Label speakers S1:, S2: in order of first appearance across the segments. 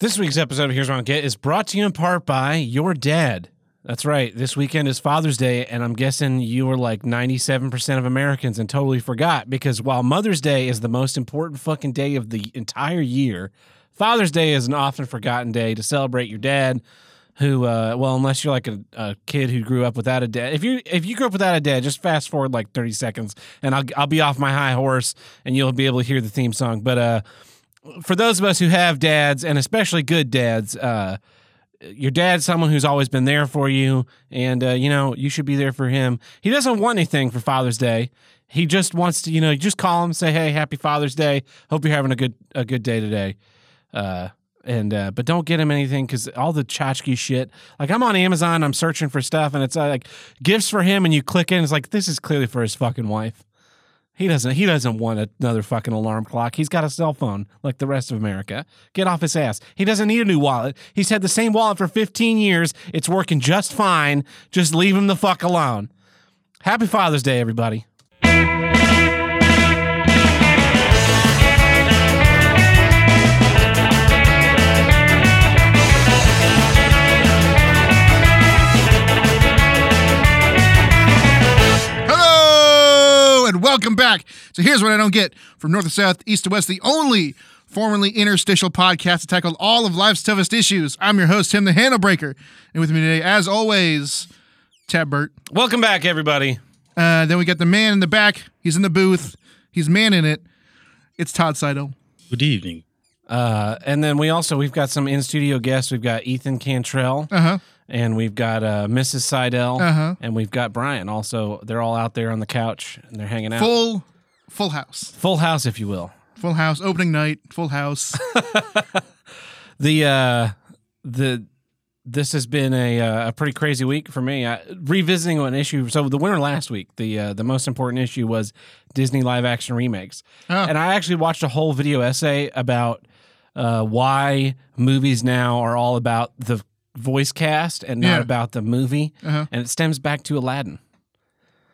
S1: This week's episode of Here's What I Don't Get is brought to you in part by your dad. That's right. This weekend is Father's Day, and I'm guessing you were like 97% of Americans and totally forgot because while Mother's Day is the most important fucking day of the entire year, Father's Day is an often forgotten day to celebrate your dad. Who, uh, well, unless you're like a, a kid who grew up without a dad. If you if you grew up without a dad, just fast forward like 30 seconds, and I'll I'll be off my high horse, and you'll be able to hear the theme song. But uh, for those of us who have dads and especially good dads, uh, your dad's someone who's always been there for you, and uh, you know you should be there for him. He doesn't want anything for Father's Day. He just wants to, you know, you just call him, say, "Hey, Happy Father's Day. Hope you're having a good a good day today." Uh, and uh, but don't get him anything because all the tchotchke shit. Like I'm on Amazon, I'm searching for stuff, and it's uh, like gifts for him, and you click in, it's like this is clearly for his fucking wife. He doesn't. He doesn't want another fucking alarm clock. He's got a cell phone like the rest of America. Get off his ass. He doesn't need a new wallet. He's had the same wallet for 15 years. It's working just fine. Just leave him the fuck alone. Happy Father's Day, everybody.
S2: Hello and welcome back. So here's what I don't get from north to south, east to west, the only formerly interstitial podcast to tackle all of life's toughest issues. I'm your host, Tim the Handlebreaker, and with me today, as always, Tab Burt.
S1: Welcome back, everybody.
S2: Uh, then we got the man in the back. He's in the booth. He's man in it. It's Todd Seidel.
S3: Good evening.
S1: Uh, and then we also we've got some in studio guests. We've got Ethan Cantrell.
S2: Uh huh.
S1: And we've got uh, Mrs. Seidel,
S2: Uh-huh.
S1: and we've got Brian. Also, they're all out there on the couch and they're hanging out.
S2: Full, full house.
S1: Full house, if you will.
S2: Full house. Opening night. Full house.
S1: the uh the this has been a uh, a pretty crazy week for me. I, revisiting an issue, so the winner last week, the uh, the most important issue was Disney live action remakes,
S2: Oh.
S1: and I actually watched a whole video essay about uh, why movies now are all about the voice cast and not
S2: Yeah.
S1: about the movie,
S2: Uh-huh.
S1: and it stems back to Aladdin.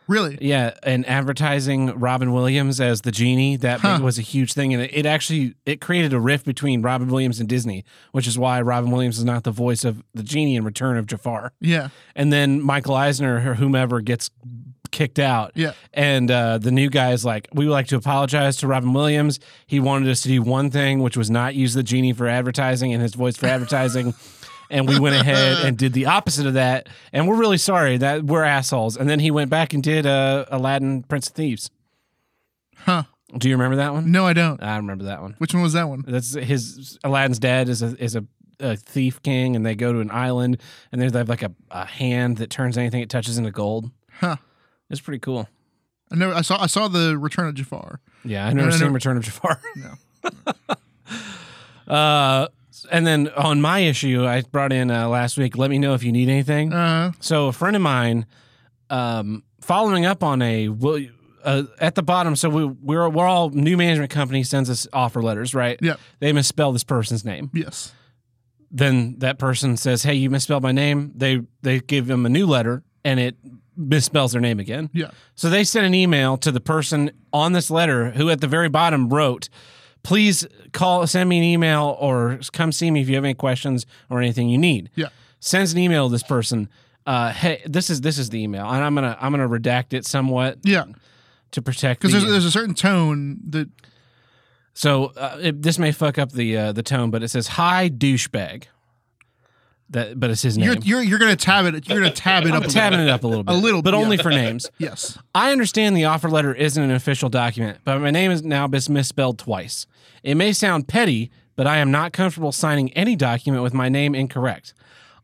S2: Really?
S1: Yeah, and advertising Robin Williams as the genie that
S2: Huh.
S1: was a huge thing, and it, it actually it created a rift between Robin Williams and Disney, which is why Robin Williams is not the voice of the genie in Return of Jafar,
S2: Yeah.
S1: and then Michael Eisner or whomever gets kicked out.
S2: Yeah.
S1: And uh, the new guy is like, we would like to apologize to Robin Williams. He wanted us to do one thing, which was not use the genie for advertising and his voice for advertising. And we went ahead and did the opposite of that. And we're really sorry that we're assholes. And then he went back and did uh, Aladdin Prince of Thieves.
S2: Huh.
S1: Do you remember that one?
S2: No, I don't.
S1: I remember that one.
S2: Which one was that one?
S1: That's his Aladdin's dad is a is a, a thief king, and they go to an island, and they have like a, a hand that turns anything it touches into gold.
S2: Huh.
S1: It's pretty cool.
S2: I never. I saw. I saw the Return of Jafar.
S1: Yeah, I've never
S2: no,
S1: seen
S2: no.
S1: Return of Jafar.
S2: No.
S1: uh, and then on my issue, I brought in uh, last week. Let me know if you need anything.
S2: Uh.
S1: So a friend of mine, um, following up on a will- uh, at the bottom. So we, we're we're all new management company sends us offer letters, right?
S2: Yeah.
S1: They misspell this person's name.
S2: Yes.
S1: Then that person says, "Hey, you misspelled my name." They they give them a new letter, and it misspells their name again.
S2: Yeah.
S1: So they sent an email to the person on this letter who at the very bottom wrote, please call, send me an email or come see me if you have any questions or anything you need.
S2: Yeah.
S1: Sends an email to this person. Uh, hey, this is this is the email, and I'm gonna I'm gonna redact it somewhat
S2: Yeah.
S1: to protect.
S2: Because
S1: the-
S2: there's, there's a certain tone that
S1: so uh, it, this may fuck up the uh, the tone, but it says hi douchebag. That but it's his name.
S2: you're you're you're gonna tab it. You're gonna tab it up. a little
S1: tabbing
S2: bit.
S1: it up a little bit,
S2: little
S1: but
S2: bit,
S1: only
S2: yeah.
S1: for names.
S2: Yes.
S1: I understand the offer letter isn't an official document, but my name is now mis- misspelled twice. It may sound petty, but I am not comfortable signing any document with my name incorrect.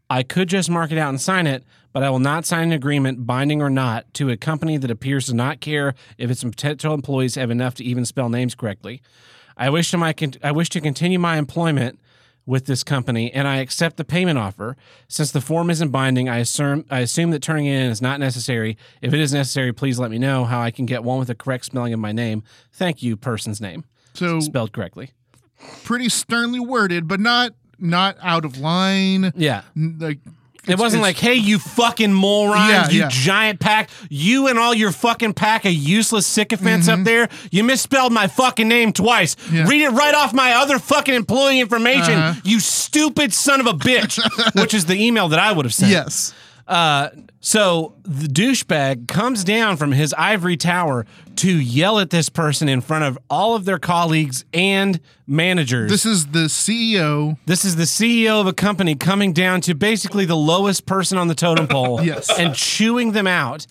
S1: I could just mark it out and sign it, but I will not sign an agreement, binding or not, to a company that appears to not care if its potential employees have enough to even spell names correctly. I wish to my con- I wish to continue my employment with this company, and I accept the payment offer. Since the form isn't binding, I assume I assume that turning it in is not necessary. If it is necessary, please let me know how I can get one with the correct spelling of my name. Thank you, person's name
S2: So
S1: spelled correctly.
S2: pretty sternly worded, but not not out of line.
S1: Yeah,
S2: N- Like
S1: It wasn't like, hey, you fucking morons,
S2: Yeah,
S1: you
S2: yeah.
S1: giant pack, you and all your fucking pack of useless sycophants up there. You misspelled my fucking name twice.
S2: Mm-hmm. Yeah.
S1: Read it right off my other fucking employee information,
S2: Uh-huh.
S1: you stupid son of a bitch, which is the email that I would have sent.
S2: yes.
S1: Uh, so the douchebag comes down from his ivory tower to yell at this person in front of all of their colleagues and managers.
S2: This is the E CEO.
S1: This is the CEO of a company coming down to basically the lowest person on the totem pole
S2: Yes.
S1: and chewing them out.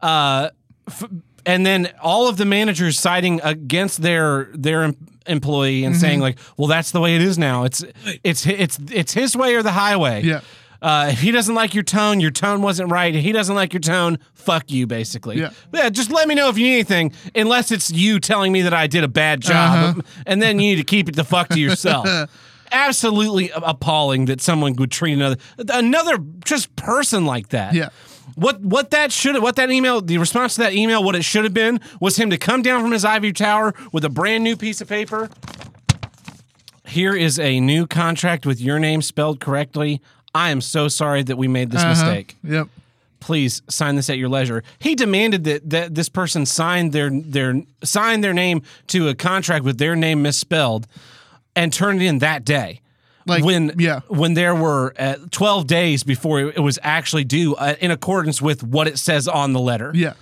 S1: Uh, f- and then all of the managers siding against their their em- employee
S2: Mm-hmm.
S1: and saying like, "Well, that's the way it is now. It's it's hi- it's it's his way or the highway."
S2: Yeah.
S1: Uh, if he doesn't like your tone, your tone wasn't right. If he doesn't like your tone, fuck you, basically.
S2: Yeah.
S1: just let me know if you need anything, unless it's you telling me that I did a bad job.
S2: Uh-huh.
S1: And then you need to keep it the fuck to yourself. Absolutely a- appalling that someone would treat another another just person like that.
S2: Yeah.
S1: What what that should what that email the response to that email what it should have been was him to come down from his ivory tower with a brand new piece of paper. Here is a new contract with your name spelled correctly. I am so sorry that we made this
S2: Uh-huh.
S1: mistake.
S2: Yep.
S1: Please sign this at your leisure. He demanded that, that this person signed their their sign their name to a contract with their name misspelled and turned it in that day.
S2: Like,
S1: when
S2: yeah.
S1: when there were uh, 12 days before it was actually due uh, in accordance with what it says on the letter.
S2: Yeah.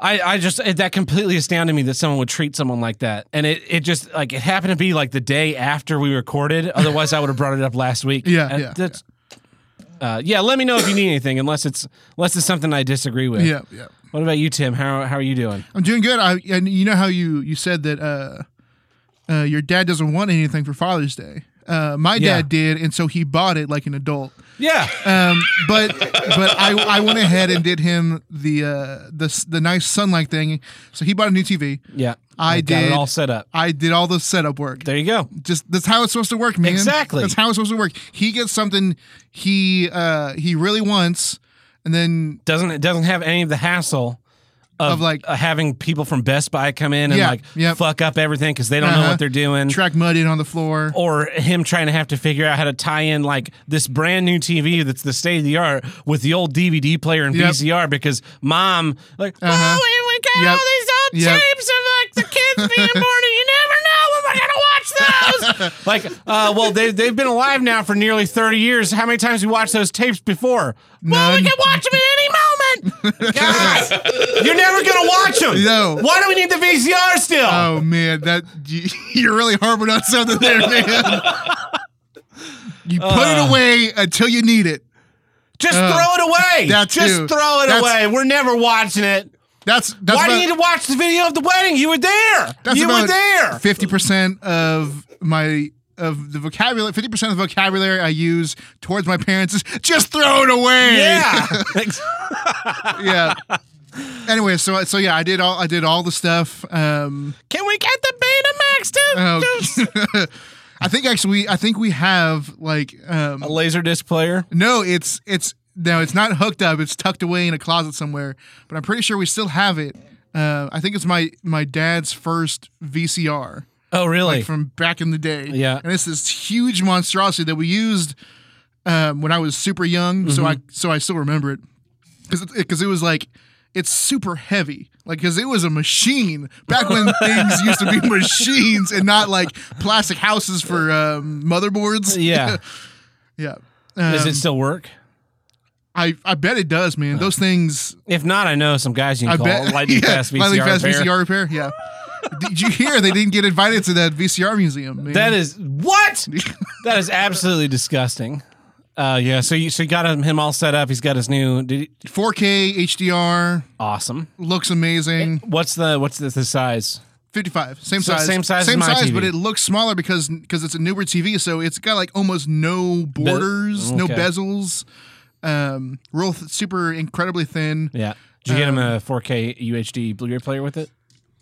S1: I, I just it, that completely astounded me that someone would treat someone like that, and it, it just like it happened to be like the day after we recorded. Otherwise, I would have brought it up last week.
S2: Yeah,
S1: And
S2: yeah,
S1: that's- Uh, yeah. Let me know if you need anything, unless it's unless it's something I disagree with.
S2: Yeah. Yeah.
S1: What about you, Tim? How how are you doing?
S2: I'm doing good. I and you know how you you said that uh, uh, your dad doesn't want anything for Father's Day. Uh, my
S1: Yeah.
S2: dad did, and so he bought it like an adult.
S1: Yeah.
S2: Um, but but I, I went ahead and did him the uh, the s- the nice sunlight thing. So he bought a new TV.
S1: yeah.
S2: I
S1: got
S2: did.
S1: it all set up.
S2: I did all the setup work.
S1: There you go.
S2: just that's how it's supposed to work, man.
S1: Exactly.
S2: That's how it's supposed to work. He gets something he uh he really wants, and then
S1: Doesn't it doesn't have any of the hassle of,
S2: Of, like-
S1: uh, having people from Best Buy come in and
S2: Yeah,
S1: like
S2: yep.
S1: fuck up everything because they don't know
S2: Uh-huh.
S1: what they're doing.
S2: track mud in on the floor.
S1: or him trying to have to figure out how to tie in like this brand new TV that's the state of the art with the old DVD player and
S2: Yep.
S1: VCR because mom like
S2: Uh-huh.
S1: oh we we got
S2: Yep.
S1: all these old
S2: Yep.
S1: tapes of like the kids being born and you never know when we're gonna watch those like uh, well they they've been alive now for nearly thirty years how many times we watched those tapes before well we
S2: None.
S1: can watch them at any moment God you're never gonna watch them
S2: No.
S1: why do we need the VCR still
S2: Oh man, that you- you're really harboring on something there, man. You put
S1: Uh.
S2: it away until you need it.
S1: Just
S2: Uh,
S1: throw it away.
S2: that
S1: Just
S2: too.
S1: throw it
S2: That's-
S1: away. We're never watching it.
S2: That's that's
S1: Why do you
S2: about,
S1: need to watch the video of the wedding? You were there.
S2: that's
S1: you were
S2: about
S1: there.
S2: Fifty percent of my of the vocabulary, fifty percent of the vocabulary I use towards my parents is just throw it away.
S1: Yeah.
S2: yeah. Anyway, so so yeah, I did all I did all the stuff. Um,
S1: Can we get the Betamax too?
S2: oh, I think actually I think we have like um,
S1: a laser disc player.
S2: no, it's it's no, it's not hooked up. It's tucked away in a closet somewhere. But I'm pretty sure we still have it. Uh, I think it's my my dad's first VCR
S1: Oh, really?
S2: from back in the day.
S1: Yeah.
S2: and it's this huge monstrosity that we used um, when I was super young. So
S1: Mm-hmm.
S2: I so I still remember it because because it, was like it's super heavy, like because it was a machine back when things used to be machines and not like plastic houses for um, motherboards.
S1: yeah.
S2: yeah.
S1: Does
S2: Um,
S1: it still work?
S2: I I bet it does, man. Those things.
S1: If not, I know some guys you can
S2: I
S1: call
S2: bet.
S1: Uh, lightning
S2: Yeah,
S1: fast VCR.
S2: lightning fast
S1: repair.
S2: VCR repair. Yeah. Did you hear they didn't get invited to that VCR museum? Man.
S1: That is what? that is absolutely disgusting. Uh, yeah. So you so you got him, him all set up. He's got his new. Did he,
S2: 4K HDR
S1: awesome.
S2: looks amazing.
S1: What's the what's the, the size?
S2: 55 same
S1: So
S2: size
S1: same size as
S2: same
S1: my
S2: size but
S1: TV.
S2: it looks smaller because because it's a newer tv so it's got like almost no borders no
S1: okay.
S2: bezels um real th- super incredibly thin
S1: Yeah. Did you get him a 4K UHD Blu-ray player with it?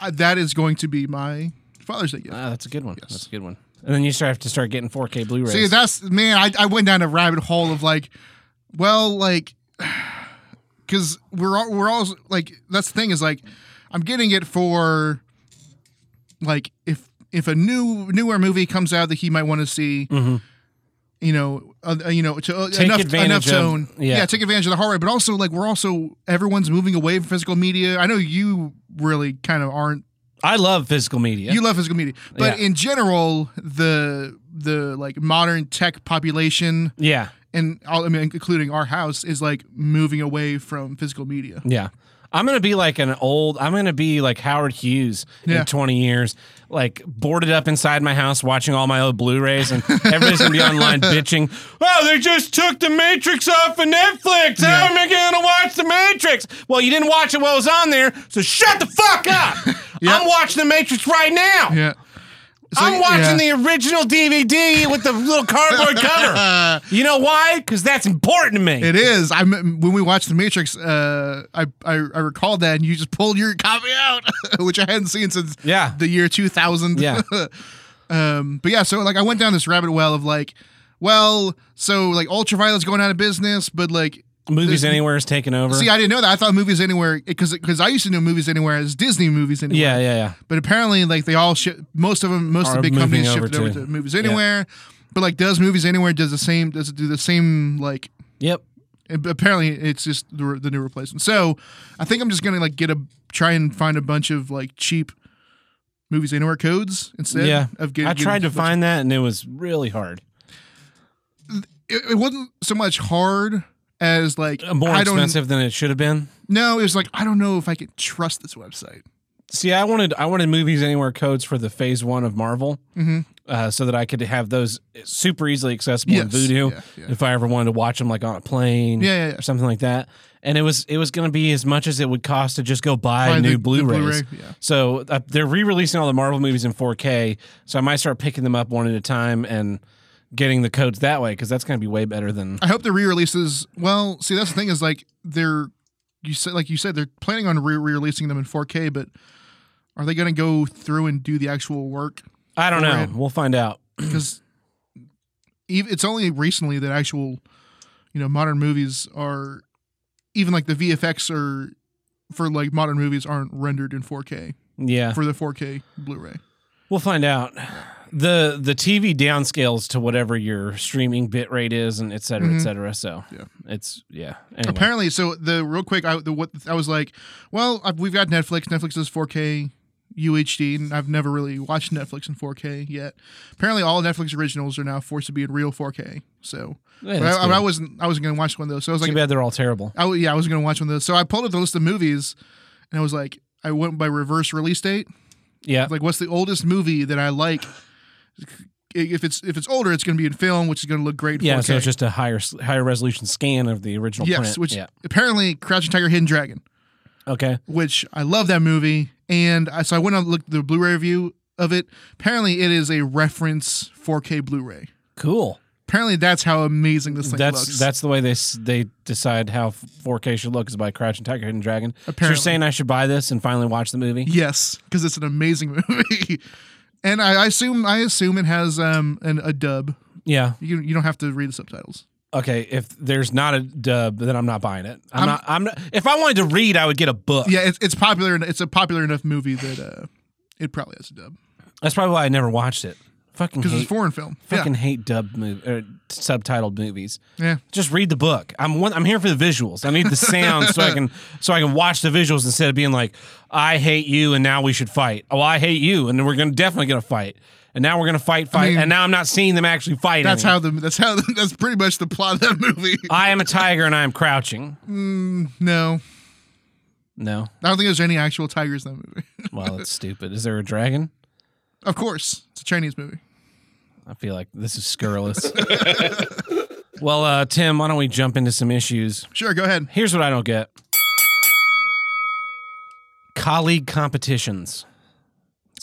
S2: Uh, that is going to be my father's day gift
S1: Ah, that's a good one. That's a good one. And then you start have to start getting 4K Blu-rays.
S2: see that's man I, I went down a rabbit hole of like well like because we're all we're all like that's the thing is like i'm getting it for like if if a new newer movie comes out that he might want to see you know, uh, you know, to uh,
S1: Mm-hmm. Take
S2: enough
S1: advantage
S2: enough to
S1: of-
S2: own,
S1: yeah.
S2: take advantage of the hardware. But also, like, we're also everyone's moving away from physical media. I know you really kind of aren't.
S1: I love physical media.
S2: You love physical media, but
S1: Yeah.
S2: in general, the the like modern tech population
S1: yeah.
S2: and all, I mean, including our house is like moving away from physical media.
S1: Yeah. I'm going to be like an old, I'm going to be like Howard Hughes
S2: Yeah.
S1: in 20 years, like boarded up inside my house watching all my old Blu rays, and everybody's going to be online bitching, oh, they just took The Matrix off of Netflix. How am I going to watch The Matrix? Well, you didn't watch it while it was on there, so shut the fuck up. I'm watching The Matrix right now.
S2: Yeah. So,
S1: I'm watching the original DVD with the little cardboard cover. You know why? Because that's important to me.
S2: It is. I m- when we watched The Matrix, uh, I, I I recalled that, and you just pulled your copy out, which I hadn't seen since
S1: Yeah.
S2: the year two thousand.
S1: Yeah.
S2: um, but yeah, so like I went down this rabbit well of like, well, so like Ultraviolet's going out of business, but like.
S1: Movies Anywhere is taking over.
S2: See, I didn't know that. I thought Movies Anywhere because because I used to know Movies Anywhere as Disney Movies Anywhere.
S1: yeah, yeah, yeah.
S2: But apparently, like they all shi most of them, most of
S1: Are
S2: the big
S1: moving
S2: companies
S1: over
S2: shifted over
S1: to-
S2: to Movies Anywhere. But like, does Movies Anywhere does the same? Does it do the same like
S1: Yep.
S2: it- apparently it's just the, re- the new replacement. So I think I'm just gonna like get a try and find a bunch of like cheap movies anywhere codes instead.
S1: Yeah.
S2: of getting.
S1: I tried to
S2: getting-
S1: find that and it was really hard.
S2: It, it wasn't so much hard as like
S1: Uh, More
S2: I don't
S1: expensive than it should have been.
S2: no. It was like I don't know if I can trust this website.
S1: See, I wanted I wanted movies anywhere codes for the phase one of Marvel,
S2: Mhm.
S1: uh, so that I could have those super easily accessible in
S2: Yes.
S1: Voodoo
S2: Yeah, yeah.
S1: if I ever wanted to watch them like on a plane,
S2: Yeah, yeah, yeah.
S1: or something like that. And it was it was going to be as much as it would cost to just go buy
S2: Buy the-
S1: new
S2: the
S1: Blu-rays.
S2: Blu-ray, yeah.
S1: So uh, they're re-releasing all the Marvel movies in 4K, so I might start picking them up one at a time and getting the codes that way because that's going to be way better than
S2: I hope the re-releases. Well, see that's the thing is like they're you said like you said they're planning on re-releasing them in 4K, but are they gonna go through and do the actual work?
S1: I don't know.
S2: Right.
S1: We'll find out.
S2: because ev it's only recently that actual you know modern movies are even like the VFX are for like modern movies aren't rendered in 4K
S1: Yeah.
S2: for the 4K Blu-ray.
S1: We'll find out. The the TV downscales to whatever your streaming bit rate is and et cetera, et
S2: Mhm.
S1: cetera. So
S2: Yeah.
S1: it's yeah. Anyway.
S2: Apparently, so the real quick, I the what I was like, well, i we've got Netflix. Netflix is 4K UHD, and I've never really watched Netflix in 4K yet. Apparently, all Netflix originals are now forced to be in real 4K. So,
S1: Yeah,
S2: but
S1: that's
S2: I, I
S1: good.
S2: wasn't I wasn't gonna watch one of those. So I was like,
S1: Too bad they're all terrible.
S2: I w- yeah, I was gonna watch one of those. So I pulled up the list of movies, and I was like, I went by reverse release date.
S1: Yeah.
S2: Like, what's the oldest movie that I like? If it's if it's older, it's gonna be in film, which is gonna look great. in
S1: Yeah,
S2: 4K.
S1: so it's just a higher s- higher resolution scan of the original
S2: yes,
S1: print.
S2: which
S1: yeah.
S2: apparently Crouching Tiger, Hidden Dragon,
S1: Okay.
S2: which I love that movie, and I, so I went and looked at the Blu-ray review of it. Apparently, it is a reference 4K Blu-ray.
S1: Cool.
S2: Apparently, that's how amazing this thing
S1: that's
S2: looks.
S1: that's the way they s- they decide how 4K should look is by Crouching Tiger, Hidden Dragon. So you're
S2: Apparently.
S1: saying I should buy this and finally watch the movie?
S2: Yes, because it's an amazing movie, and I, I assume I assume it has um an, a dub.
S1: Yeah.
S2: You you don't have to read the subtitles.
S1: Okay. If there's not a dub, then I'm not buying it. I'm,
S2: I'm-
S1: not. I'm not. If I wanted to read, I would get a book.
S2: Yeah, it's, it's popular. en- It's a popular enough movie that uh, it probably has a dub
S1: That's probably why I never watched it. Fucking
S2: because
S1: hate,
S2: it's a foreign film.
S1: fucking hate dubbed movie or subtitled movies.
S2: yeah,
S1: Just read the book. I'm one, I'm here for the visuals. I need the sound so I can so I can watch the visuals instead of being like, I hate you and now we should fight. Oh, I hate you and we're gonna definitely gonna fight. And now we're gonna fight, fight.
S2: mean,
S1: and now I'm not seeing them actually fighting.
S2: that's how the that's how that's pretty much the plot of that movie.
S1: I am a tiger and I am crouching.
S2: No,
S1: No,
S2: I don't think there's any actual tigers in that movie.
S1: well, that's stupid. Is there a dragon?
S2: of course, it's a Chinese movie.
S1: I feel like this is scurrilous. well, uh, Tim, why don't we jump into some issues?
S2: Sure, go ahead.
S1: Here's what I don't get colleague competitions.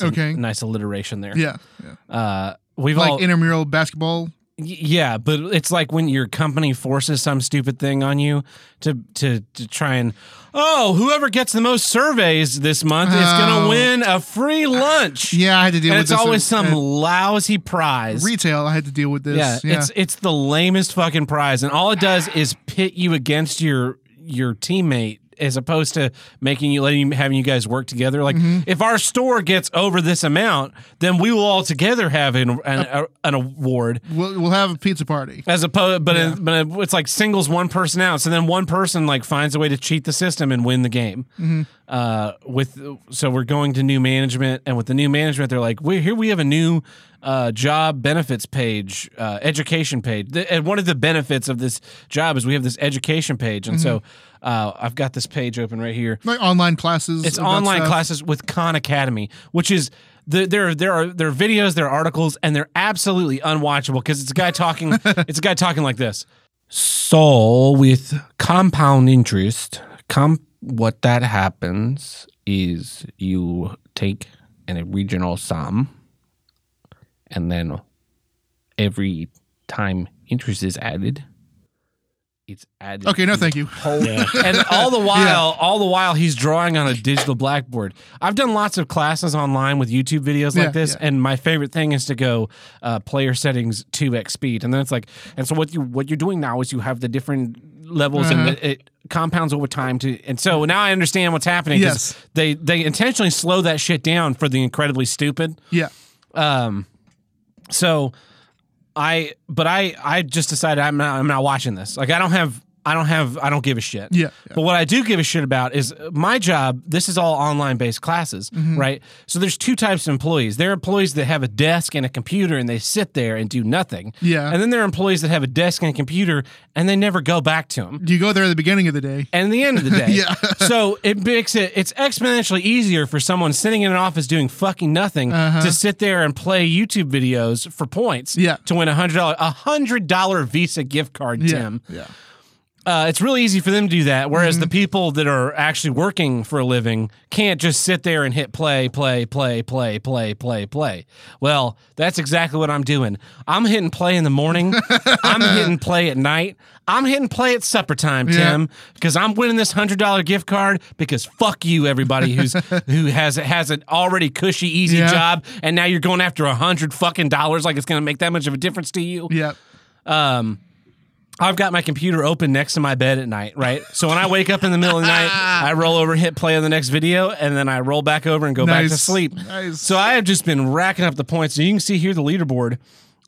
S2: Okay,
S1: Nice alliteration there.
S2: yeah, yeah.
S1: Uh, we've
S2: like
S1: all,
S2: intramural basketball.
S1: y- yeah, but it's like when your company forces some stupid thing on you to to to try and oh, whoever gets the most surveys this month is going
S2: Oh.
S1: to win a free lunch.
S2: Yeah, I had to deal
S1: and
S2: with
S1: it's
S2: this
S1: always
S2: at-
S1: some
S2: at
S1: lousy prize.
S2: retail. I had to deal with this.
S1: Yeah,
S2: Yeah,
S1: it's it's the lamest fucking prize, and all it does is pit you against your your teammate as opposed to making you letting you having you guys work together. Like
S2: Mm-hmm.
S1: if our store gets over this amount, then we will all together have an an, a, an award.
S2: We'll, we'll have a pizza party.
S1: As opposed, but it- but it- it's like singles one person out, so then one person like finds a way to cheat the system and win the game. Uh, with so we're going to new management, and with the new management, they're like, "We here we have a new uh, job benefits page, uh, education page, The- and one of the benefits of this job is we have this education page." And so uh, I've got this page open right here.
S2: Like online classes.
S1: It's
S2: about
S1: online
S2: stuff.
S1: classes with Khan Academy, which is the, there. There are there are videos, there are articles, and they're absolutely unwatchable because it's a guy talking. it's a guy talking like this. So with compound interest, comp what that happens is you take an original sum, and then every time interest is added, it's added.
S2: Okay, no, thank you.
S1: And all the while, all the while, he's drawing on a digital blackboard. I've done lots of classes online with YouTube videos like
S2: Yeah,
S1: this,
S2: yeah.
S1: and my favorite thing is to go uh, player settings 2x speed, and then it's like, and so what you what you're doing now is you have the different levels, and
S2: Uh-huh.
S1: it, it compounds over time to, and so now I understand what's happening. 'cause
S2: Yes.
S1: they they intentionally slow that shit down for the incredibly stupid.
S2: Yeah.
S1: So I but I I just decided I'm not I'm not watching this. Like I don't have I don't have I don't give a shit.
S2: Yeah, yeah.
S1: But what I do give a shit about is my job, this is all online based classes,
S2: Mm-hmm.
S1: right? So there's two types of employees. There are employees that have a desk and a computer and they sit there and do nothing.
S2: Yeah.
S1: And then there are employees that have a desk and a computer and they never go back to them
S2: You go there at the beginning of the day.
S1: and the end of the day.
S2: Yeah.
S1: so it makes it it's exponentially easier for someone sitting in an office doing fucking nothing to sit there and play YouTube videos for points.
S2: Uh-huh. Yeah.
S1: To win a hundred dollar a hundred dollar Visa gift card,
S2: Yeah.
S1: Tim.
S2: Yeah.
S1: Uh, it's really easy for them to do that, whereas
S2: Mm-hmm.
S1: the people that are actually working for a living can't just sit there and hit play, play, play, play, play, play, play. Well, that's exactly what I'm doing. I'm hitting play in the morning. I'm hitting play at night. I'm hitting play at supper time,
S2: Yeah.
S1: Tim, because I'm winning this hundred dollar gift card. Because fuck you, everybody who's who has has an already cushy, easy
S2: Yeah.
S1: job, and now you're going after a hundred fucking dollars like it's going to make that much of a difference to you.
S2: Yeah.
S1: I've got my computer open next to my bed at night, right? So when I wake up in the middle of the night, I roll over, hit play on the next video, and then I roll back over and go back to
S2: Nice.
S1: sleep.
S2: Nice.
S1: So I have just been racking up the points. And you can see here the leaderboard.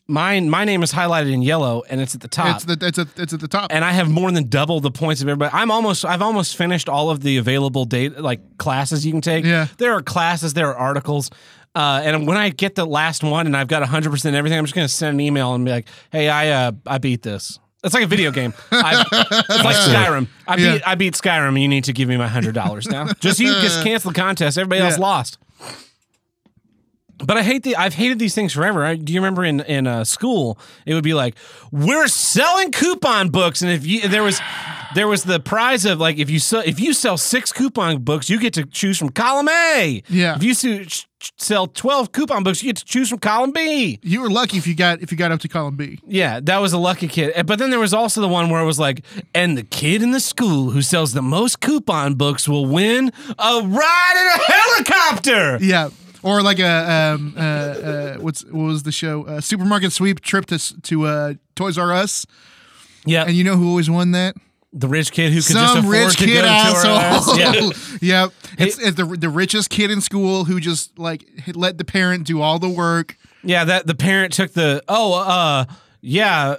S1: Mine, my name is highlighted in yellow, and it's at the top.
S2: It's the it's at, it's at the top.
S1: and I have more than double the points of everybody. I'm almost, I've almost finished all of the available data, like classes you can take.
S2: Yeah.
S1: There are classes, there are articles. Uh, and when I get the last one and I've got 100% everything, I'm just going to send an email and be like, hey, I uh, I beat this. It's like a video game. I, it's like Skyrim. I beat
S2: Yeah.
S1: I beat Skyrim. and You need to give me my hundred dollars now. Just you just cancel the contest. Everybody else
S2: Yeah.
S1: lost. But I hate the I've hated these things forever. I, do you remember in in uh, school it would be like we're selling coupon books, and if you there was there was the prize of like if you sell if you sell six coupon books, you get to choose from column A.
S2: Yeah.
S1: If you su- ch- ch- sell twelve coupon books, you get to choose from column B.
S2: you were lucky if you got if you got up to column B.
S1: Yeah, that was a lucky kid. Eh, But then there was also the one where it was like, and the kid in the school who sells the most coupon books will win a ride in a helicopter.
S2: Yeah. Or like a um uh, uh what's what was the show? Uh, supermarket sweep trip to s- to uh Toys R Us.
S1: Yeah,
S2: And you know who always won that?
S1: the rich kid who could just
S2: Some
S1: afford
S2: rich
S1: to
S2: kid
S1: go
S2: asshole.
S1: to our yeah.
S2: yep. It's, it's the the richest kid in school who just like let the parent do all the work.
S1: yeah, that the parent took the oh uh yeah.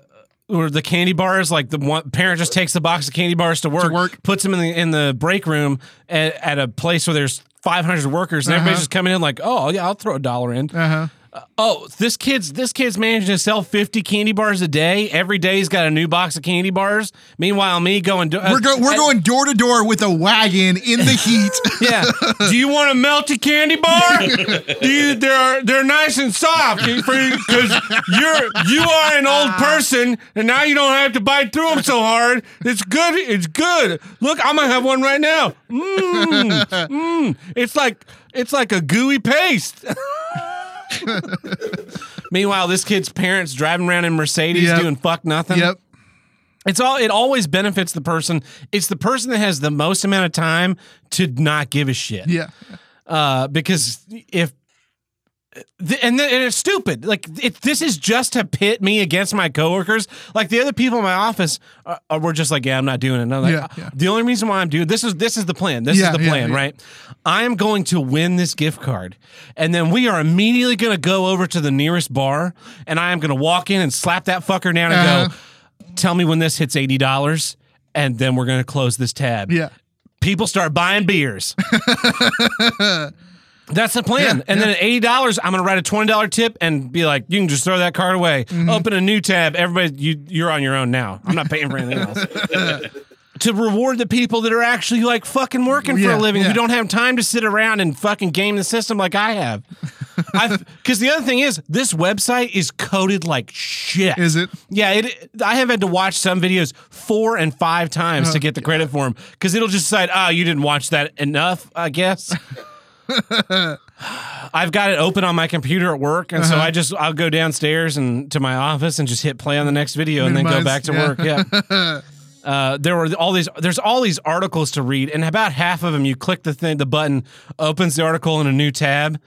S1: Or the candy bars, like the one parent just takes the box of candy bars to work,
S2: work.
S1: puts them in the in the break room at, at a place where there's 500 workers, and
S2: Uh-huh.
S1: everybody's just coming in like, oh yeah, I'll throw a dollar in.
S2: Uh huh.
S1: Oh, this kid's this kid's managing to sell fifty candy bars a day. Every day he's got a new box of candy bars. Meanwhile, me going. do- uh,
S2: We're go- we're
S1: I-
S2: going door to door with a wagon in the heat.
S1: Yeah. Do you want a melty candy bar? Do you, they're they're nice and soft because you're you are an old person and now you don't have to bite through them so hard. It's good. It's good. Look, I'm gonna have one right now. Mmm. Mmm. It's like it's like a gooey paste. Meanwhile, this kid's parents driving around in Mercedes
S2: Yep.
S1: doing fuck nothing.
S2: yep.
S1: It's all it always benefits the person. It's the person that has the most amount of time to not give a shit.
S2: Yeah.
S1: Uh, because if th- and, th- and it's stupid. Like it, this is just to pit me against my coworkers. Like the other people in my office are, are, were just like, "Yeah, I'm not doing it." And I'm like, "Uh,
S2: Yeah, yeah.
S1: "The only reason why I'm doing this is this is the plan. This
S2: Yeah,
S1: is the
S2: yeah,
S1: plan,
S2: yeah.
S1: right? I am going to win this gift card, and then we are immediately going to go over to the nearest bar, and I am going to walk in and slap that fucker down and
S2: Uh-huh.
S1: go, "Tell me when this hits eighty dollars, and then we're going to close this tab."
S2: Yeah.
S1: people start buying beers. That's the plan.
S2: Yeah,
S1: and then at eighty dollars, I'm gonna write a twenty dollar tip and be like, you can just throw that card away.
S2: Mm-hmm.
S1: Open a new tab. Everybody, you you're on your own now. I'm not paying for anything else. to reward the people that are actually like fucking working for
S2: Yeah,
S1: a living
S2: yeah.
S1: who don't have time to sit around and fucking game the system like I have. Because the other thing is, this website is coded like shit.
S2: Is it?
S1: Yeah, it. I have had to watch some videos four and five times
S2: Oh,
S1: to get the credit for them because it'll just decide, oh, you didn't watch that enough, I guess. I've got it open on my computer at work, and
S2: Uh-huh.
S1: so I just I'll go downstairs and to my office and just hit play on the next video and then go
S2: Minimize,
S1: back to
S2: yeah.
S1: work. Yeah. Uh, there were all these. There's all these articles to read, and about half of them, you click the thing, the button opens the article in a new tab,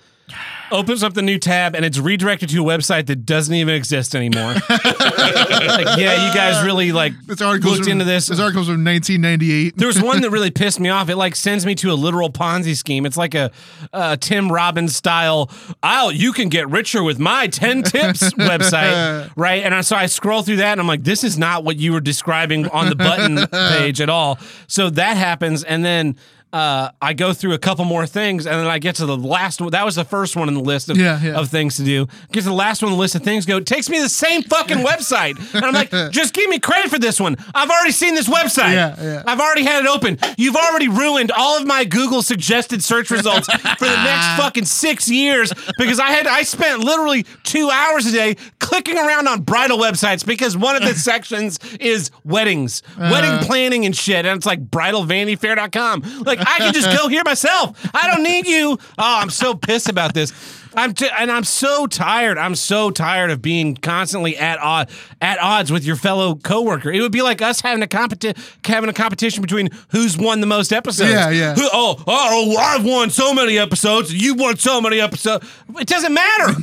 S1: opens up the new tab, and it's redirected to a website that doesn't even exist anymore. like, yeah, you guys really like
S2: This article's
S1: looked
S2: from,
S1: into this.
S2: This article's from 1998.
S1: There was one that really pissed me off. It like sends me to a literal Ponzi scheme. It's like a, uh Tim Robbins style. I'll you can get richer with my ten tips website, right? And I, so I scroll through that, and I'm like, this is not what you were describing on the button page at all. So that happens, and then. Uh, I go through a couple more things, and then I get to the last one. That was the first one in the list of,
S2: Yeah, yeah.
S1: of things to do. Get to the last one on the list of things to go. It takes me to the same fucking website, and I'm like, just give me credit for this one. I've already seen this website.
S2: Yeah, yeah.
S1: I've already had it open. You've already ruined all of my Google suggested search results for the next
S2: Ah.
S1: fucking six years because I had I spent literally two hours a day clicking around on bridal websites because one of the sections is weddings,
S2: Uh-huh.
S1: wedding planning and shit, and it's like bridalvandyfair.com. Like I can just go here myself. I don't need you. Oh, I'm so pissed about this. I'm t- and I'm so tired. I'm so tired of being constantly at odd at odds with your fellow coworker. It would be like us having a competi- having a competition between who's won the most episodes.
S2: Yeah, yeah.
S1: Who, oh, oh, I've won so many episodes. You won so many episodes. It doesn't matter.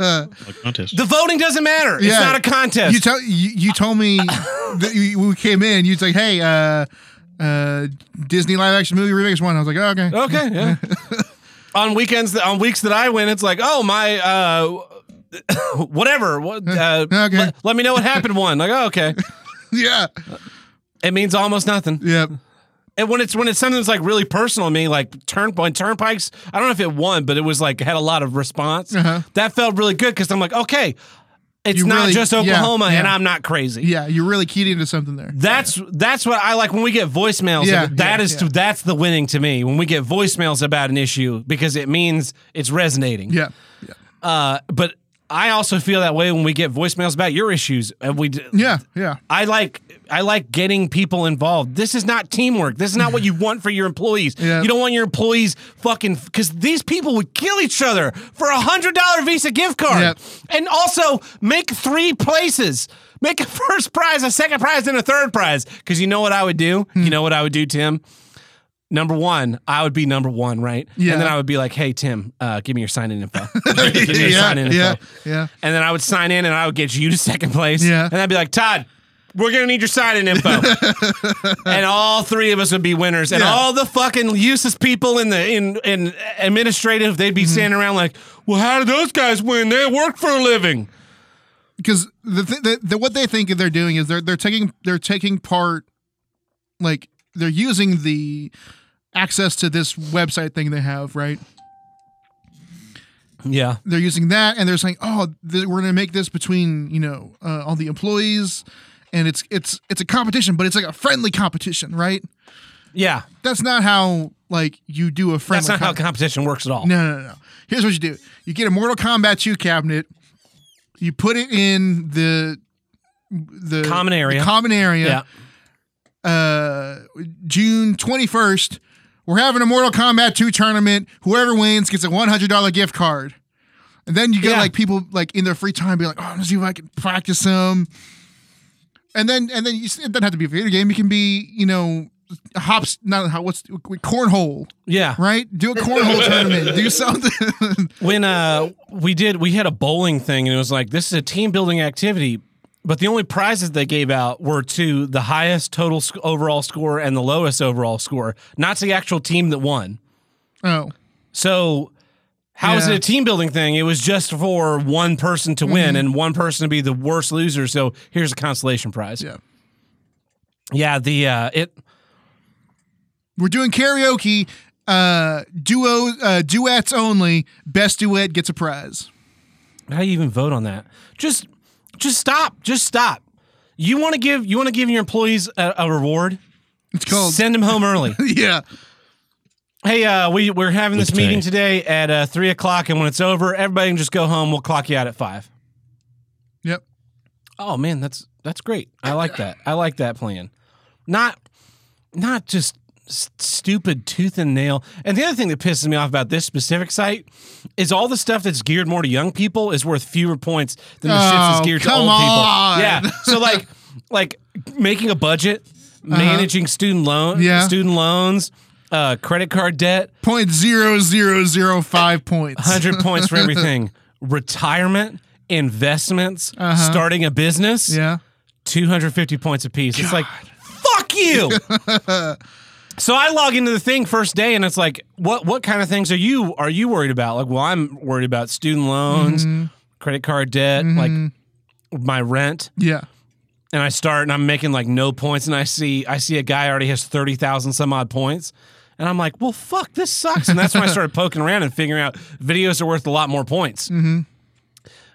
S3: Like contest.
S1: the voting doesn't matter. It's
S2: Yeah.
S1: not a contest.
S2: You tell you, you told me that you, when we came in. You was like, hey, uh, uh, Disney live action movie remakes one. I was like, oh, okay.
S1: Okay, yeah. on weekends, that, on weeks that I win, it's like, oh my, uh, whatever. What, uh,
S2: Okay.
S1: let, let me know what happened. One, like, oh, okay,
S2: Yeah.
S1: it means almost nothing.
S2: Yep.
S1: And when it's when it's something that's like really personal to me, like turn when turnpikes, I don't know if it won, but it was like had a lot of response.
S2: Uh-huh.
S1: That felt really good because I'm like, okay, it's
S2: You
S1: not
S2: really-
S1: just
S2: yeah,
S1: Oklahoma, and
S2: yeah.
S1: I'm not crazy.
S2: Yeah. You really keyed into something there.
S1: That's that's what I like when we get voicemails.
S2: Yeah,
S1: Yeah, that
S2: yeah,
S1: is
S2: yeah.
S1: that's the winning to me when we get voicemails about an issue because it means it's resonating.
S2: Yeah.
S1: Uh, but I also feel that way when we get voicemails about your issues. And we, d-
S2: Yeah. Yeah.
S1: I like I like getting people involved. This is not teamwork. This is not what you want for your employees.
S2: Yeah.
S1: You don't want your employees fucking because these people would kill each other for a hundred dollar Visa gift card,
S2: Yep.
S1: and also make three places. Make a first prize, a second prize, and a third prize. Because you know what I would do?
S2: Hmm.
S1: You know what I would do, Tim? Number one, I would be number one, right?
S2: Yeah.
S1: And then I would be like, hey, Tim, uh, give me your sign in info. give me your
S2: yeah,
S1: sign in info.
S2: yeah, yeah.
S1: And then I would sign in and I would get you to second place.
S2: Yeah.
S1: And I'd be like, Todd, we're going to need your sign in info. and all three of us would be winners. And
S2: Yeah.
S1: all the fucking useless people in the in, in administrative, they'd
S2: Mm-hmm.
S1: be standing around like, well, how did those guys win? They work for a living.
S2: Because the, th- the the what they think they're doing is they're they're taking they're taking part, like they're using the access to this website thing they have, right?
S1: Yeah.
S2: they're using that and they're saying oh th- we're going to make this between you know uh, all the employees and it's it's it's a competition but it's like a friendly competition right
S1: Yeah.
S2: that's not how like you do a friendly
S1: That's not how
S2: com-
S1: competition works at all.
S2: no no no no here's what you do you get a mortal kombat 2 cabinet you put it in the the
S1: Common area.
S2: the common
S1: Yeah.
S2: area uh june 21st we're having a mortal kombat 2 tournament whoever wins gets a $100 gift card and then you get
S1: Yeah.
S2: like people like in their free time be like, oh, I'm gonna see if I can practice them. And then and then you, it doesn't have to be a video game. It can be you know hops. Not how. What's cornhole?
S1: Yeah.
S2: Right. Do a cornhole tournament. Do something.
S1: When uh we did we had a bowling thing and it was like this is a team building activity, but the only prizes they gave out were to the highest total sc- overall score and the lowest overall score, not to the actual team that won.
S2: oh.
S1: So how is
S2: Yeah. Mm-hmm.
S1: it a team building thing? It was just for one person to win and one person to be the worst loser. So here's a consolation prize.
S2: Yeah.
S1: Yeah, the uh it
S2: We're doing karaoke. Uh, duo uh, duets only. Best duet gets a prize.
S1: how do you even vote on that? Just just stop. Just stop. You want to give you want to give your employees a, a reward?
S2: It's called.
S1: Send them home early.
S2: yeah.
S1: hey, uh, we we're having this
S3: Which
S1: meeting
S3: day?
S1: today at uh, three o'clock, and when it's over, everybody can just go home. We'll clock you out at five.
S2: Yep.
S1: Oh man, that's that's great. I like that. I like that plan. Not not just s- stupid tooth and nail. And the other thing that pisses me off about this specific site is all the stuff that's geared more to young people is worth fewer points than the shit
S2: Oh,
S1: that's geared to
S2: come
S1: old
S2: on.
S1: people. Yeah. So like like making a budget, managing student loan
S2: Uh-huh. Yeah.
S1: student loans, uh, credit card debt,
S2: Point zero zero zero five points.
S1: 100 points for everything. Retirement, investments, starting a business.
S2: Uh-huh. Yeah.
S1: 250 points apiece. It's like, fuck you. so I log into the thing first day and it's like, what what kind of things are you are you worried about? Like, well, I'm worried about student loans, credit card debt, like my rent.
S2: Yeah.
S1: And I start and I'm making like no points and I see I see a guy already has 30,000 some odd points. And I'm like, well, fuck, this sucks. And that's when I started poking around and figuring out videos are worth a lot more points.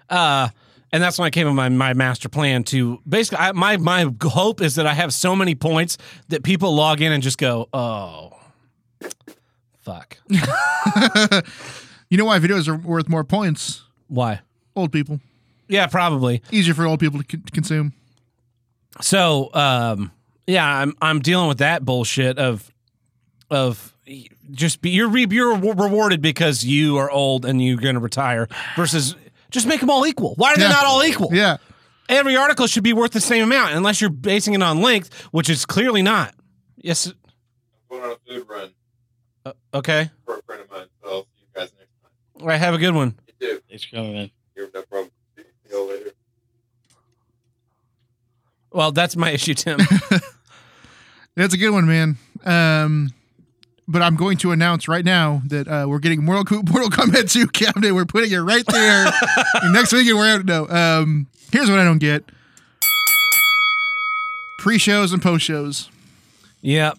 S1: Uh, and that's when I came up with my, my master plan to basically, I, my, my g- hope is that I have so many points that people log in and just go, oh, fuck.
S2: You know why videos are worth more points?
S1: Why?
S2: Old people.
S1: Yeah, probably.
S2: Easier for old people to c- consume.
S1: So, um, yeah, I'm, I'm dealing with that bullshit of, of just be, you're, re- you're re- rewarded because you are old and you're going to retire versus just make them all equal. Why are
S2: Yeah.
S1: they not all equal?
S2: Yeah.
S1: every article should be worth the same amount unless you're basing it on length, which is clearly not. Yes.
S4: going on a food run
S1: uh, okay.
S4: for a friend of mine. So I'll see you guys next time.
S1: All right. Have a good one.
S4: You too.
S3: It's coming in.
S4: You're no problem. See you later.
S1: Well, that's my issue, Tim.
S2: That's a good one, man. Um, but I'm going to announce right now that uh, we're getting Mortal, Co- Mortal Kombat 2 cabinet. We're putting it right there. And next weekend, we're out. No. Um, here's what I don't get pre shows and post shows.
S1: yeah,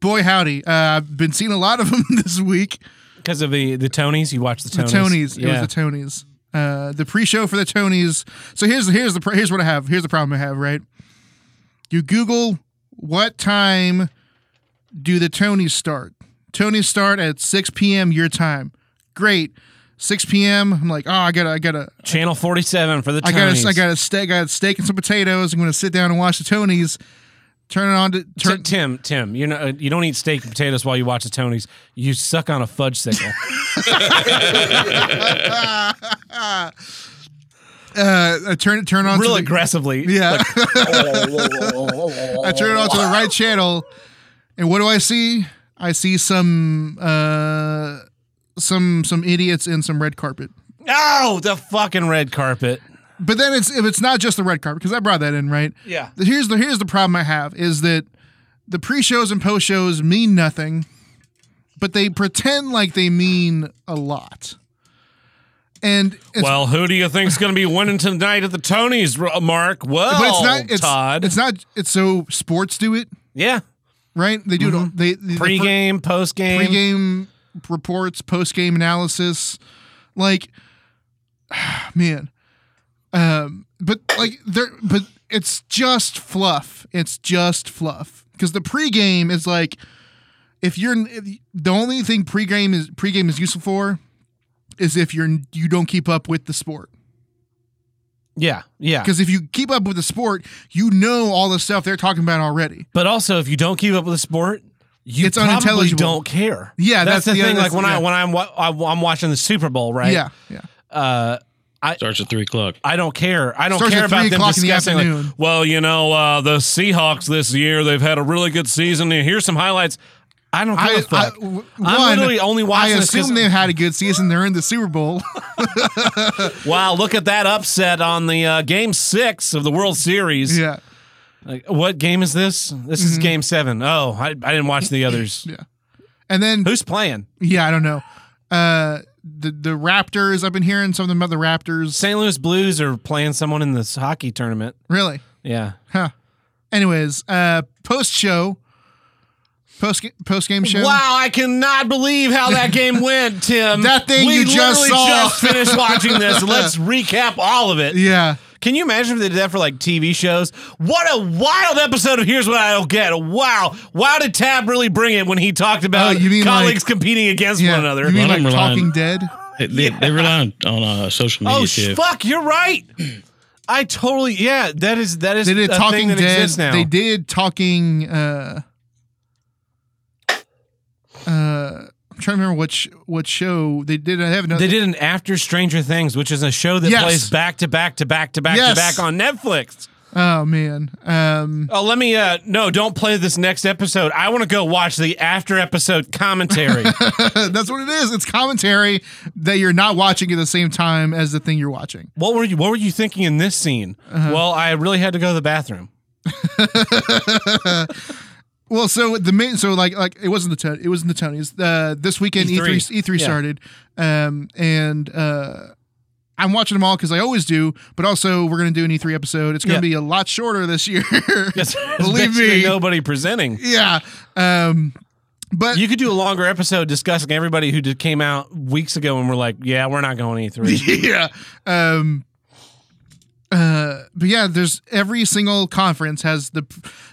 S2: Boy, howdy. Uh, I've been seeing a lot of them this week.
S1: because of the the Tonys. You watch the Tonys.
S2: The Tonys.
S1: Yeah.
S2: It was the Tonys. Uh, the pre-show for the Tonys. So here's here's the pr- here's what I have. Here's the problem I have. Right. You Google what time do the Tonys start? Tonys start at 6 p.m. your time. Great. 6 p.m. I'm like, oh, I gotta, I gotta,
S1: Channel forty seven for the Tonys.
S2: I gotta, I gotta steak, I got steak and some potatoes. I'm gonna sit down and watch the Tonys. Turn it on to
S1: T-
S2: turn.
S1: Tim, Tim, you know uh, you don't eat steak and potatoes while you watch the Tonys. You suck on a fudge sickle.
S2: uh, I turn it, turn on. to
S1: real
S2: the-
S1: aggressively.
S2: Yeah. I turn it on to the right channel, and what do I see? I see some uh, some some idiots in some red carpet.
S1: Oh, the fucking red carpet.
S2: But then it's if it's not just the red carpet because I brought that in right.
S1: Yeah.
S2: Here's the here's the problem I have is that the pre shows and post shows mean nothing, but they pretend like they mean a lot. And it's,
S1: well, who do you think's going to be winning tonight at the Tonys, R- Mark? Well,
S2: but it's not it's,
S1: Todd.
S2: it's not it's so sports do it
S1: yeah.
S2: right. They do it. They, they the
S1: Mm-hmm.
S2: fir-
S1: Pre-game, post-game.
S2: pre-game reports, post-game analysis, like man, um, but like there, but it's just fluff. It's just fluff because the pre-game is like if you're if- the only thing pre-game is pre-game is useful for is if you're you don't keep up with the sport.
S1: Yeah, yeah.
S2: Because if you keep up with the sport, you know all the stuff they're talking about already.
S1: But also, if you don't keep up with the sport, you
S2: It's
S1: probably
S2: unintelligible.
S1: don't care.
S2: Yeah,
S1: that's,
S2: that's
S1: the
S2: the-
S1: thing.
S2: that's-
S1: like when
S2: yeah.
S1: I when I'm wa- I'm I'm watching the Super Bowl, right?
S2: Yeah, yeah.
S1: Uh,
S3: Starts at three o'clock.
S1: I don't care. I don't
S2: Starts
S1: care
S2: at three
S1: about them
S2: o'clock in the
S1: discussing. like,
S2: afternoon.
S1: well, you know, uh, the Seahawks this year they've had a really good season. Here's some highlights. I don't give a
S2: I, I,
S1: fuck.
S2: w- one,
S1: I'm literally only
S2: I
S1: watching this 'cause-
S2: assume they've had a good season. They're in the Super Bowl.
S1: Wow, look at that upset on the uh, game six of the World Series.
S2: yeah. Mm-hmm.
S1: Like, what game is this? This is game seven. Oh, I, I didn't watch the others.
S2: And then
S1: Who's playing?
S2: yeah, I don't know. Uh, the the Raptors. I've been hearing something about the Raptors.
S1: St. Louis Blues are playing someone in this hockey tournament.
S2: Really?
S1: Yeah.
S2: Huh. Anyways, uh, post show, post post game show.
S1: Wow, I cannot believe how that game went, Tim.
S2: That thing
S1: we
S2: you just
S1: literally
S2: saw.
S1: just finished watching this. Let's recap all of it.
S2: Yeah.
S1: Can you imagine if they did that for like TV shows? What a wild episode of Here's What I Don't Get. Wow. Wow, did Tab really bring it when he talked about
S2: Oh, you mean
S1: colleagues
S2: like-
S1: competing against
S2: Yeah.
S1: one another?
S2: You mean
S3: Well,
S2: like
S3: I'm relying-
S2: Talking Dead?
S3: They, they, they rely on, on uh, social media
S1: oh, sh-
S3: too.
S1: fuck, you're right. I totally, yeah, that is, that is
S2: They did
S1: a
S2: Talking
S1: thing that
S2: Dead.
S1: exists now.
S2: They did Talking. Uh, uh, I'm trying to remember which what show they did. I have another.
S1: They did an After Stranger Things, which is a show that
S2: Yes.
S1: plays back to back to back to back
S2: Yes.
S1: to back on Netflix.
S2: Oh man. Um.
S1: Oh, let me. Uh, no, don't play this next episode. I want to go watch the after episode commentary.
S2: That's what it is. It's commentary that you're not watching at the same time as the thing you're watching.
S1: what were you? What were you thinking in this scene?
S2: Uh-huh.
S1: Well, I really had to go to the bathroom.
S2: Well, so the main, so like, like it wasn't the Tony, it wasn't the Tonys. Uh, this weekend, E3,
S1: E3.
S2: E3,
S1: E Yeah.
S2: started, um, and uh, I'm watching them all because I always do. But also, we're gonna do an E3 episode. It's gonna
S1: Yeah.
S2: be a lot shorter this year.
S1: Yes, there's
S2: Believe
S1: basically
S2: me.
S1: nobody presenting.
S2: yeah. Um, but
S1: You could do a longer episode discussing everybody who did, came out weeks ago and were like, "Yeah, we're not going E three.
S2: yeah. Um, uh, but yeah, there's every single conference has the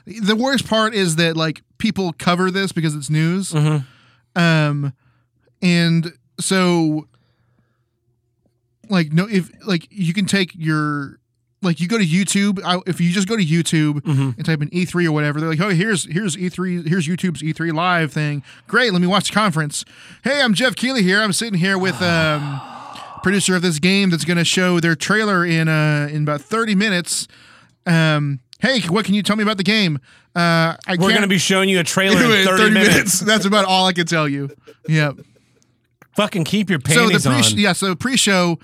S2: the worst part is that like people cover this because it's news.
S1: Mhm.
S2: Um, and so like no, if like you can take your like you go to YouTube, I, if you just go to YouTube
S1: Mhm.
S2: and type in E3 or whatever, they're like, oh, here's here's E3, here's YouTube's E3 live thing. Great, let me watch the conference. Hey, I'm Jeff Keeley here. I'm sitting here with um, producer of this game that's going to show their trailer in uh in about 30 minutes. Um, hey, what can you tell me about the game? Uh, I
S1: We're
S2: can't
S1: going to be showing you a trailer
S2: do it
S1: in 30, minutes.
S2: that's about all I can tell you. Yep.
S1: Fucking keep your
S2: so the
S1: panties
S2: pre
S1: on.
S2: yeah, so pre-show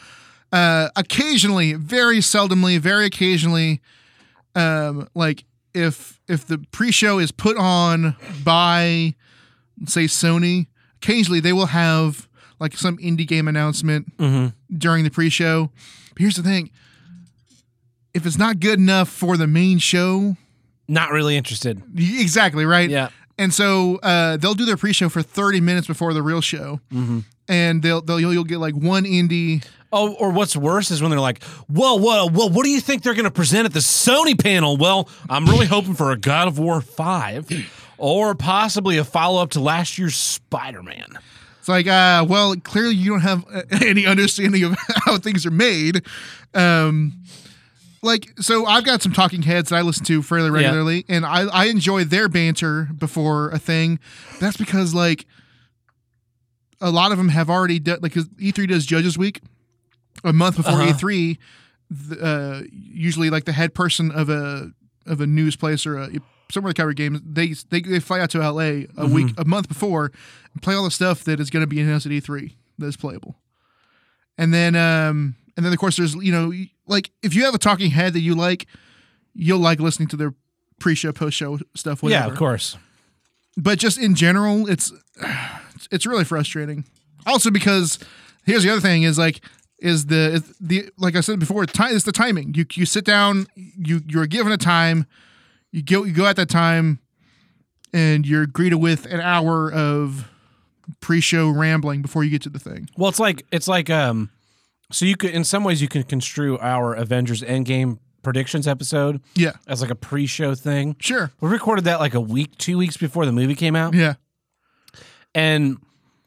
S2: uh occasionally, very seldomly, very occasionally um like if if the pre-show is put on by say Sony, occasionally they will have like some indie game announcement
S1: Mhm.
S2: during the pre-show. But here's the thing. If it's not good enough for the main show,
S1: Not really interested.
S2: y- exactly, right?
S1: Yeah.
S2: And so uh, they'll do their pre-show for 30 minutes before the real show.
S1: Mm-hmm.
S2: And they'll they'll you'll, you'll get like one indie.
S1: Oh, or what's worse is when they're like, "Whoa, whoa, whoa! What do you think they're going to present at the Sony panel?" Well, I'm really hoping for a God of War five, or possibly a follow up to last year's Spider Man.
S2: It's like, uh, well, clearly you don't have uh, any understanding of how things are made. Um, like, so I've got some talking heads that I listen to fairly regularly, and I, I enjoy their banter before a thing. That's because like a lot of them have already done like 'cause E3 does Judges Week a month before
S1: Uh-huh.
S2: E3. th- uh, usually, like the head person of a of a news place or a somewhere that cover games, they they, they fly out to LA a
S1: Mm-hmm.
S2: week a month before and play all the stuff that is going to be announced at E3 that is playable. And then um and then of course there's you know like if you have a talking head that you like, you'll like listening to their pre-show, post-show stuff. Whatever.
S1: Yeah, of course.
S2: But just in general, it's it's really frustrating. Also because here's the other thing is like is the is the like I said before, time is the timing. You you sit down, you you're given a time, you go you go at that time, and you're greeted with an hour of pre-show rambling before you get to the thing.
S1: Well, it's like it's like um, so you could in some ways you can construe our Avengers Endgame predictions episode
S2: Yeah,
S1: as like a pre show thing.
S2: sure,
S1: We recorded that like a week, two weeks before the movie came out,
S2: yeah.
S1: and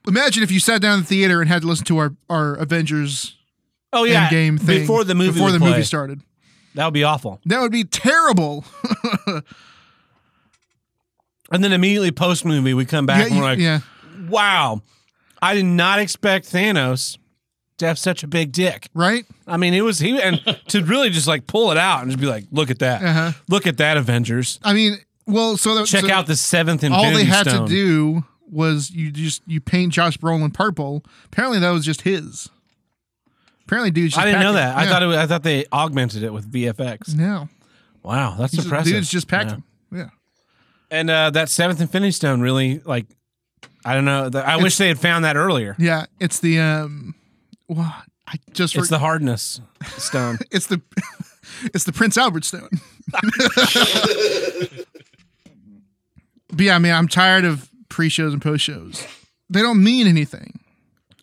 S2: Imagine if you sat down in the theater and had to listen to our our Avengers
S1: oh yeah,
S2: game thing
S1: before the movie
S2: before
S1: would
S2: the
S1: play.
S2: movie started.
S1: That would be awful.
S2: That would be terrible.
S1: And then immediately post movie, we come back
S2: yeah,
S1: and we're
S2: you-
S1: like,
S2: yeah.
S1: wow, I did not expect Thanos to have such a big dick.
S2: right?
S1: I mean, it was he and to really just like pull it out and just be like, look at that,
S2: Uh-huh.
S1: look at that, Avengers.
S2: I mean, well, so that,
S1: Check
S2: so
S1: out the seventh Infinity
S2: all they had
S1: Stone.
S2: to do was you just you paint Josh Brolin purple. Apparently, that was just his. Apparently, dude. Just
S1: I didn't know
S2: packing-
S1: that. I
S2: Yeah.
S1: thought it was, I thought they augmented it with VFX.
S2: No,
S1: Wow, that's
S2: He's just-
S1: impressive.
S2: dude's just packed
S1: Yeah.
S2: him. Yeah.
S1: And uh, that seventh Infinity Stone really like, I don't know. The, I wish
S2: It's-
S1: they had found that earlier.
S2: Yeah, it's the um, well, I just
S1: It's the hardness stone.
S2: it's the it's the Prince Albert Stone. but yeah, I mean, I'm tired of pre-shows and post-shows. They don't mean anything.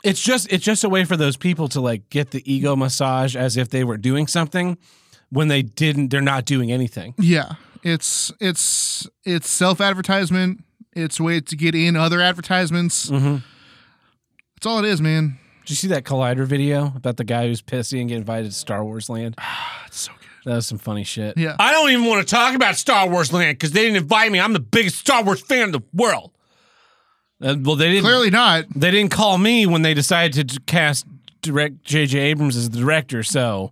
S1: it's just it's just a way for those people to like get the ego massage as if they were doing something when they didn't. They're not doing anything.
S2: Yeah, it's it's it's self-advertisement. It's a way to get in other advertisements.
S1: Mm-hmm.
S2: That's all it is, man.
S1: Did you see that Collider video about the guy who's pissy and get invited to Star Wars Land?
S2: That's so good.
S1: That was some funny shit.
S2: Yeah.
S1: I don't even want to talk about Star Wars Land because they didn't invite me. I'm the biggest Star Wars fan in the world. Uh, well, they didn't.
S2: Clearly not.
S1: They didn't call me when they decided to d- cast direct J.J. Abrams as the director. So,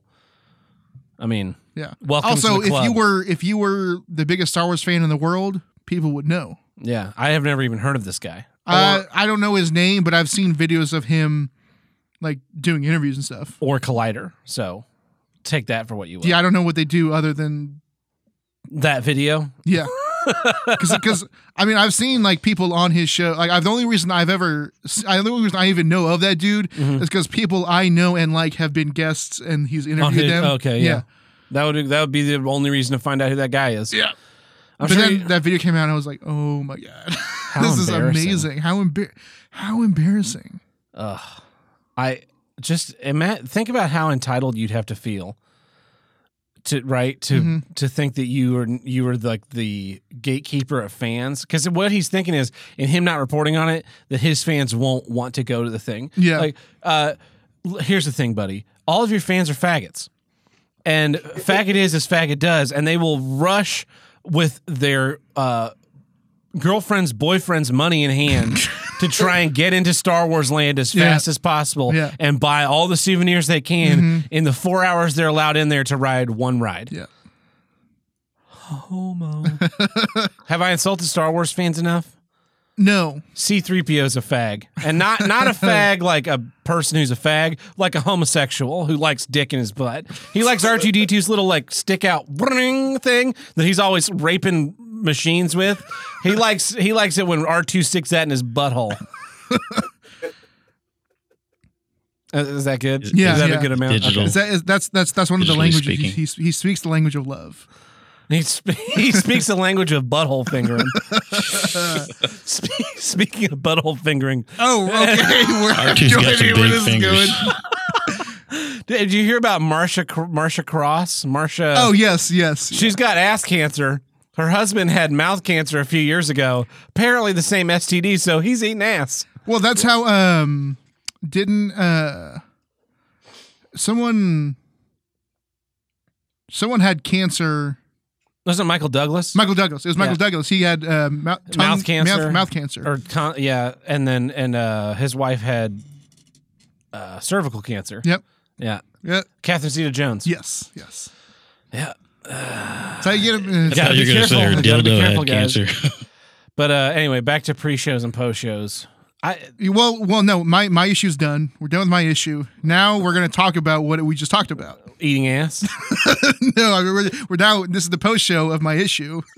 S1: I mean,
S2: Yeah.
S1: Welcome
S2: also,
S1: to the club.
S2: if you were if you were the biggest Star Wars fan in the world, people would know.
S1: yeah, I have never even heard of this guy.
S2: Uh, I don't know his name, but I've seen videos of him like doing interviews and stuff.
S1: or Collider. So take that for what you will.
S2: Yeah, I don't know what they do other than
S1: That video.
S2: yeah, because I mean I've seen like people on his show. Like I've the only reason I've ever I, the only reason I even know of that dude
S1: Mhm.
S2: is because people I know and like have been guests and he's
S1: On
S2: interviewed
S1: his-
S2: them.
S1: okay, yeah. That would that would be the only reason to find out who that guy is.
S2: Yeah.
S1: I'm
S2: but
S1: sure
S2: then
S1: you-
S2: that video came out and I was like, oh my god, this is
S1: embarrassing.
S2: amazing. How embar how embarrassing.
S1: Ugh. I just ima- think about how entitled you'd have to feel to right to
S2: Mhm.
S1: to think that you were you were like the gatekeeper of fans because what he's thinking is in him not reporting on it that his fans won't want to go to the thing.
S2: Yeah.
S1: Like uh l- here's the thing, buddy. All of your fans are faggots. And faggot is as faggot does and they will rush with their uh girlfriend's boyfriend's money in hand to try and get into Star Wars land as
S2: Yeah.
S1: fast as possible
S2: Yeah. Mm-hmm.
S1: and buy all the souvenirs they can in the four hours they're allowed in there to ride one ride.
S2: Yeah.
S1: Homo. Have I insulted Star Wars fans enough?
S2: No,
S1: C3PO is a fag. And not not a fag like a person who's a fag, like a homosexual who likes dick in his butt. He likes R2D2's little like stick out bring thing that he's always raping machines with. He likes he likes it when R2 sticks that in his butthole. Uh, is that good?
S2: Yeah,
S1: Is that
S2: yeah.
S1: a good amount?
S3: Digital.
S2: Is that, is, that's that's that's one of the
S3: Digitally
S2: languages he,
S3: speaking.
S2: he, he speaks. The language of love.
S1: He, sp- he speaks the language of butthole fingering. Spe- Speaking of butthole fingering,
S2: Oh, okay. We're I have
S3: R2's
S2: no
S3: got some
S2: idea where
S3: big
S2: this
S3: fingers.
S2: is going.
S1: did you hear about Marsha Cr- Marsha Cross? Marsha.
S2: Oh yes, yes.
S1: She's got ass cancer. Her husband had mouth cancer a few years ago. Apparently the same STD, so he's eating ass.
S2: Well, that's how. Um, didn't uh, someone someone had cancer.
S1: Wasn't Michael Douglas?
S2: Michael Douglas. It was Michael
S1: Yeah.
S2: Douglas. He had uh, mou- tongue,
S1: Mouth cancer.
S2: Mouth, mouth cancer.
S1: or con- yeah, and then and uh, his wife had uh, cervical cancer.
S2: yep.
S1: Yeah,
S2: Yeah.
S1: Catherine Zeta-Jones.
S2: Yes. Yes.
S1: Yeah.
S2: That's how you get uh, it.
S1: Yeah.
S3: Thought you
S1: be
S3: were going to say her
S1: careful. Gotta be
S3: dildo
S1: careful,
S3: had
S1: guys.
S3: cancer.
S1: But uh, anyway, back to pre-shows and post-shows. I
S2: Well, well, no. My my issue's done. We're done with my issue. Now we're gonna talk about what we just talked about.
S1: eating ass.
S2: no, I mean, we're, we're now. This is the post show of my issue.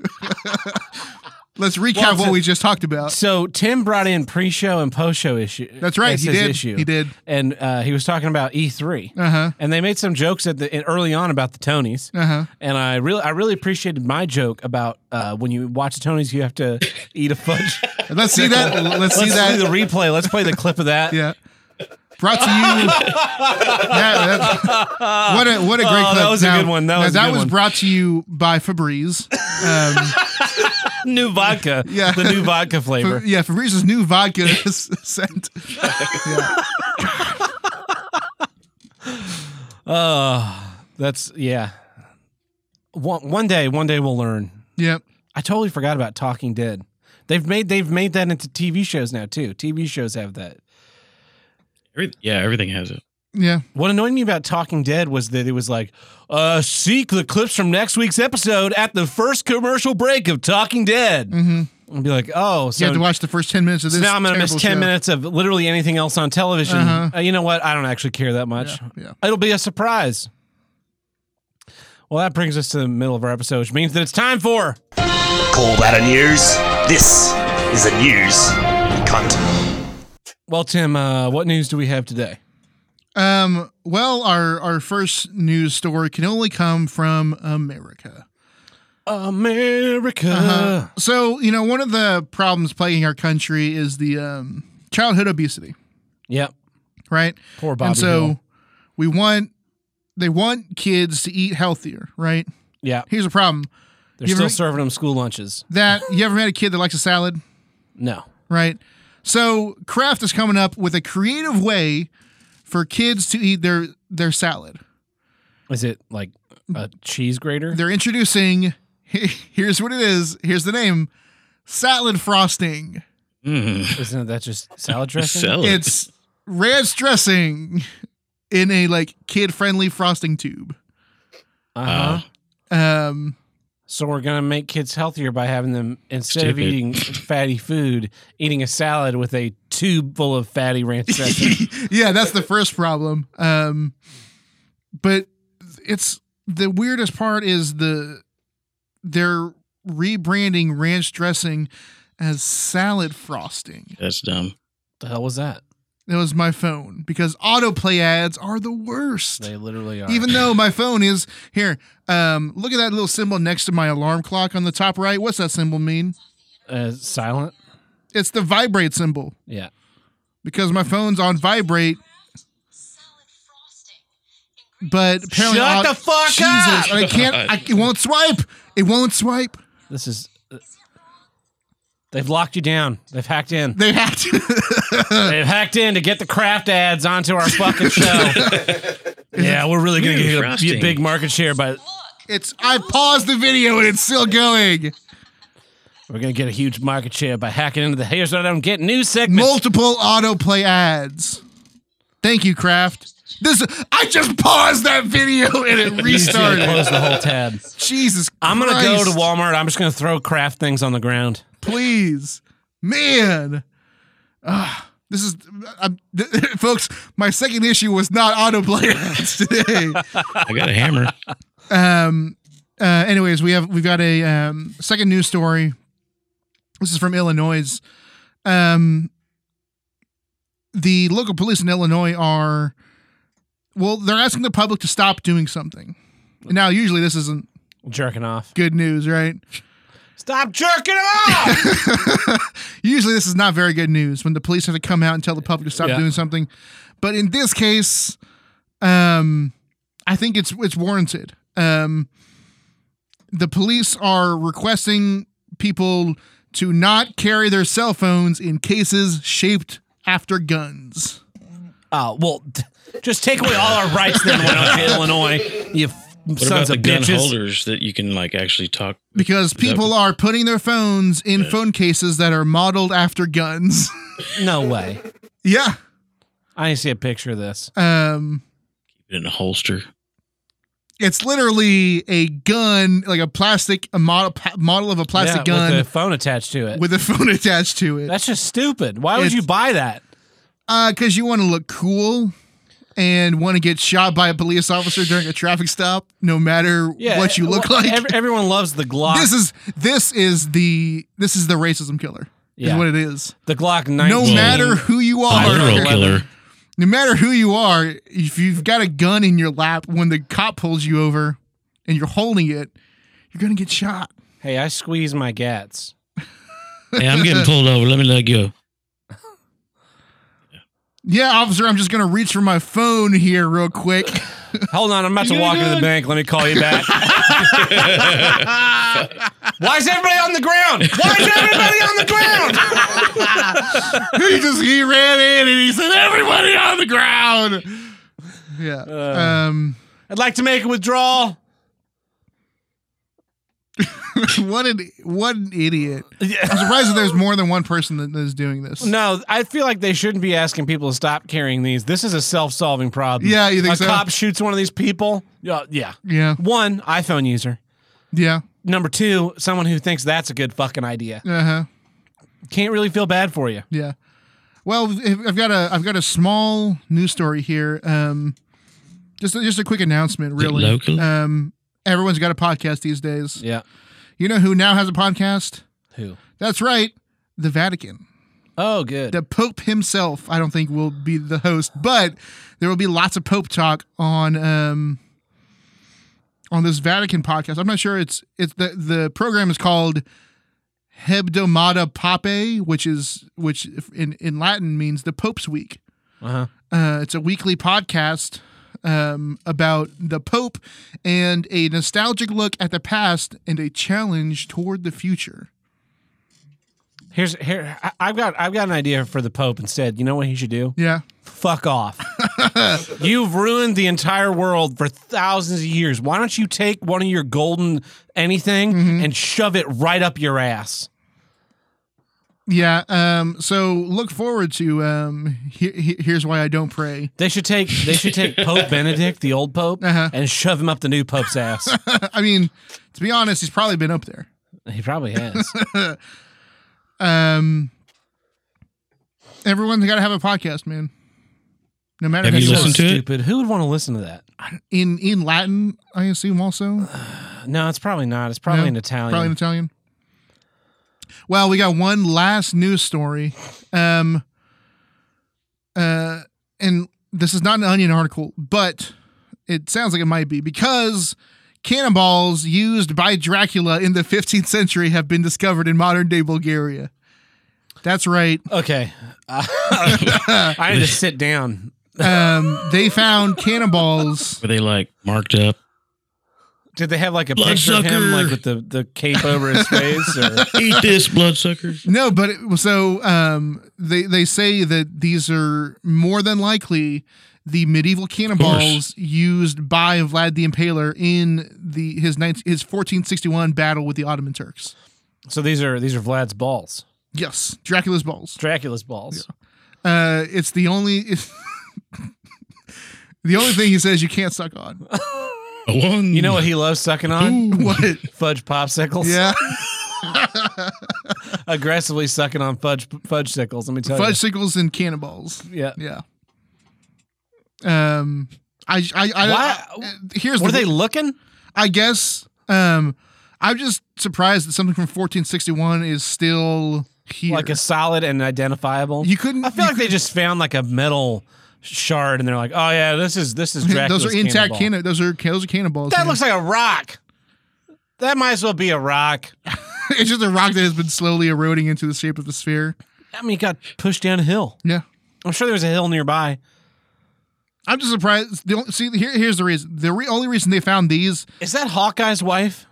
S2: Let's recap
S1: Well,
S2: what
S1: to-
S2: we just talked about.
S1: so Tim brought in pre-show and post-show issue.
S2: That's right.
S1: as
S2: He
S1: his
S2: did.
S1: Issue.
S2: He did.
S1: And uh, he was talking about E3,
S2: Uh huh.
S1: and they made some jokes at the early on about the Tonys.
S2: Uh huh.
S1: and I really I really appreciated my joke about uh, when you watch the Tonys, you have to eat a fudge.
S2: Let's see that. Let's see
S1: Let's do the
S2: that.
S1: replay. Let's play the clip of that.
S2: Yeah. Brought to you. Yeah, that's- what a what a great
S1: Oh, that
S2: clip.
S1: was a good one. That
S2: now
S1: was a
S2: that
S1: good
S2: was
S1: one.
S2: brought to you by Febreze. Um,
S1: New vodka.
S2: Yeah.
S1: The new vodka
S2: Fe-
S1: flavor.
S2: yeah, Febrez's new vodka is sent. Yeah.
S1: Oh, that's yeah. One, one day, one day we'll learn.
S2: Yep.
S1: I totally forgot about Talking Dead. They've made they've made that into TV shows now too. TV shows have that.
S3: Every- yeah, everything has it.
S2: Yeah.
S1: What annoyed me about Talking Dead was that it was like, uh, seek the clips from next week's episode at the first commercial break of Talking Dead.
S2: Mm-hmm.
S1: And be like, oh,
S2: you
S1: so,
S2: have to watch the first 10 minutes of
S1: so
S2: this.
S1: now I'm going to miss
S2: terrible
S1: 10
S2: show.
S1: minutes of literally anything else on television.
S2: Uh-huh.
S1: Uh, you know what? I don't actually care that much.
S2: Yeah. yeah.
S1: It'll be a surprise. Well, that brings us to the middle of our episode, which means that it's time for.
S5: Call that a news? This is the news, you cunt.
S1: Well, Tim, uh, what news do we have today?
S2: Um, well, our, our first news story can only come from America.
S1: America.
S2: Uh-huh. So, you know, one of the problems plaguing our country is the um, childhood obesity,
S1: Yep.
S2: right?
S1: Poor Bobby.
S2: and so
S1: Hill.
S2: we want, they want kids to eat healthier, right?
S1: yeah,
S2: Here's a problem
S1: they're
S2: you
S1: still
S2: ever-
S1: serving them school lunches.
S2: that you ever met a kid that likes a salad?
S1: No.
S2: right? So Kraft is coming up with a creative way for kids to eat their their salad.
S1: Is it like a
S2: Mm.
S1: cheese grater?
S2: They're introducing here's what it is. Here's the name. Salad frosting.
S3: Mm.
S1: Isn't that just salad dressing?
S3: Sell it.
S2: It's ranch dressing in a like kid-friendly frosting tube.
S1: Uh-huh.
S3: Wow.
S2: Um
S1: So we're gonna make kids healthier by having them instead of
S3: Stupid.
S1: eating fatty food, eating a salad with a tube full of fatty ranch dressing.
S2: yeah, that's the first problem. Um, but it's the weirdest part is the they're rebranding ranch dressing as salad frosting.
S3: That's dumb.
S1: the hell was that?
S2: That was my phone because autoplay ads are the worst.
S1: They literally are.
S2: Even though my phone is here, um, look at that little symbol next to my alarm clock on the top right. What's that symbol mean?
S1: uh, silent.
S2: It's the vibrate symbol
S1: Yeah.
S2: because my phone's on vibrate.
S6: salad frosting.
S2: But apparently,
S1: Shut
S2: I'll-
S1: the fuck
S2: Jesus,
S1: up!
S2: and I can't. I, it won't swipe. It won't swipe.
S1: This is. uh, They've locked you down. They've hacked in.
S2: They have to.
S1: They've hacked in to get the craft ads onto our fucking show. yeah, we're really gonna
S3: Ooh,
S1: get a-
S3: frosting.
S1: a big market share, but
S2: It's. I paused the video and it's still going.
S1: we're gonna get a huge market share by hacking into the here's what I don't get news segment.
S2: Multiple autoplay ads. Thank you, Kraft. This. I just paused that video and it restarted.
S1: Close the whole tab.
S2: Jesus.
S1: I'm gonna go to
S2: Christ.
S1: Walmart. I'm just gonna throw craft things on the ground.
S2: please, man. Ah, this is, I'm, folks. My second issue was not autoplay ads today.
S3: I got a hammer.
S2: um uh anyways we have we've got a um second news story this is from illinois um the local police in illinois are well they're asking the public to stop doing something now usually this isn't
S1: Jerking off.
S2: good news right
S1: Stop jerking off.
S2: usually this is not very good news when the police have to come out and tell the public to stop
S1: Yeah.
S2: doing something but in this case um i think it's it's warranted um the police are requesting people to not carry their cell phones in cases shaped after guns Uh,
S1: oh well, t- just take away all our rights then, Winoka, Illinois. You f-
S3: What
S1: sons
S3: about the
S1: of
S3: gun
S1: bitches.
S3: holders that you can like actually talk?
S2: because people are putting their phones in phone cases that are modeled after guns
S1: No way.
S2: yeah
S1: I didn't see a picture of this.
S2: um
S3: in a holster.
S2: it's literally a gun, like a plastic, a model, pa- model of a plastic
S1: Yeah,
S2: gun
S1: with a phone attached to it.
S2: phone attached to it.
S1: That's just stupid. Why would
S2: It's-
S1: you buy that?
S2: Because you want to look cool and want to get shot by a police officer during a traffic stop, no matter what you look
S1: well,
S2: like.
S1: ev- everyone loves the Glock.
S2: this is this is the this is the racism killer.
S1: Yeah.
S2: Is what it is.
S1: the Glock 19.
S2: No matter who you
S1: Oh,
S2: are,
S3: Literal
S1: Leather.
S3: killer.
S2: no matter who you are, if you've got a gun in your lap when the cop pulls you over and you're holding it, you're gonna get shot.
S1: Hey, I squeeze my gats.
S3: Hey, I'm getting pulled over. Let me let go.
S2: Yeah, officer, I'm just gonna reach for my phone here real quick.
S1: Hold on, I'm about to walk into the bank. Let me call you back. Why is everybody on the ground? Why is everybody on the ground?
S2: he just he ran in and he said, "Everybody on the ground." Yeah.
S1: Uh.
S2: um.
S1: I'd like to make a withdrawal.
S2: what an what an idiot! I'm surprised that there's more than one person that is doing this.
S1: No, I feel like they shouldn't be asking people to stop carrying these. This is a self-solving problem.
S2: Yeah, you think
S1: a
S2: so?
S1: cop shoots one of these people. Yeah, yeah.
S2: Yeah,
S1: One iPhone user.
S2: yeah,
S1: Number two, someone who thinks that's a good fucking idea.
S2: uh huh,
S1: Can't really feel bad for you.
S2: yeah. Well, if- I've got a I've got a small news story here. Um, just a, just a quick announcement,
S3: it
S2: really.
S3: local?
S2: Um, everyone's got a podcast these days.
S1: Yeah.
S2: You know who now has a podcast?
S1: Who?
S2: That's right, the Vatican.
S1: Oh, good.
S2: The Pope himself, I don't think, will be the host, but there will be lots of Pope talk on um on this Vatican podcast. I'm not sure it's it's the the program is called Hebdomada Papae, which is which in in Latin means the Pope's Week.
S1: Uh-huh.
S2: Uh, it's a weekly podcast um, about the Pope and a nostalgic look at the past and a challenge toward the future.
S1: Here's here. I- I've got I've got an idea for the Pope instead. You know what he should do?
S2: Yeah.
S1: Fuck off. You've ruined the entire world for thousands of years. Why don't you take one of your golden anything and shove it right up your ass?
S2: Yeah. Um, so look forward to um, he- he- here's why I don't pray.
S1: They should take they should take Pope Benedict, the old Pope,
S2: Uh-huh.
S1: and shove him up the new Pope's ass.
S2: I mean, to be honest, he's probably been up there.
S1: he probably has.
S2: Um, everyone's got to have a podcast, man. No matter
S3: Have
S2: how
S3: you
S1: So
S2: look.
S3: listened to it?
S1: stupid. Who would want to listen to that?
S2: in in Latin, I assume also.
S1: No, it's probably not. It's probably
S2: No,
S1: an Italian.
S2: Probably an Italian. Well, we got one last news story. Um uh and this is not an onion article, but it sounds like it might be because cannonballs used by Dracula in the 15th century have been discovered in modern day Bulgaria. That's right.
S1: okay. I need to sit down.
S2: Um, they found cannonballs.
S3: Were they like marked up?
S1: Did they have like a picture of him,
S3: Bloodsucker.
S1: like with the, the cape over his face? Or?
S3: Eat this, bloodsuckers.
S2: No, but it, so um, they they say that these are more than likely the medieval cannonballs used by Vlad the Impaler in the his 19, his 1461 battle with the Ottoman Turks.
S1: So these are these are Vlad's balls,
S2: Yes, Dracula's balls.
S1: Dracula's balls.
S2: Uh, it's the only it's the only thing he says you can't suck on.
S3: A One.
S1: You know what he loves sucking on?
S2: What?
S1: Fudge popsicles.
S2: Yeah,
S1: Aggressively sucking on fudge fudge sickles. Let me tell
S2: fudge sickles and cannonballs.
S1: you. Yeah.
S2: Yeah. Um, I I, I,
S1: Why-
S2: here's
S1: Were
S2: the
S1: they looking?
S2: I guess um I'm just surprised that something from 1461 is still here.
S1: Like a solid and identifiable.
S2: you couldn't.
S1: I feel
S2: you
S1: like they just found like a metal shard and they're like, oh yeah, this is this is
S2: couldn't-
S1: Dracula's
S2: those are intact
S1: cannonball."
S2: cannon. Those are those are cannonballs.
S1: That
S2: man.
S1: looks like a rock. That might as well be a rock.
S2: it's just a rock that has been slowly eroding into the shape of the sphere.
S1: I mean, it got pushed down a hill.
S2: Yeah,
S1: I'm sure there was a hill nearby.
S2: I'm just surprised. The only, see, here, here's the reason. The re- only reason they found these.
S1: Is that Hawkeye's wife?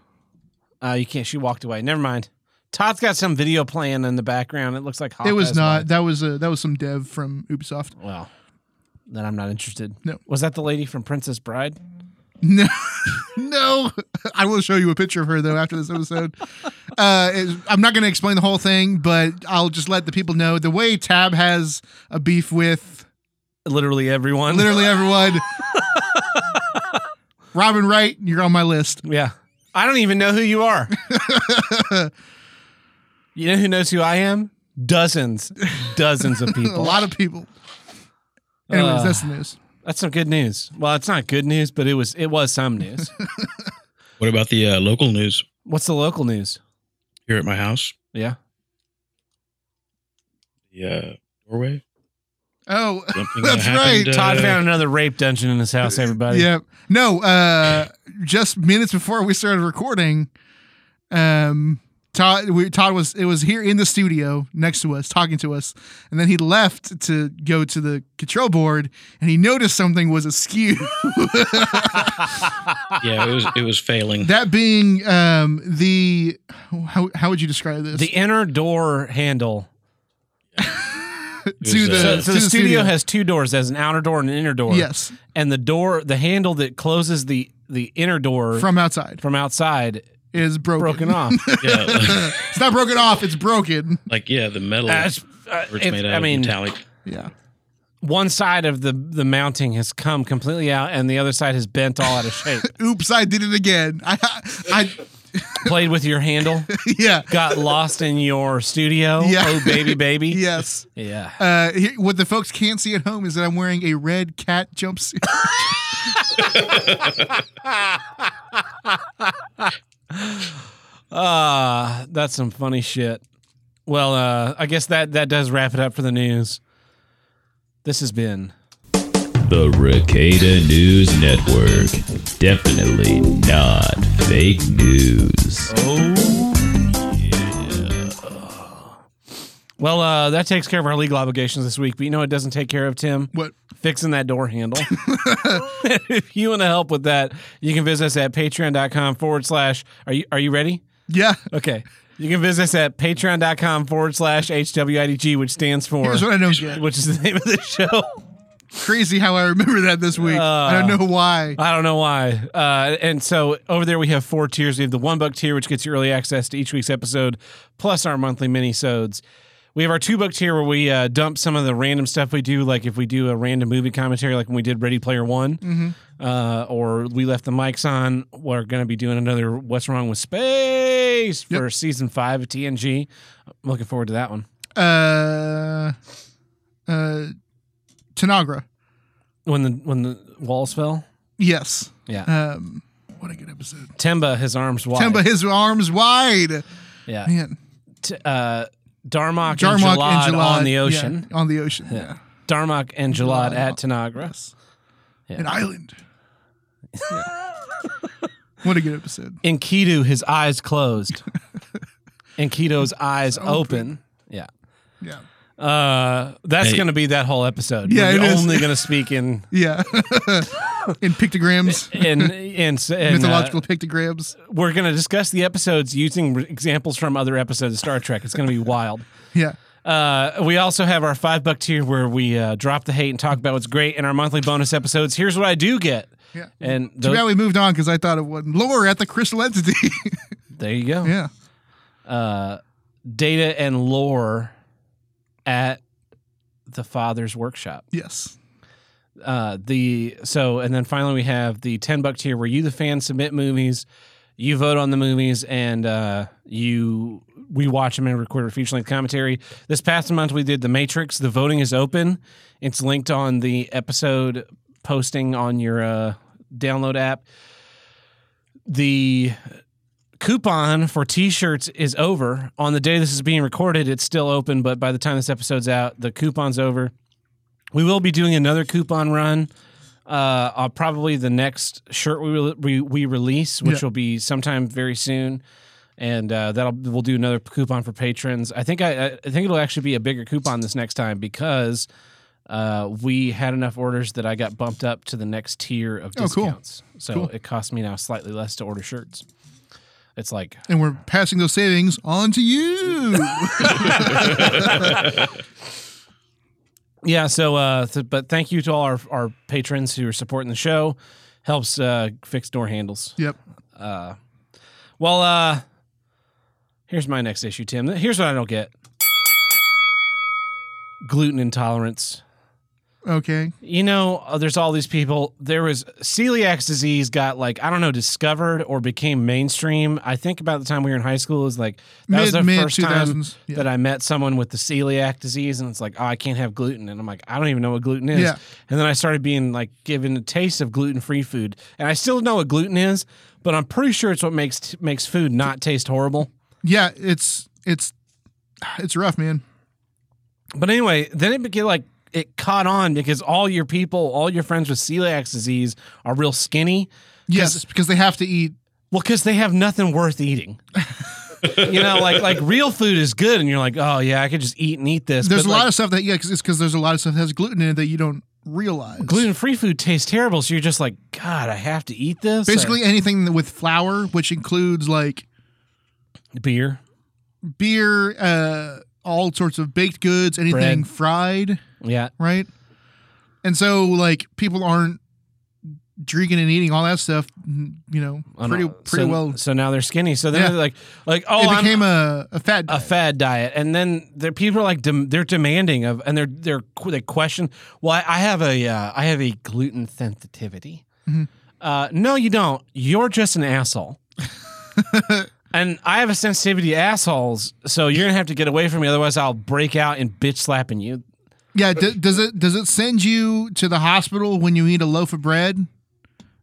S1: Uh, you can't. She walked away. Never mind. Todd's got some video playing in the background. It looks like Hawkeye's
S2: it was not.
S1: wife.
S2: That was a that was some dev from Ubisoft.
S1: Well, then I'm not interested.
S2: No.
S1: Was that the lady from Princess Bride?
S2: No, no. I will show you a picture of her though after this episode. Uh, it- I'm not going to explain the whole thing, but I'll just let the people know the way Tab has a beef with
S1: Literally everyone.
S2: literally everyone. Robin Wright, you're on my list.
S1: Yeah. I don't even know who you are. you know who knows who I am? Dozens, dozens of
S2: A
S1: people.
S2: lot of people. Anyways,
S1: Uh.
S2: that's the news.
S1: That's some good news. Well, it's not good news, but it was it was some news.
S3: What about the uh, local news
S1: What's the local news?
S3: here at my house?
S1: Yeah.
S3: The uh, doorway.
S2: Oh,
S3: Something
S2: That's right.
S3: happened, uh,
S1: Todd found another rape dungeon in his house, everybody.
S2: yeah. No, uh, just minutes before we started recording, um, Todd, we, Todd was it was here in the studio next to us talking to us, and then he left to go to the control board, and he noticed something was askew.
S3: Yeah, it was it was failing.
S2: that being um, the how how would you describe this
S1: The inner door handle.
S2: to
S3: was,
S2: the
S1: So, so
S3: uh,
S2: to
S1: the studio has two doors. There's an outer door and an inner door.
S2: yes
S1: And the door, the handle that closes the the inner door
S2: from outside.
S1: from outside
S2: is broken.
S1: broken off.
S3: Yeah,
S2: it's not broken off. It's broken.
S3: like yeah, the metal.
S1: Uh, it's- uh,
S3: where it's
S1: if-
S3: made out
S1: I
S3: of
S1: mean,
S3: metallic.
S2: Yeah.
S1: one side of the the mounting has come completely out, and the other side has bent all out of shape.
S2: Oops! I did it again. I, I,
S1: Played with your handle,
S2: yeah.
S1: got lost in your studio.
S2: Yeah.
S1: Oh, baby, baby.
S2: Yes.
S1: Yeah.
S2: Uh, here, what the folks can't see at home is that I'm wearing a red cat jumpsuit.
S1: Ah, that's some funny shit. Well, uh, I guess that that does wrap it up for the news. This has been
S7: The Ricada News Network. Definitely not fake news.
S1: well. Uh, that takes care of our legal obligations this week. But you know, it doesn't take care of Tim
S2: What?
S1: fixing that door handle. if you want to help with that, you can visit us at patreon.com forward slash. Are you Are you ready?
S2: Yeah.
S1: Okay. You can visit us at patreon.com forward slash HWIDG, which stands for,
S2: Here's what I don't get.
S1: which is the name of the show.
S2: Crazy how I remember that this week. I don't know
S1: Ah.
S2: why.
S1: I don't know why. Uh, and so over there we have four tiers. We have the one buck tier, which gets you early access to each week's episode, plus our monthly mini-sodes. We have our two buck tier where we uh, dump some of the random stuff we do, like if we do a random movie commentary, like when we did Ready Player One, uh, or we left the mics on. We're going to be doing another What's Wrong with Space for season five of TNG. I'm looking forward to that one.
S2: Uh, uh, Tanagra.
S1: When the when the walls fell,
S2: Yes.
S1: yeah,
S2: Um, what a good episode.
S1: Temba his arms wide.
S2: Temba, his arms wide.
S1: yeah,
S2: Man.
S1: t- uh, Darmok, and,
S2: Jarmok
S1: Jalad
S2: and Jalad
S1: on the ocean.
S2: Yeah, on the ocean. Yeah.
S1: Darmok and Jalad at Tanagra.
S2: An island. what a good episode.
S1: In Kidu, his eyes closed. In Kido's eyes open.
S2: open.
S1: Yeah.
S2: Yeah.
S1: Uh, that's
S3: Hey.
S1: going to be that whole episode.
S2: Yeah,
S1: We're
S2: it is.
S1: only going to speak in
S2: Yeah. in pictograms,
S1: in in, in
S2: mythological pictograms.
S1: Uh, we're going to discuss the episodes using re- examples from other episodes of Star Trek. It's going to be wild.
S2: Yeah.
S1: Uh, we also have our five buck tier where we uh, drop the hate and talk about what's great in our monthly bonus episodes. Here's what I do get.
S2: Yeah.
S1: And
S2: Too
S1: tho-
S2: bad we moved on because I thought it wasn't. Lore at the crystal entity.
S1: there you go.
S2: yeah.
S1: uh, data and lore at the father's workshop.
S2: Yes.
S1: Uh, the so and then finally we have the ten buck tier where you the fans submit movies, you vote on the movies, and uh, you we watch them and record a feature length commentary. This past month we did The Matrix. The voting is open. It's linked on the episode posting on your uh, download app. The coupon for t-shirts is over on the day this is being recorded it's still open but by the time this episode's out the coupon's over we will be doing another coupon run uh on probably the next shirt we re- we, we release which
S2: Yeah.
S1: will be sometime very soon and uh, that'll we'll do another coupon for patrons. I think I, I think it'll actually be a bigger coupon this next time because uh, we had enough orders that I got bumped up to the next tier of
S2: Oh, cool.
S1: discounts. So
S2: Cool.
S1: it costs me now slightly less to order shirts. It's like
S2: And we're passing those savings on to you.
S1: Yeah. So, uh, th- but thank you to all our, our patrons who are supporting the show. Helps uh, fix door handles.
S2: yep.
S1: Well, uh, here's my next issue, Tim. Here's what I don't get: gluten intolerance.
S2: Okay.
S1: You know, uh, there's all these people. There was celiac disease got like I don't know discovered or became mainstream. I think about the time we were in high school is like that was the
S2: Mid- mid-
S1: first time
S2: 2000s, yeah.
S1: that I met someone with the celiac disease, and it's like oh I can't have gluten, and I'm like I don't even know what gluten is.
S2: Yeah.
S1: And then I started being like given a taste of gluten free food, and I still know what gluten is, but I'm pretty sure it's what makes t- makes food not taste horrible.
S2: Yeah. It's it's it's rough, man.
S1: But anyway, then it became like it caught on because all your people, all your friends with celiac disease are real skinny.
S2: Yes, because they have to eat.
S1: Well, because they have nothing worth eating. you know, like like real food is good, and you're like, oh yeah, I could just eat and eat this.
S2: There's
S1: but
S2: a
S1: like,
S2: lot of stuff that yeah, 'cause it's because there's a lot of stuff that has gluten in it that you don't realize.
S1: gluten free food tastes terrible, so you're just like, God, I have to eat this.
S2: Basically, anything with flour, which includes like
S1: Or beer.
S2: beer, uh, all sorts of baked goods, anything
S1: Bread.
S2: fried,
S1: Yeah,
S2: right? And so like people aren't drinking and eating all that stuff, mm, you know,
S1: I don't
S2: pretty
S1: know.
S2: pretty
S1: so,
S2: well.
S1: So now they're skinny. So then
S2: Yeah.
S1: they're like, like oh,
S2: it
S1: I'm
S2: became a, a fat
S1: a
S2: diet.
S1: fad diet, and then there people are like dem- they're demanding of, and they're they're they question. Well, I, I have a uh, I have a gluten sensitivity.
S2: Mhm.
S1: Uh, no, you don't. You're just an asshole. and I have a sensitivity to assholes, so you're gonna have to get away from me. Otherwise, I'll break out and bitch slapping you.
S2: Yeah, d- does it does it send you to the hospital when you eat a loaf of bread?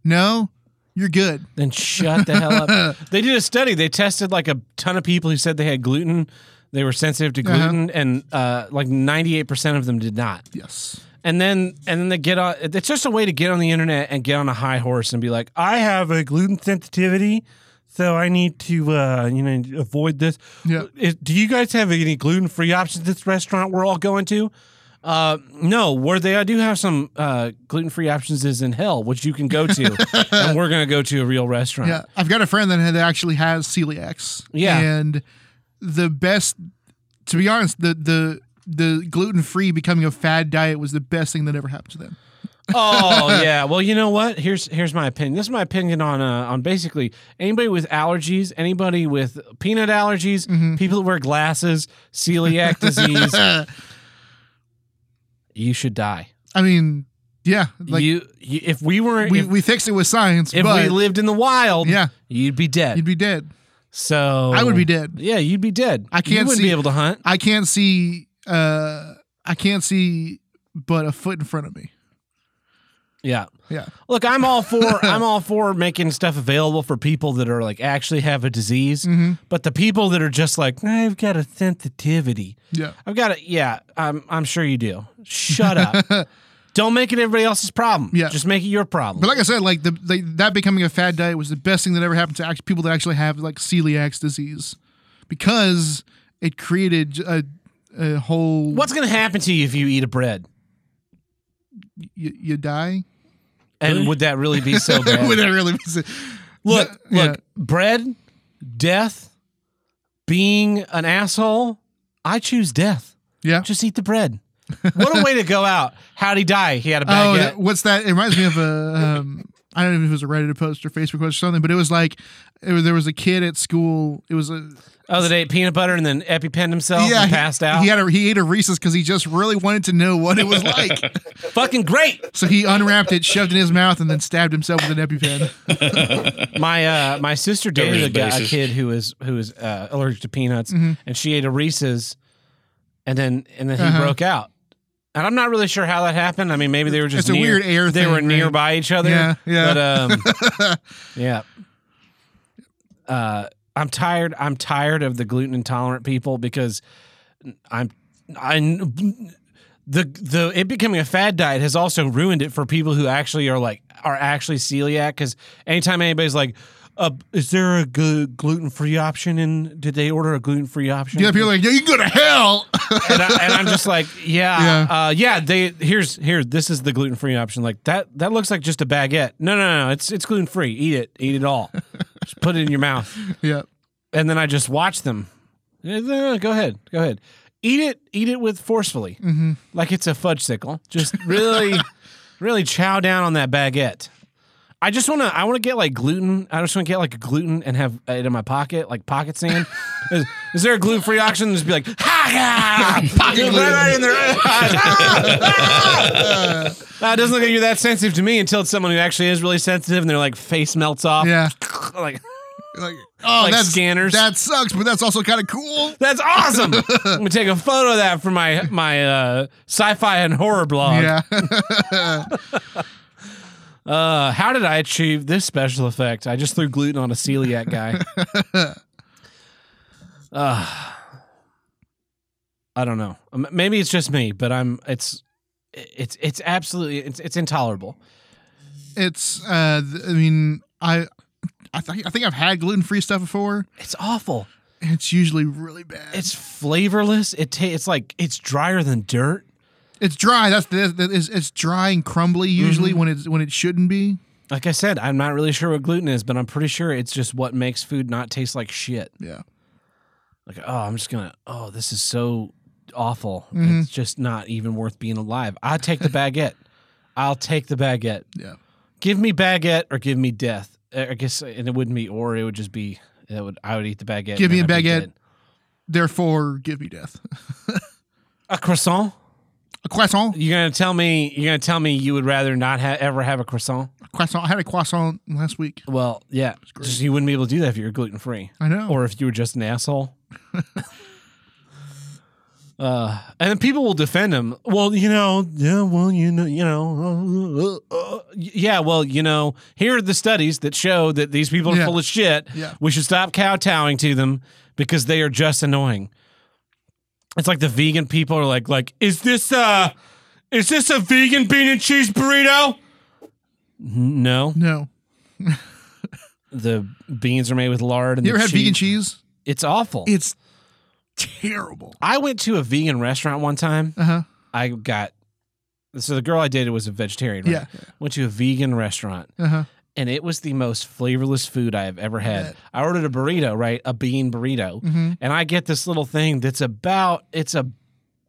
S2: No, you're good.
S1: Then shut the hell up. They did a study. They tested like a ton of people who said they had gluten. They were sensitive to
S2: Uh-huh.
S1: gluten, and uh, like ninety eight percent of them did not.
S2: Yes.
S1: And then and then they get on. It's just a way to get on the internet and get on a high horse and be like, I have a gluten sensitivity, so I need to uh, you know avoid this.
S2: Yeah.
S1: Is- do you guys have any gluten free options at this restaurant we're all going to? Uh, no, where they I do have some uh, gluten free options is in hell, which you can go to, and we're gonna go to a real restaurant.
S2: Yeah, I've got a friend that, had- that actually has celiacs.
S1: Yeah.
S2: and the best, to be honest, the the the gluten free becoming a fad diet was the best thing that ever happened to them.
S1: oh yeah. Well, you know what? Here's here's my opinion. This is my opinion on uh, on basically anybody with allergies, anybody with peanut allergies,
S2: Mm-hmm.
S1: people that wear glasses, celiac disease. you should die.
S2: I mean, yeah, like
S1: you, you if we were
S2: we,
S1: if,
S2: we fixed it with science,
S1: if
S2: but
S1: we lived in the wild,
S2: yeah,
S1: you'd be dead.
S2: you'd be dead.
S1: so
S2: I would be dead.
S1: Yeah, you'd be dead.
S2: I
S1: You
S2: can't
S1: wouldn't
S2: see-
S1: be able to hunt.
S2: I can't see. Uh, I can't see, but a foot in front of me.
S1: Yeah.
S2: Yeah.
S1: Look, I'm all for I'm all for making stuff available for people that are like actually have a disease,
S2: Mm. Mm-hmm.
S1: but the people that are just like I've got a sensitivity,
S2: Yeah.
S1: I've got a yeah, I'm I'm sure you do. Shut up. Don't make it everybody else's problem.
S2: Yeah.
S1: just make it your problem.
S2: But like I said, like the, the that becoming a fad diet was the best thing that ever happened to act, people that actually have like celiac disease, because it created j- a a whole
S1: What's gonna happen to you if you eat a bread?
S2: y- you die.
S1: And would that really be so bad?
S2: Would that really be? so-
S1: look, look,
S2: Yeah.
S1: bread, death, being an asshole. I choose death.
S2: Yeah.
S1: Just eat the bread. What a way to go out. How'd he die? He had a
S2: Oh,
S1: baguette.
S2: that- what's that? It reminds me of a. Um, I don't know if it was a Reddit post or Facebook post or something, but it was like it was, there was a kid at school. It was a
S1: Oh, that ate peanut butter and then EpiPen himself and
S2: he-
S1: passed out.
S2: He had a, he ate a Reese's because he just really wanted to know what it was like.
S1: Fucking great.
S2: so he unwrapped it, shoved it in his mouth, and then stabbed himself with an EpiPen.
S1: My uh, my sister dated a,
S3: Covers the
S1: guy, a
S3: bases.
S1: kid who is who is uh, allergic to peanuts,
S2: Mhm.
S1: and she ate a Reese's, and then and then he
S2: Uh-huh.
S1: broke out. And I'm not really sure how that happened. I mean, maybe they were just
S2: It's a
S1: near-
S2: weird air
S1: They
S2: thing,
S1: were
S2: right?
S1: nearby each other.
S2: Yeah, yeah.
S1: But um, yeah. Uh, I'm tired. I'm tired of the gluten intolerant people because I'm I the the it becoming a fad diet has also ruined it for people who actually are like are actually celiac because anytime anybody's like. Uh, is there a gluten free option? In did they order a gluten free option?
S2: Yeah, people are like, yeah, you can go to hell.
S1: and, I, and I'm just like, yeah, yeah. Uh, yeah. They here's here. This is the gluten free option. Like that. That looks like just a baguette. No, no, no. It's it's gluten free. Eat it. Eat it all. just put it in your mouth.
S2: yeah.
S1: And then I just watch them. Eh, No, no, no, go ahead. Go ahead. Eat it. Eat it with forcefully, like it's a fudge sickle. Just really, really chow down on that baguette. I just want to. I want to get like gluten. I just want to get like a gluten and have it in my pocket, like pocket sand. is, is there a gluten free option? Just be like, ha ha, pocket gluten right in there. Ah, ah. Uh, it doesn't look like you're that sensitive to me until it's someone who actually is really sensitive, and their like face melts off.
S2: Yeah.
S1: like
S2: Like, oh,
S1: Like
S2: that's,
S1: scanners.
S2: That sucks, but that's also kind of cool.
S1: that's awesome. I'm gonna take a photo of that for my my uh, sci-fi and horror blog.
S2: yeah.
S1: Uh, how did I achieve this special effect? I just threw gluten on a celiac guy. uh, I don't know. Um, Maybe it's just me, but I'm. It's it's it's absolutely it's it's intolerable.
S2: it's. Uh, th- I mean, I, I, th- I think I've had gluten free stuff before.
S1: It's awful.
S2: and It's usually really bad.
S1: It's flavorless. It ta- it's like it's drier than dirt.
S2: it's dry. That's the, the it's, it's dry and crumbly usually
S1: Mm-hmm.
S2: when it's when it shouldn't be.
S1: Like I said, I'm not really sure what gluten is, but I'm pretty sure it's just what makes food not taste like shit.
S2: Yeah.
S1: like oh i'm just gonna oh this is so awful
S2: Mhm.
S1: it's just not even worth being alive i take the baguette i'll take the baguette
S2: Yeah.
S1: give me baguette or give me death. Uh, I guess, and it wouldn't be or. It would just be. It would. I would eat the baguette. and
S2: Give me
S1: then
S2: a
S1: I'd be
S2: baguette.
S1: dead.
S2: Therefore, give me death.
S1: A croissant.
S2: A croissant.
S1: You're gonna tell me. You're gonna tell me you would rather not ha- ever have a croissant.
S2: Croissant. I had a croissant last week.
S1: Well, yeah.
S2: great.
S1: Just, you wouldn't be able to do that if you were gluten free.
S2: I know.
S1: or if you were just an asshole. uh, and then people will defend him. Well, you know, yeah, well, you know, you know, uh, uh, uh, yeah, well, you know, here are the studies that show that these people are
S2: Yeah.
S1: full of shit.
S2: Yeah.
S1: We should stop kowtowing to them because they are just annoying. It's like the vegan people are like, like, is this uh is this a vegan bean and cheese burrito? N- No,
S2: no.
S1: the beans are made with lard. And
S2: You ever
S1: the
S2: had vegan cheese?
S1: It's awful.
S2: It's terrible.
S1: I went to a vegan restaurant one time.
S2: Uh huh.
S1: I got so the girl I dated was a vegetarian. Right?
S2: Yeah.
S1: Went to a vegan restaurant
S2: Uh huh.
S1: and it was the most flavorless food I have ever had.
S2: bet.
S1: I ordered a burrito, right? A bean burrito.
S2: hmm
S1: And I get this little thing that's about it's a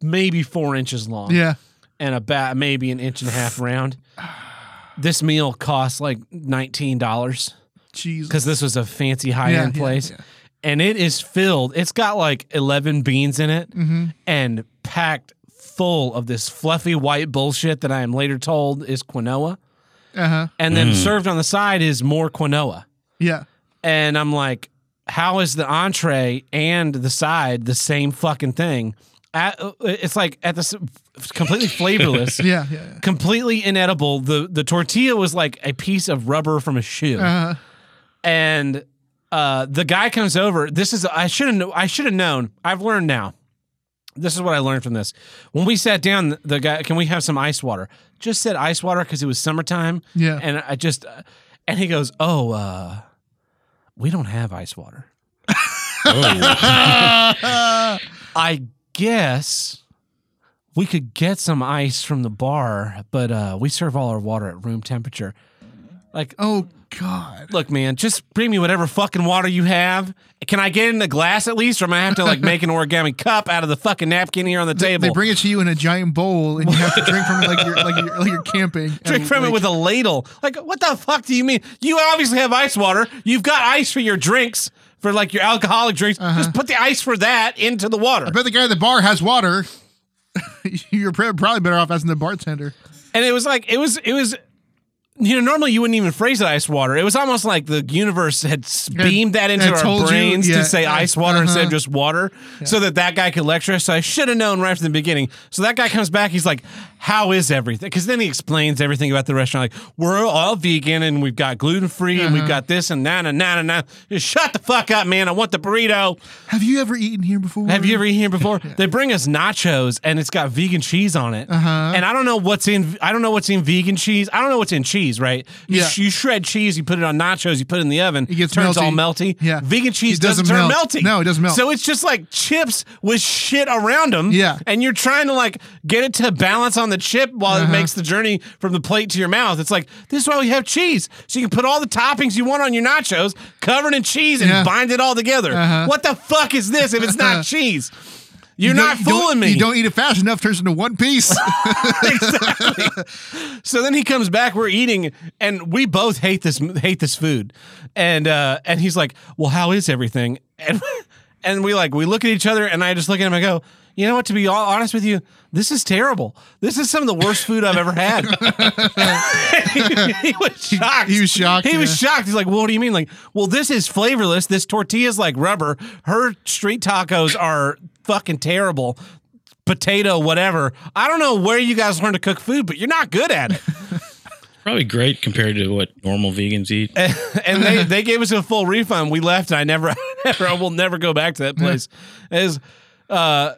S1: maybe four inches long
S2: Yeah.
S1: and about maybe an inch and a half round. This meal cost like nineteen dollars
S2: Cheese.
S1: because this was a fancy high
S2: yeah,
S1: end place,
S2: Yeah,
S1: and it is filled. It's got like eleven beans in it,
S2: hmm
S1: and packed full of this fluffy white bullshit that I am later told is quinoa.
S2: Uh huh.
S1: And then
S3: Mm.
S1: served on the side is more quinoa.
S2: Yeah.
S1: And I'm like, how is the entree and the side the same fucking thing? At, uh, it's like at this completely flavorless,
S2: Yeah. Yeah.
S1: completely inedible. The the tortilla was like a piece of rubber from a shoe
S2: yeah. Uh huh.
S1: and uh, the guy comes over. This is I should have I should have known. I've learned now. This is what I learned from this. When we sat down, the guy, can we have some ice water? Just said ice water because it was summertime,
S2: Yeah.
S1: and I just, uh, and he goes, oh, uh, we don't have ice water.
S3: Oh,
S1: I guess we could get some ice from the bar, but uh, we serve all our water at room temperature. Like,
S2: oh God.
S1: look, man, just bring me whatever fucking water you have. Can I get it in a glass at least, or am I have to like make an origami cup out of the fucking napkin here on the
S2: They-
S1: table?
S2: They bring it to you in a giant bowl, and you have to drink from it like you're like you're, like you're camping.
S1: Drink from it with a ladle. Like, what the fuck do you mean? You obviously have ice water. You've got ice for your drinks, for like your alcoholic drinks.
S2: Uh-huh.
S1: Just put the ice for that into the water.
S2: I bet the guy at the bar has water. you're pr- probably better off asking the bartender.
S1: And it was like it was it was. You know, normally you wouldn't even phrase it ice water. It was almost like the universe had s- beamed that into
S2: had
S1: our
S2: told you,
S1: brains
S2: yeah,
S1: to say
S2: uh,
S1: ice water instead of
S2: uh-huh.
S1: just water, so that that guy could lecture us. So I should have known right from the beginning. So that guy comes back. He's like, "How is everything?" Because then he explains everything about the restaurant. Like, we're all vegan and we've got gluten free and
S2: Uh-huh.
S1: we've got this and that and that and that. Just shut the fuck up, man! I want the burrito.
S2: Have you ever eaten here before?
S1: Have you ever eaten here before? They bring us nachos and it's got vegan cheese on it.
S2: Uh-huh.
S1: And I don't know what's in I don't know what's in vegan cheese. I don't know what's in cheese, right? You,
S2: Yeah.
S1: sh- you shred cheese, you put it on nachos, you put it in the oven,
S2: It gets
S1: turns all
S2: melty.
S1: melty.
S2: Yeah.
S1: Vegan cheese
S2: It
S1: doesn't,
S2: doesn't
S1: turn
S2: melt.
S1: melty.
S2: No, it doesn't melt.
S1: So it's just like chips with shit around them.
S2: Yeah.
S1: And you're trying to like get it to balance on the chip while
S2: Uh-huh.
S1: it makes the journey from the plate to your mouth. It's like this is why we have cheese. So you can put all the toppings you want on your nachos, covered in cheese and
S2: Yeah.
S1: bind it all together.
S2: Uh-huh.
S1: What the fuck is this if it's not cheese? You're
S2: You don't-
S1: not
S2: you don't-
S1: fooling me.
S2: You don't eat it fast enough, turns into one piece.
S1: exactly. so then he comes back. We're eating, and we both hate this hate this food. And uh, and he's like, "Well, how is everything?" And and we like we look at each other, and I just look at him. I go, "You know what? To be all honest with you, this is terrible. This is some of the worst food I've ever had." he was shocked.
S2: he was shocked,
S1: He was
S2: yeah.
S1: shocked. He's like, well, "What do you mean?" Like, well, this is flavorless. This tortilla is like rubber. Her street tacos are fucking terrible. Potato, whatever. I don't know where you guys learn to cook food, but you're not good at it.
S3: probably great compared to what normal vegans eat.
S1: and they, they gave us a full refund. We left, and I never, never I will never go back to that place. Is uh,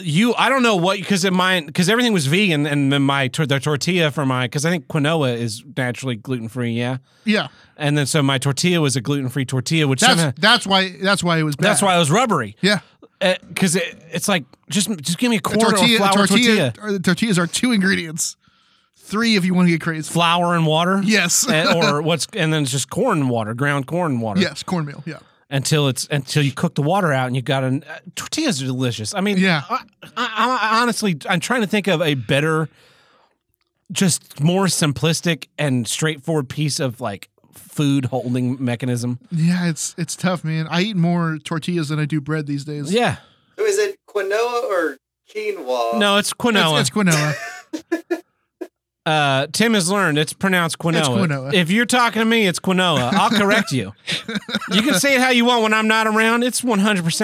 S1: you? I don't know what because in mine because everything was vegan, and then my tor- the tortilla for my because I think quinoa is naturally gluten free. Yeah,
S2: yeah,
S1: and then so my tortilla was a gluten free tortilla, which
S2: that's
S1: somehow-
S2: that's why that's why it was bad.
S1: that's why it was rubbery
S2: Yeah,
S1: because it, it's like just just give me a quarter of
S2: tortilla,
S1: flour tortilla,
S2: tortilla, or the tortillas are two ingredients, three if you want to get crazy.
S1: flour and water.
S2: Yes,
S1: And- or what's and then it's just corn and water, ground corn and water.
S2: yes, cornmeal. Yeah,
S1: until it's until you cook the water out and you got an uh, tortillas are delicious. I mean,
S2: Yeah.
S1: I, I, I honestly, I'm trying to think of a better just more simplistic and straightforward piece of like food holding mechanism.
S2: Yeah, it's it's tough, man. I eat more tortillas than I do bread these days.
S1: Yeah.
S8: So is it quinoa or quinoa?
S1: No, it's quinoa.
S2: It's, it's quinoa.
S1: uh, Tim has learned it's pronounced quinoa.
S2: quinoa.
S1: If you're talking to me, it's quinoa. I'll correct you. you can say it how you want when I'm not around. It's 100%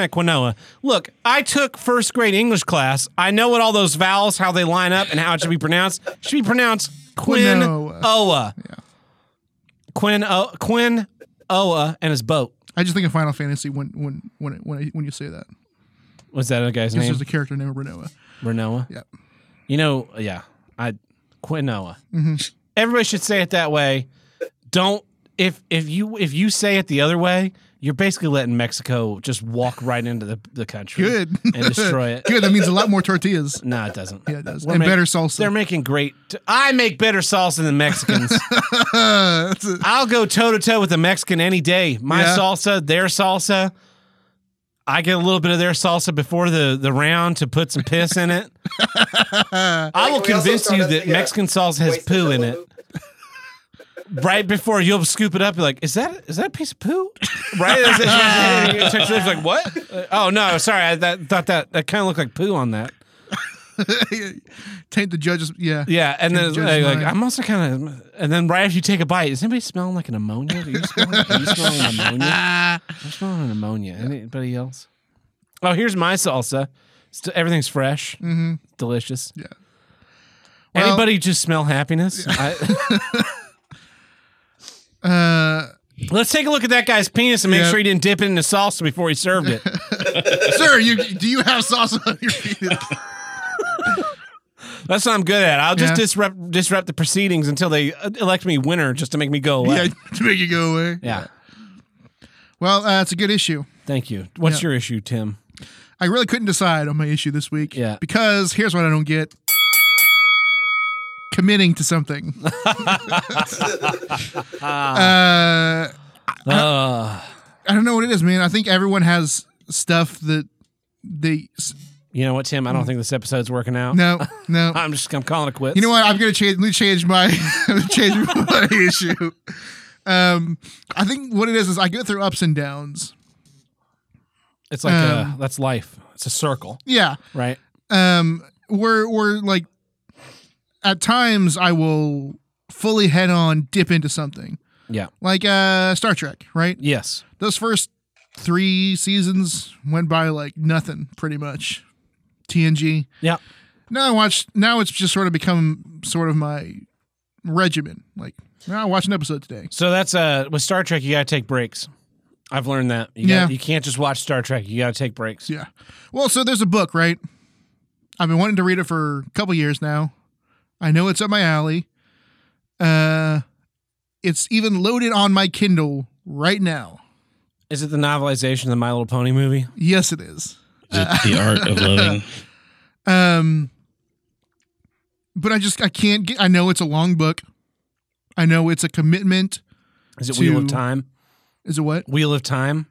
S1: quinoa. Look, I took first grade English class. I know what all those vowels, how they line up, and how it should be pronounced. It should be pronounced
S2: Quinoa.
S1: quinoa. Quin Quin Oa and his boat.
S2: I just think of Final Fantasy when when when it- when, I, when you say that.
S1: Was that a guy's
S2: This
S1: name?
S2: is a character named Renoa.
S1: Renoa.
S2: Yep.
S1: You know, yeah. I Quinoa.
S2: Mm-hmm.
S1: Everybody should say it that way. Don't if if you if you say it the other way, you're basically letting Mexico just walk right into the, the country.
S2: Good.
S1: And destroy it.
S2: Good. That means a lot more tortillas.
S1: No, it doesn't.
S2: Yeah, it does.
S1: We're
S2: and
S1: make-
S2: better salsa.
S1: They're making great. I make better salsa than Mexicans.
S2: That's it.
S1: I'll go toe to toe with a Mexican any day. My
S2: Yeah.
S1: salsa, their salsa. I get a little bit of their salsa before the, the round to put some piss in it. I will
S8: Like, we also
S1: convince
S8: throw
S1: you
S8: that
S1: that
S8: thing at
S1: Mexican salsa has
S8: Wasted
S1: poo in
S8: double
S1: it
S8: loop.
S1: right before you'll scoop it up. You're like, is that is that a piece of poo? Right? As it- as it- touch your lips, like what? Uh, oh no, sorry. I that, thought that that kind of looked like poo on that.
S2: Taint the judges. Yeah.
S1: Yeah, and then
S2: Judge
S1: like, like,
S2: mine.
S1: I'm also kind of, and then right after you take a bite, is anybody smelling like an ammonia? Are you smelling, are you smelling ammonia? I'm smelling an ammonia. Anybody else? Oh, here's my salsa. Still, everything's fresh,
S2: Mm-hmm.
S1: delicious.
S2: Yeah. Well-
S1: anybody just smell happiness? I,
S2: Uh,
S1: let's take a look at that guy's penis and make
S2: Yeah.
S1: sure he didn't dip it into salsa before he served it.
S2: sir, you do you have salsa on your penis?
S1: That's what I'm good at. I'll just
S2: Yeah.
S1: disrupt disrupt the proceedings until they uh, elect me winner, just to make me go away.
S2: yeah, to make you go away.
S1: yeah.
S2: Well, uh, it's a good issue.
S1: Thank you. What's
S2: Yeah.
S1: your issue, Tim?
S2: I really couldn't decide on my issue this week.
S1: Yeah.
S2: Because here's what I don't get. Committing to something. uh,
S1: Uh,
S2: I don't know what it is, man. I think everyone has stuff that they s-
S1: You know what, Tim? I don't think this episode's working out.
S2: no no.
S1: I'm just I'm calling it quits.
S2: You know what? I'm gonna change. Let me change my let me change my issue. Um, I think what it is is I go through ups and downs.
S1: It's like uh,
S2: Um,
S1: that's life. It's a circle,
S2: Yeah.
S1: right?
S2: Um, we're we're like at times I will fully head on dip into something.
S1: Yeah.
S2: Like uh Star Trek, right?
S1: Yes.
S2: Those first three seasons went by like nothing, pretty much. TNG.
S1: Yeah.
S2: Now I watch. Now it's just sort of become sort of my regimen. Like now I watch an episode today.
S1: So that's uh with Star Trek, you gotta take breaks. I've learned that. You
S2: Yeah.
S1: gotta- You can't just watch Star Trek. You gotta take breaks.
S2: Yeah. Well, so there's a book, right? I've been wanting to read it for a couple years now. I know it's up my alley. Uh, it's even loaded on my Kindle right now.
S1: Is it the novelization of the My Little Pony movie?
S2: Yes, it is.
S3: Is it the art of loving?
S2: Um, but I just I can't get. I know it's a long book. I know it's a commitment.
S1: Is it
S2: To-
S1: Wheel of Time?
S2: Is it what?
S1: Wheel of Time.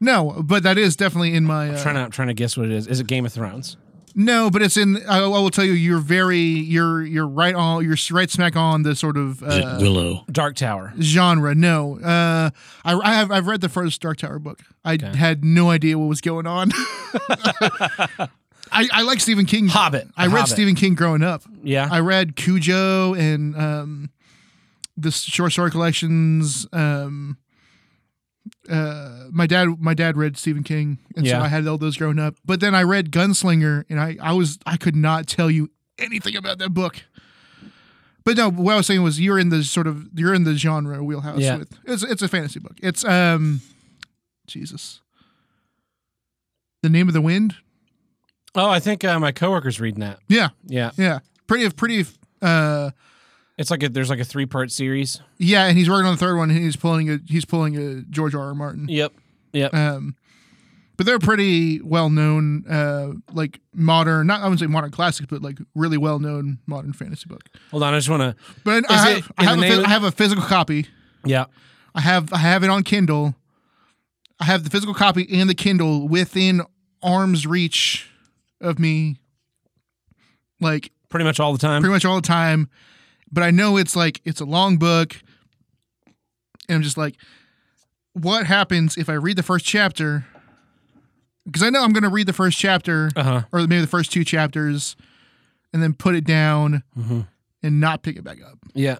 S2: No, but that is definitely in my. Uh,
S1: I'm trying to I'm trying to guess what it is. Is it Game of Thrones?
S2: No, but it's in. I, I will tell you, you're very, you're, you're right on, you're right smack on the sort of
S3: Is
S2: uh,
S3: it Willow?
S1: Dark Tower.
S2: genre. No, uh, I, I have, I've read the first Dark Tower book. I
S1: Okay.
S2: had no idea what was going on. I, I like Stephen King.
S1: Hobbit.
S2: I read
S1: Hobbit.
S2: Stephen King growing up.
S1: Yeah.
S2: I read Cujo and um, the short story collections. Um, uh, my dad, my dad read Stephen King, and
S1: Yeah.
S2: so I had all those growing up. But then I read Gunslinger, and I, I was, I could not tell you anything about that book. But no, what I was saying was you're in the sort of you're in the genre wheelhouse
S1: Yeah.
S2: with it's it's a fantasy book. It's um, Jesus, the name of the wind.
S1: oh, I think uh, my coworker's reading that.
S2: Yeah,
S1: Yeah.
S2: yeah, pretty pretty uh
S1: It's like a, there's like a three part series.
S2: Yeah, and he's working on the third one. And he's pulling a he's pulling a George R. R. Martin.
S1: Yep. Yep.
S2: Um, but they're pretty well known, uh, like modern. Not I wouldn't say modern classics, but like really well known modern fantasy book.
S1: Hold on, I just want to.
S2: But I,
S1: it
S2: I have, I
S1: in
S2: have,
S1: the
S2: a,
S1: name
S2: phys-
S1: of-
S2: I have a physical copy.
S1: Yeah.
S2: I have I have it on Kindle. I have the physical copy and the Kindle within arm's reach of me, like
S1: Pretty much all the time.
S2: pretty much all the time. but I know it's like it's a long book, and I'm just like, what happens if I read the first chapter? Because I know I'm going to read the first chapter,
S1: Uh huh.
S2: or maybe the first two chapters, and then put it down
S1: Mhm.
S2: and not pick it back up
S1: Yeah.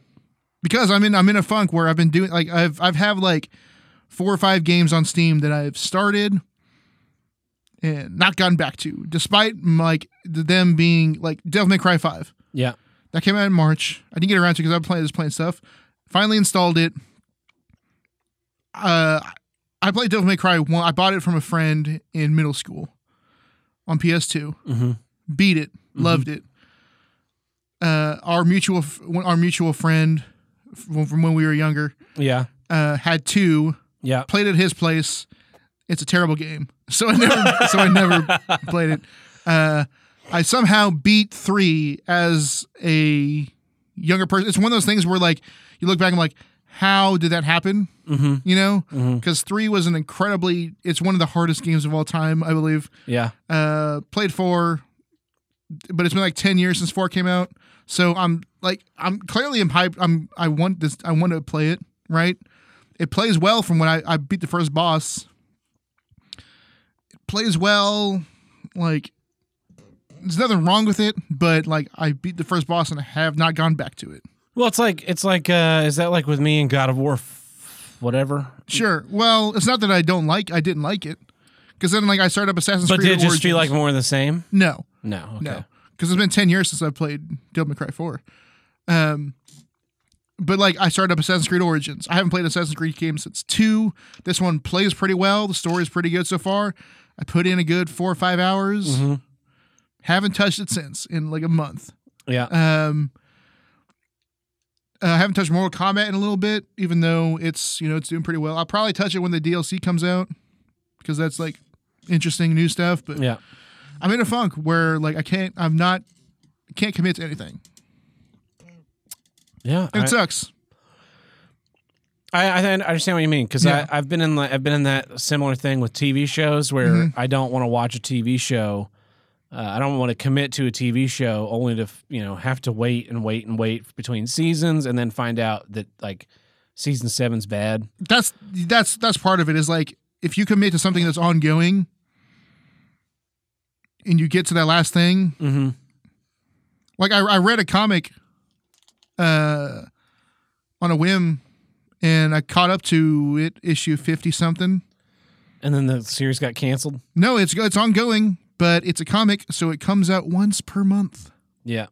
S2: because I'm in I'm in a funk where I've been doing like I've I've have like four or five games on Steam that I've started and not gotten back to, despite like th- them being like Devil May Cry Five
S1: Yeah.
S2: that came out in March. I didn't get around to because I was playing this playing stuff. Finally installed it. Uh, I played Devil May Cry one. I bought it from a friend in middle school on PS2
S1: Mhm.
S2: beat it, loved it. Uh, our mutual f- one- our mutual friend from, from when we were younger
S1: Yeah.
S2: uh, had two.
S1: Yeah.
S2: Played at his place. It's a terrible game, so I never so I never played it. Uh, I somehow beat three as a younger person. It's one of those things where like you look back and like, how did that happen?
S1: Mm-hmm.
S2: You know,
S1: Mhm.
S2: because three was an incredibly. It's one of the hardest games of all time, I believe
S1: Yeah.
S2: uh played four but it's been like 10 years since four came out so i'm like i'm clearly i'm hyped i'm i want this i want to play it right it plays well from when i, I beat the first boss it plays well like there's nothing wrong with it but like i beat the first boss and i have not gone back to it
S1: Well, it's like it's like uh is that like with me and God of War, f- whatever?
S2: sure well it's not that i don't like i didn't like it because then like i started up assassin's
S1: But
S2: creed
S1: did it just feel like
S2: Origins.
S1: more of the same?
S2: no
S1: No. Okay.
S2: No, because it's been ten years since I played Devil May Cry Four. Um, but like I started up Assassin's Creed Origins. I haven't played Assassin's Creed game since two. This one plays pretty well. The story is pretty good so far. I put in a good four or five hours.
S1: Mhm.
S2: Haven't touched it since in like a month.
S1: Yeah.
S2: Um, uh, I haven't touched Mortal Kombat in a little bit, even though it's you know it's doing pretty well. I'll probably touch it when the DLC comes out because that's like interesting new stuff. But
S1: Yeah.
S2: I'm in a funk where like I can't I'm not can't commit to anything.
S1: Yeah.
S2: And
S1: I-
S2: it sucks.
S1: I, I I understand what you mean because
S2: Yeah.
S1: I've been in like, I've been in that similar thing with TV shows where
S2: Mhm.
S1: I don't want to watch a TV show. Uh, I don't want to commit to a TV show only to f- you know have to wait and wait and wait between seasons and then find out that like season seven's bad.
S2: That's that's that's part of it is like if you commit to something that's ongoing and you get to that last thing,
S1: Mm-hmm.
S2: like I, I read a comic uh on a whim and I caught up to it issue 50 something.
S1: And then the series got canceled.
S2: No, it's it's ongoing, but it's a comic so it comes out once per month.
S1: Yeah.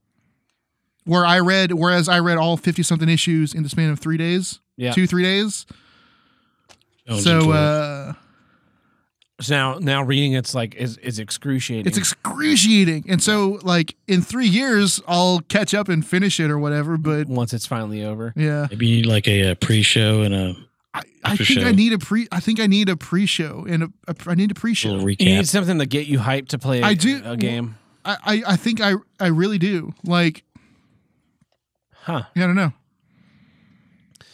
S2: Where I read whereas I read all 50 something issues in the span of 3 days.
S1: Yeah.
S2: two three days.
S3: Jones and
S2: so
S3: Tool.
S2: uh,
S1: So now now reading it's like is is excruciating.
S2: it's excruciating, and so like in three years I'll catch up and finish it or whatever. But
S1: once it's finally over.
S2: yeah,
S3: Maybe you need like a, uh pre-show and a
S2: I, I
S3: After
S2: think I
S3: show.
S2: need a pre. I think I need a pre-show and a, a I need a pre-show.
S3: little
S1: You need
S3: recap.
S1: something to get you hyped to play a-
S2: I do-
S1: a game.
S2: I, I I think I I really do. Like
S1: Huh.
S2: I don't know.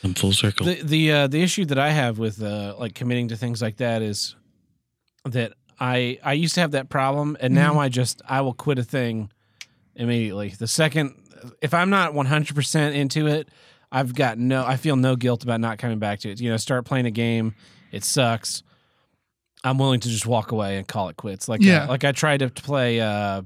S3: Come full circle.
S1: the the uh, the issue that I have with uh, like committing to things like that is that I I used to have that problem, and now I just I will quit a thing immediately. The second if I'm not 100 percent into it, I've got no I feel no guilt about not coming back to it. You know, start playing a game, it sucks. I'm willing to just walk away and call it quits. Like
S2: Yeah.
S1: uh, like I tried to play uh,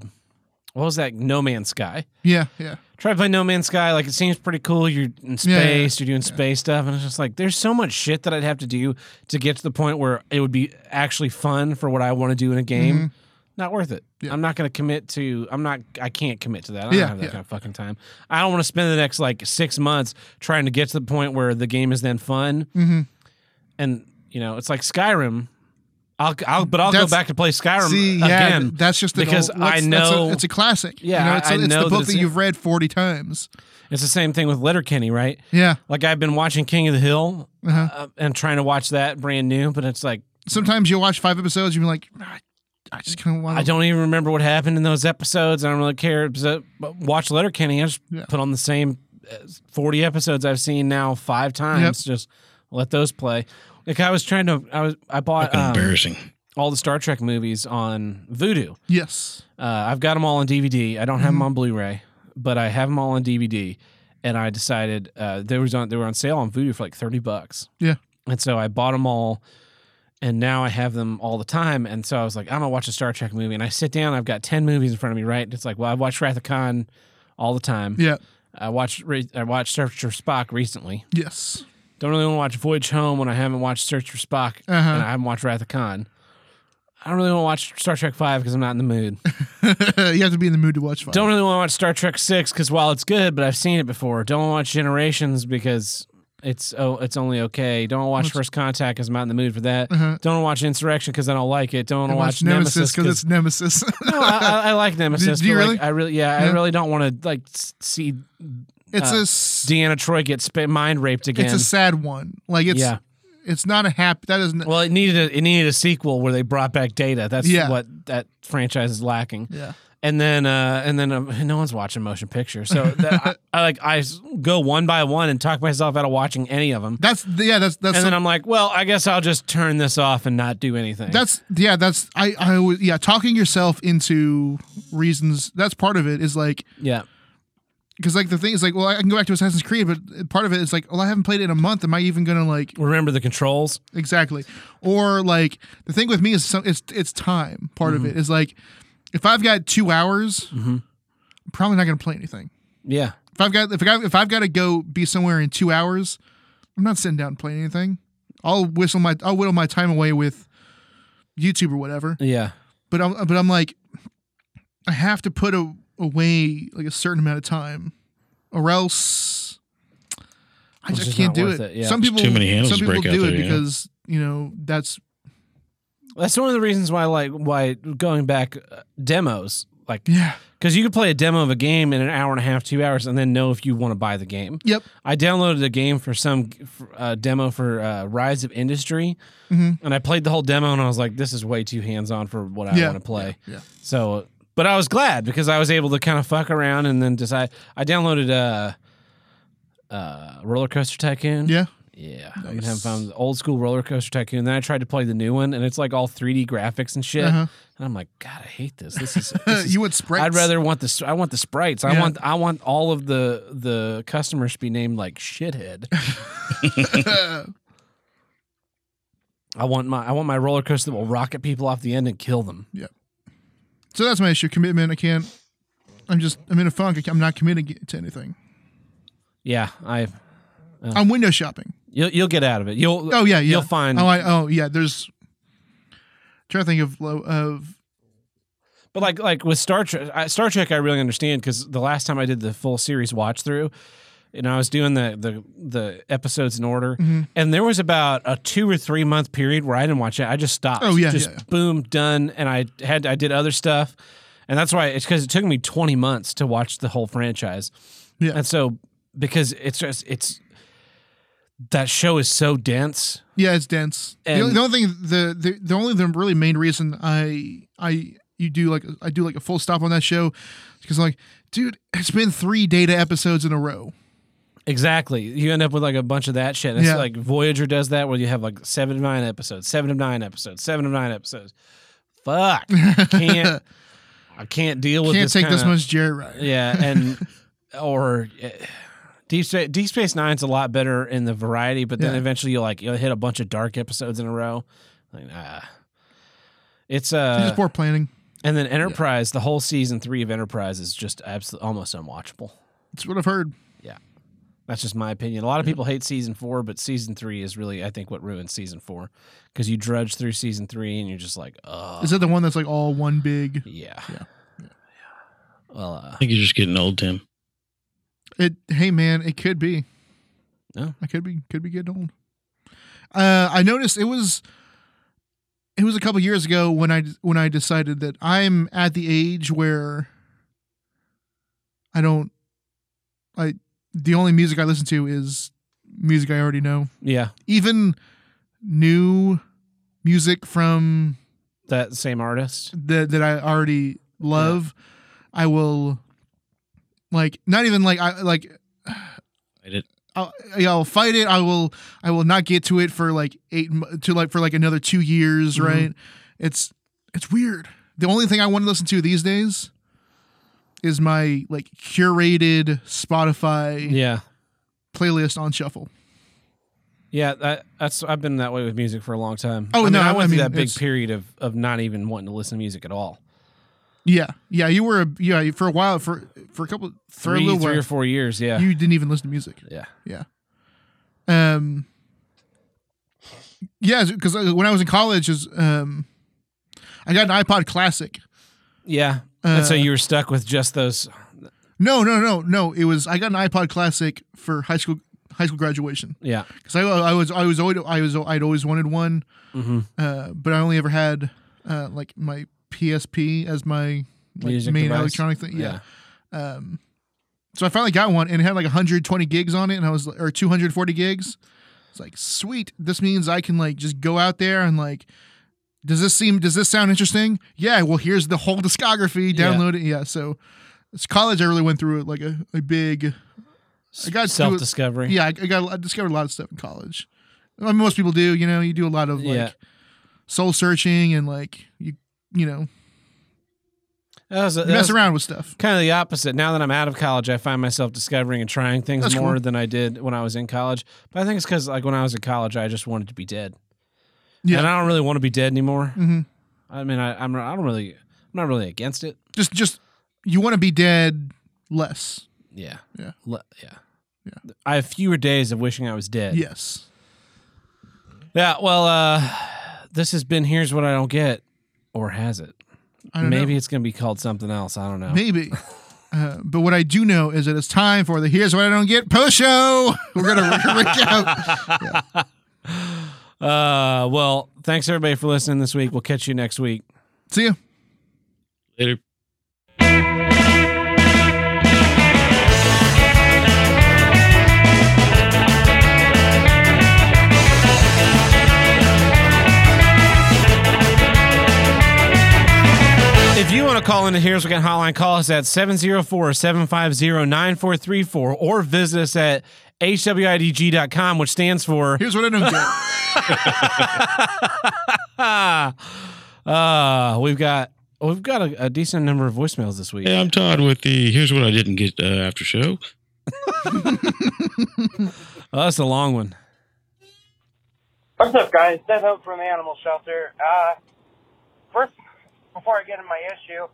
S1: what was that No Man's Sky.
S2: Yeah, yeah.
S1: Try to play No Man's Sky. Like it seems pretty cool. You're in space.
S2: yeah,
S1: You're doing space stuff, and it's just like there's so much shit that I'd have to do to get to the point where it would be actually fun for what I want to do in a game. Not worth it.
S2: Mm-hmm. Yeah.
S1: I'm not going to commit to. I'm not. I can't commit to that. I don't
S2: Yeah,
S1: have that
S2: yeah.
S1: kind of fucking time. I don't want to spend the next like six months trying to get to the point where the game is then fun.
S2: Mhm.
S1: And you know, it's like Skyrim. I'll. I'll. But I'll
S2: That's-
S1: go back and play Skyrim
S2: See, yeah,
S1: again.
S2: th- that's just an
S1: because
S2: old-
S1: I
S2: that's-
S1: know-
S2: that's a, it's a classic.
S1: Yeah,
S2: you know, it's,
S1: I- I know
S2: it's the
S1: that
S2: book
S1: it's-
S2: that you've read forty times.
S1: it's the same thing with Letterkenny, right?
S2: Yeah,
S1: Like I've been watching King of the Hill
S2: Uh-huh.
S1: uh, and trying to watch that brand new, but it's like
S2: sometimes you watch five episodes, you're like, I, I just kind of want.
S1: I don't even remember what happened in those episodes. I don't really care. So, but watch Letterkenny. I just
S2: Yeah.
S1: put on the same uh, forty episodes I've seen now five times. Just let those play. Like I was trying to, I was I bought
S3: Fucking
S1: um,
S3: embarrassing.
S1: all the Star Trek movies on Vudu.
S2: Yes.
S1: Uh, I've got them all on DVD. I don't have them
S2: Mhm.
S1: on Blu-ray, but I have them all on DVD. and I decided uh, they was on they were on sale on Voodoo for like thirty bucks.
S2: Yeah.
S1: and so I bought them all, and now I have them all the time. And so I was like, I'm gonna watch a Star Trek movie, and I sit down. I've got ten movies in front of me, right? And it's like, well, I watched Wrath of Khan all the time.
S2: Yeah.
S1: I watched re- I watched Search for Spock recently.
S2: Yes.
S1: Don't really want to watch Voyage Home when I haven't watched Search for Spock
S2: Uh-huh.
S1: and I haven't watched Wrath of Khan. I don't really want to watch Star Trek Five because I'm not in the mood.
S2: you have to be in the mood to watch fun.
S1: Don't really want to watch Star Trek Six because while it's good, but I've seen it before. Don't wanna watch Generations because it's oh it's only okay. Don't wanna watch
S2: What's-
S1: First Contact because I'm not in the mood for that.
S2: Uh-huh.
S1: Don't wanna watch Insurrection because I don't like it. Don't wanna
S2: And
S1: watch Nemesis
S2: because it's Nemesis.
S1: no, I, I, I like Nemesis.
S2: do you
S1: but, like,
S2: really?
S1: I really yeah,
S2: Yeah.
S1: I really don't want to like s- see
S2: it's
S1: uh,
S2: a s-
S1: Deanna Troy get sp- mind raped again.
S2: it's a sad one. Like it's
S1: yeah.
S2: it's not a happy. That isn't.
S1: Well, it needed a, it needed a sequel where they brought back Data. That's
S2: Yeah.
S1: what that franchise is lacking.
S2: yeah.
S1: and then uh, and then um, no one's watching motion picture. So that, I, I like I s- go one by one and talk myself out of watching any of them.
S2: That's yeah. That's that's
S1: and then I'm like, well, I guess I'll just turn this off and not do anything.
S2: That's yeah. That's I. I always yeah. Talking yourself into reasons. That's part of it. Is like
S1: yeah,
S2: because like the thing is like well I can go back to Assassin's Creed, but part of it is like well I haven't played it in a month. Am I even gonna like
S1: remember the controls.
S2: exactly? Or like the thing with me is some, it's it's time. Part
S1: Mm-hmm.
S2: of it is like if I've got two hours, I'm probably not gonna play anything.
S1: Yeah,
S2: If I've got if I got, if I've got to go be somewhere in two hours, I'm not sitting down and playing anything. I'll whistle my I'll whittle my time away with YouTube or whatever.
S1: yeah,
S2: but I'm but I'm like, I have to put a, away like a certain amount of time, or else I
S1: It's
S2: just
S1: just
S2: can't
S1: not
S2: do
S1: worth
S2: it.
S1: it, yeah.
S2: Some
S1: There's
S2: people,
S3: too many handles
S2: some
S3: to
S2: people
S3: break out
S2: do it
S3: there, you know?
S2: because you know that's
S1: that's one of the reasons why I like why going back uh, demos like
S2: yeah
S1: because you could play a demo of a game in an hour and a half, two hours, and then know if you want to buy the game.
S2: yep
S1: I downloaded a game for some uh, demo for uh, Rise of Industry,
S2: Mhm.
S1: and I played the whole demo, and I was like, "This is way too hands-on for what I
S2: Yeah.
S1: want to play."
S2: Yeah, yeah.
S1: So, but I was glad because I was able to kind of fuck around and then decide. I downloaded uh, uh, Roller Coaster Tycoon.
S2: yeah
S1: yeah. I've been having fun with the old school Roller Coaster Tycoon. Then I tried to play the new one, and it's like all 3D graphics and shit.
S2: Uh-huh.
S1: And I'm like, God, I hate this. This is, this is
S2: you would spread.
S1: I'd rather want the I want the sprites. I
S2: Yeah.
S1: want I want all of the the customers to be named like shithead. I want my I want my roller coaster that will rocket people off the end and kill them.
S2: so that's my issue commitment. I can't. I'm just I'm in a funk. I can't- I'm not committing to anything.
S1: Yeah, I
S2: I'm window shopping.
S1: you'll, you'll get out of it. You'll
S2: Oh yeah, yeah.
S1: you'll find.
S2: Oh I oh yeah. There's trying to think of low of
S1: but like like with Star Trek, I, Star Trek, I really understand because the last time I did the full series watch through, and I was doing the the the episodes in order,
S2: Mm-hmm.
S1: and there was about a two or three month period where I didn't watch it. I just stopped.
S2: Oh, yeah,
S1: just
S2: yeah, yeah.
S1: boom done, and I had I did other stuff, and that's why it's because it took me twenty months to watch the whole franchise.
S2: Yeah.
S1: and so because it's just it's that show is so dense.
S2: Yeah, it's dense. the,
S1: And-
S2: only, the only thing, the, the the only the really main reason I I you do like I do like a full stop on that show because like, dude, it's been three data episodes in a row.
S1: Exactly. You end up with like a bunch of that shit. It's
S2: Yeah.
S1: like Voyager does that where you have like seven of nine episodes, seven of nine episodes, seven of nine episodes. Fuck. Can't I can't deal with
S2: Can't
S1: this
S2: take this
S1: kinda-
S2: much Jerry
S1: Yeah, and or eh, Deep Space Deep Space Nine's a lot better in the variety, but then
S2: Yeah.
S1: eventually you'll like you'll hit a bunch of dark episodes in a row. Like, ah. It's
S2: It's
S1: uh
S2: just poor planning.
S1: and then Enterprise, the whole season 3 of Enterprise is just absolutely almost unwatchable.
S2: That's what I've heard.
S1: That's just my opinion. A lot of
S2: Mm-hmm.
S1: people hate season four, but season three is really, I think, what ruins season four because you drudge through season three and you're just like, oh,
S2: Is that the one that's like all one big?
S1: yeah.
S2: Yeah.
S1: Well, uh,
S3: I think you're just getting old, Tim.
S2: It. Hey man, it could be.
S1: Yeah.
S2: I could be could be getting old. Uh, I noticed it was. It was a couple years ago when I when I decided that I'm at the age where I don't I the only music I listen to is music I already know.
S1: yeah,
S2: Even new music from
S1: that same artist.
S2: that that I already love, I will like not even like I like
S3: Fight it.
S2: I'll, I'll fight it. I will I will not get to it for like eight mo- to like for like another two years.
S1: Mhm.
S2: Right? It's it's weird. The only thing I want to listen to these days is my like curated Spotify
S1: Yeah.
S2: playlist on shuffle.
S1: Yeah, that, that's I've been that way with music for a long time.
S2: Oh,
S1: I mean,
S2: no,
S1: I went
S2: I
S1: through
S2: mean,
S1: that big
S2: it's-
S1: period of, of not even wanting to listen to music at all.
S2: Yeah, yeah. You were a, yeah for a while for for a couple for a
S1: Three,
S2: little
S1: three
S2: while
S1: or four years, yeah,
S2: you didn't even listen to music.
S1: yeah.
S2: Um, yeah, because when I was in college, is um, I got an iPod Classic.
S1: Yeah. and so
S2: Uh,
S1: you were stuck with just those.
S2: No, no, no, no. It was I got an iPod Classic for high school high school graduation
S1: Yeah.
S2: because I, I was I was always I was I'd always wanted one,
S1: hmm
S2: uh, but I only ever had uh, like my PSP as my like,
S1: Music
S2: main
S1: device.
S2: electronic thing. Yeah. Um, so I finally got one and it had like 120 gigs on it, and I was or 240 gigs. It's like sweet. This means I can like just go out there and like. Does this seem? Does this sound interesting? Yeah. Well, here's the whole discography.
S1: Yeah.
S2: Download it. Yeah. So, it's college. I really went through it like a, a big. I got to-
S1: self discovery.
S2: Yeah. I, I got. I discovered a lot of stuff in college. I mean, most people do. You know, you do a lot of like
S1: Yeah.
S2: soul searching and like you you know
S1: That was, that
S2: mess
S1: was
S2: around with stuff.
S1: Kind of the opposite. Now that I'm out of college, I find myself discovering and trying things
S2: That's
S1: more
S2: cool.
S1: than I did when I was in college. But I think it's because like when I was in college, I just wanted to be dead.
S2: Yeah.
S1: And I don't really want to be dead anymore.
S2: hmm
S1: I mean, I, I'm I don't really I'm not really against it.
S2: Just just you want to be dead less.
S1: Yeah.
S2: Yeah.
S1: Le- yeah. I have fewer days of wishing I was dead.
S2: Yes.
S1: Yeah. Well, uh, this has been here's what I don't get, or has it?
S2: I don't
S1: Maybe it's gonna be called something else. I don't know.
S2: know. maybe. Uh, but what I do know is that it's time for the here's what I don't get post show. We're gonna recap.
S1: Uh, well, thanks everybody for listening this week. We'll catch you next week.
S2: See ya.
S3: Later.
S1: If you want to call into Here's What Got Hotline, call us at 704-750-9434 or visit us at hwidg.com, which stands for
S2: Here's what I don't get.
S1: uh, Ah, we've got we've got a, a decent number of voicemails this week.
S3: Hey, I'm Todd with the here's what I didn't get uh, after show.
S1: Oh, that's a long one.
S9: What's up, guys? Seth Hope from the Animal Shelter. Uh, first, before I get into my issue,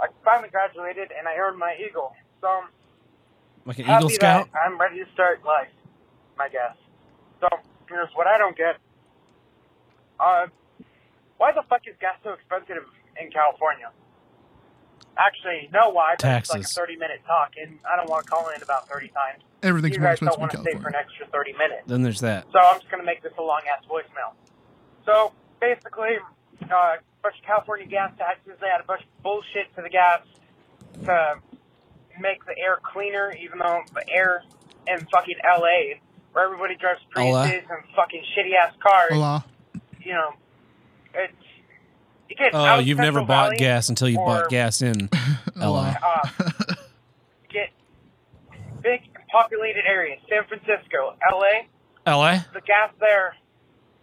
S9: I finally graduated and I earned my Eagle. So I'm
S1: Like an
S9: happy
S1: Eagle Scout.
S9: that I'm ready to start life, I guess. So here's what I don't get. Uh, why the fuck is gas so expensive in California? Actually, no why, but it's like a
S1: Taxes.
S9: 30 minute talk, and I don't want to call in about 30 times.
S2: Everything's
S9: you
S2: more
S9: guys
S2: expensive
S9: don't
S2: in
S9: want to stay for an
S2: California.
S9: extra 30 minutes.
S1: Then there's that.
S9: So I'm just going to make this a long ass voicemail. So basically, uh, a bunch of California gas taxes. They had a bunch of bullshit to the gas to make the air cleaner, even though the air in fucking LA, where everybody drives
S1: LA.
S9: Priuses and fucking shitty ass cars,
S2: Voila.
S9: you know, it's. You get
S1: Oh,
S9: out of
S1: you've never
S9: Central
S1: bought
S9: Valley
S1: gas until you
S9: or-
S1: bought gas in LA.
S9: uh, get big populated areas, San Francisco, LA.
S1: LA?
S9: the gas there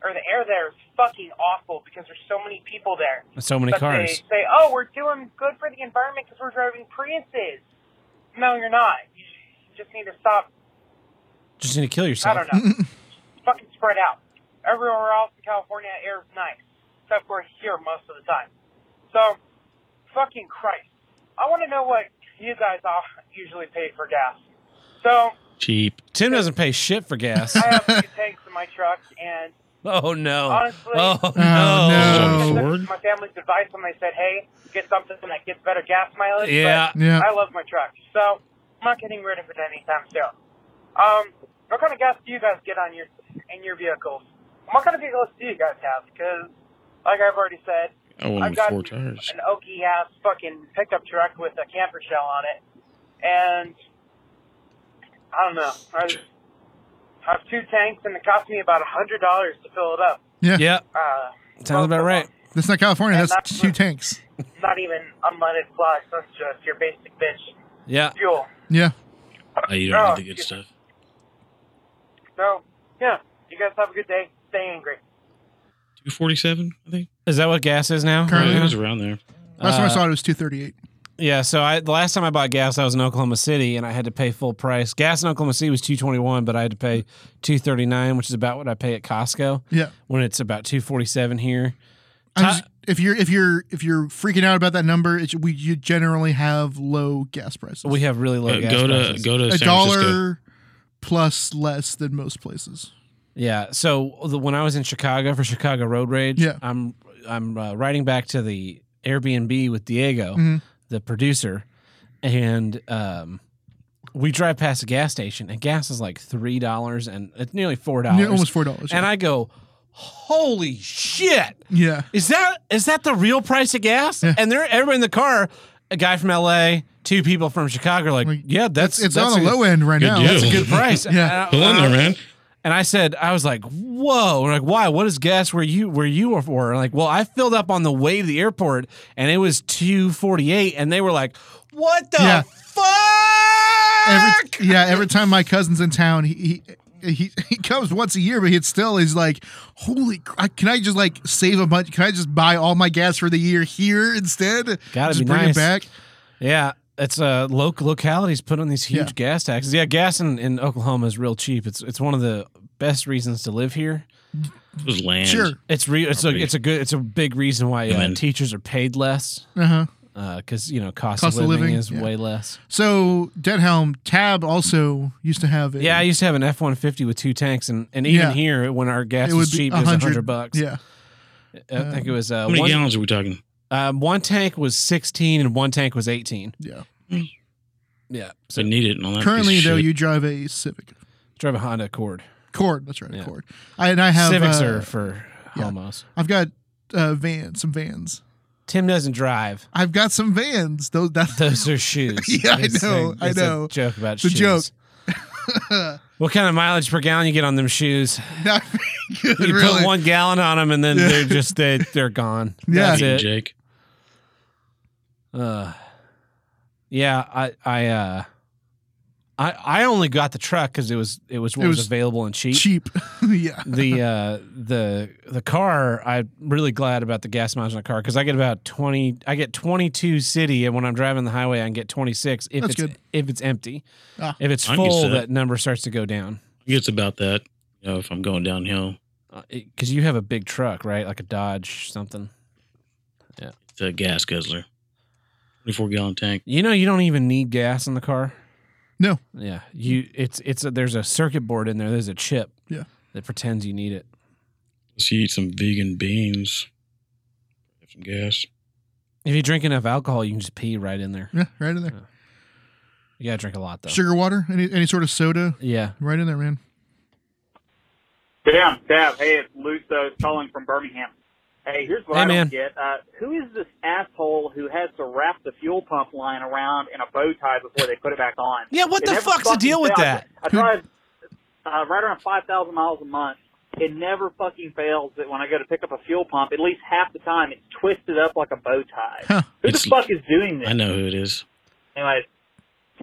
S9: or the air there is fucking awful because there's so many people there.
S1: So many
S9: But
S1: cars.
S9: They say, "Oh, we're doing good for the environment because we're driving Priuses." No, you're not. You just need to stop.
S1: Just need to kill
S9: I
S1: yourself.
S9: don't know. fucking spread out. Everywhere else in California, air is nice, except for here most of the time. So, fucking Christ, I want to know what you guys all usually pay for gas. So
S3: Cheap.
S1: Tim doesn't pay shit for gas.
S9: I have two tanks in my truck, and
S1: oh no.
S9: Honestly-
S1: oh no.
S2: no.
S9: Because
S3: Ford?
S9: that's my family's advice when they said, "Hey, get something that gets better gas mileage."
S1: Yeah.
S9: but
S2: Yeah.
S9: I love my truck, so I'm not getting rid of it anytime soon. Um, what kind of gas do you guys get on your in your vehicles? And What kind of vehicles do you guys have? Because, like I've already said,
S3: I went
S9: I've
S3: with
S9: got
S3: four tires.
S9: an oaky ass fucking pickup truck with a camper shell on it, and I don't know. I, I have two tanks, and it cost me about a hundred dollars to fill it up.
S2: Yeah.
S1: Yep.
S9: Uh,
S1: Sounds about right.
S2: That's not California.
S9: Yeah,
S2: That's
S9: that's-
S2: two tanks.
S9: not even unleaded flash. That's just your basic bitch
S1: Yeah.
S9: fuel.
S2: Yeah.
S3: Oh, you don't
S9: Oh,
S3: have the good
S9: yeah.
S3: stuff.
S9: So, yeah, you guys have a good day. Stay angry.
S3: 247, I think.
S1: Is that what gas is now?
S3: Yeah,
S2: Currently.
S1: Uh-huh.
S3: it was around there.
S2: Last time I
S1: Uh,
S2: saw it, it was 238.
S1: Yeah, so I the last time I bought gas, I was in Oklahoma City, and I had to pay full price. Gas in Oklahoma City was two twenty one, but I had to pay two thirty nine, which is about what I pay at Costco
S2: Yeah.
S1: when it's about two forty seven here.
S2: I'm
S1: Ti-
S2: just- if you're if you're if you're freaking out about that number, it's, we you generally have low gas prices.
S1: We have really low
S3: Uh,
S1: gas
S3: go
S1: prices.
S3: to go to
S2: a
S3: San Francisco.
S2: dollar plus less than most places.
S1: Yeah. So the, when I was in Chicago for Chicago Road Rage,
S2: Yeah.
S1: I'm I'm uh, riding back to the Airbnb with Diego,
S2: Mhm.
S1: the producer, and um, we drive past a gas station, and gas is like three dollars, and it's nearly four
S2: Yeah,
S1: dollars.
S2: almost four dollars.
S1: and I go, "Holy shit!
S2: yeah,
S1: Is that is that the real price of gas?"
S2: Yeah.
S1: And they're everybody in the car, a guy from L.A., two people from Chicago, are like,
S2: Like,
S1: "Yeah, that's
S2: it's
S1: that's
S2: on
S1: a,
S2: the low end right
S3: good
S2: now.
S3: deal.
S1: That's a good price."
S2: Yeah.
S1: And I-
S3: Hello
S1: and I-
S3: there, man.
S1: and I said, I was like, "Whoa!" And like, why? What is gas where you where you were for? And like, well, I filled up on the way to the airport, and it was two forty eight, and they were like, "What the
S2: Yeah.
S1: fuck?"
S2: Every, yeah, every time my cousin's in town, he. he he, he comes once a year, but it's still he's like, holy! cr- I- Can I just like save a bunch? Can I just buy all my gas for the year here instead?
S1: Gotta
S2: just
S1: be
S2: bring
S1: nice.
S2: it back.
S1: yeah, it's uh, local localities put on these huge
S2: Yeah.
S1: gas taxes. Yeah, gas in, in Oklahoma is real cheap. It's it's one of the best reasons to live here.
S3: It was land.
S2: Sure.
S1: It's re- it's a
S3: Property.
S1: it's a good it's a big reason why uh,
S3: Amen.
S1: teachers are paid less
S2: Uh huh.
S1: because you know cost, of living, is
S2: yeah.
S1: way less.
S2: So Deadhelm Tab also used to have it.
S1: Yeah, I used to have an F one fifty with two tanks, and, and even
S2: Yeah.
S1: here when our gas was cheap, it was hundred bucks.
S2: Yeah,
S1: I think it was uh,
S3: How many
S1: one,
S3: gallons are we talking?
S1: um, one tank was sixteen and one tank was eighteen.
S2: yeah.
S1: Yeah,
S3: So
S1: so
S3: I need it. And all that
S2: Currently,
S3: piece of
S2: though,
S3: shit.
S2: you drive a Civic
S1: drive a Honda Accord.
S2: Cord. That's right, a
S1: Yeah.
S2: Cord. I, and I have
S1: Civics
S2: uh,
S1: are for
S2: yeah.
S1: homos.
S2: I've got uh, vans, some vans.
S1: Tim doesn't drive.
S2: I've got some vans. Those that
S1: Those are shoes.
S2: Yeah, I
S1: It's a-
S2: know, I
S1: it's a
S2: know.
S1: joke about
S2: It's a
S1: shoes.
S2: joke.
S1: what kind of mileage per gallon you get on them shoes?
S2: not very good.
S1: You
S2: really.
S1: put one gallon on them, and then
S2: Yeah.
S1: they're just they they're gone.
S2: Yeah.
S1: That's it.
S3: Jake.
S1: Uh, yeah, I, I, uh, I, I only got the truck because it was it was what
S2: It
S1: was,
S2: was
S1: available and cheap.
S2: cheap. yeah,
S1: The uh, the the car, I'm really glad about the gas mileage on the car because I get about twenty. I get twenty two city, and when I'm driving the highway, I can get twenty six if
S2: That's
S1: it's
S2: good.
S1: if it's empty.
S2: Ah.
S1: if it's
S3: I'm used to
S1: full, that.
S3: that.
S1: number starts to go down.
S3: I guess about that. You know, if I'm going downhill,
S1: Because Uh, you have a big truck, right? Like a Dodge something.
S3: it's a gas guzzler, 24 gallon tank.
S1: You know, you don't even need gas in the car.
S2: No.
S1: Yeah, you. It's it's a, there's a circuit board in there. There's a chip.
S2: Yeah.
S1: That pretends you need it.
S3: Let's eat some vegan beans. Have some gas.
S1: If you drink enough alcohol, you can just pee right in there.
S2: yeah, right in there.
S1: You gotta drink a lot though.
S2: Sugar water, any any sort of soda,
S1: Yeah.
S2: right in there, man.
S9: Damn, Tab. Hey, it's Luso calling from Birmingham. Hey, here's what
S1: Hey,
S9: I
S1: man.
S9: don't get. Uh, who is this asshole who has to wrap the fuel pump line around in a bow tie before they put it back on?
S1: Yeah. What
S9: It
S1: the
S9: never
S1: fuck's the
S9: fucking
S1: deal with
S9: fails.
S1: that?
S9: I drive uh, right around 5,000 miles a month. It never fucking fails that when I go to pick up a fuel pump, at least half the time it's twisted up like a bow tie.
S2: Huh.
S9: Who
S3: It's-
S9: the fuck is doing this?
S3: I know who it is.
S9: Anyways,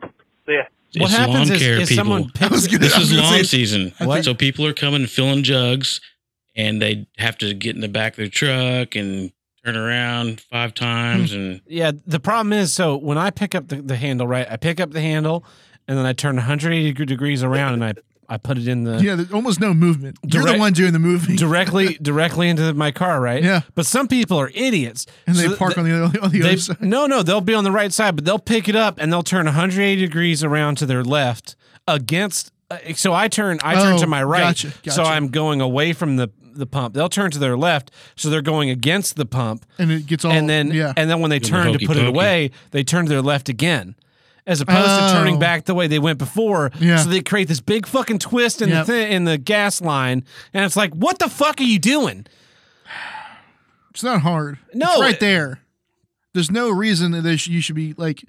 S9: see ya.
S1: What
S3: it's
S1: happens
S3: lawn
S1: is,
S3: care
S1: is
S3: people.
S1: someone picks.
S2: gonna-
S3: this
S2: I was
S3: is
S2: gonna say-
S3: lawn season.
S1: What?
S3: So people are coming filling jugs and they have to get in the back of their truck and turn around five times
S1: Hmm.
S3: and
S1: Yeah. The problem is, so when I pick up the, the handle, right? I pick up the handle, and then I turn 180 deg- degrees around, and I I put it in the
S2: Yeah, there's almost no movement. You're the
S1: Direct-
S2: one doing the moving.
S1: directly directly into my car, right?
S2: Yeah.
S1: But some people are idiots,
S2: and
S1: So
S2: they
S1: th-
S2: park on the other, on the
S1: They-
S2: other side.
S1: no, no, they'll be on the right side, but they'll pick it up and they'll turn 180 degrees around to their left against. Uh, so I turn, I turn
S2: Oh,
S1: to my right.
S2: gotcha,
S1: So
S2: gotcha.
S1: I'm going away from the the pump. They'll turn to their left, so they're going against the pump,
S2: And it gets all
S1: and then
S2: Oh, yeah.
S1: and then when they
S3: Doing
S1: turn
S3: the
S1: to put it
S3: hokey
S1: away, they turn to their left again. As opposed
S2: Oh.
S1: to turning back the way they went before,
S2: Yeah.
S1: so they create this big fucking twist in
S2: Yep.
S1: the thi- in the gas line, and it's like, what the fuck are you doing?
S2: It's not hard.
S1: No,
S2: it's right
S1: it-
S2: there. There's no reason that they sh- you should be like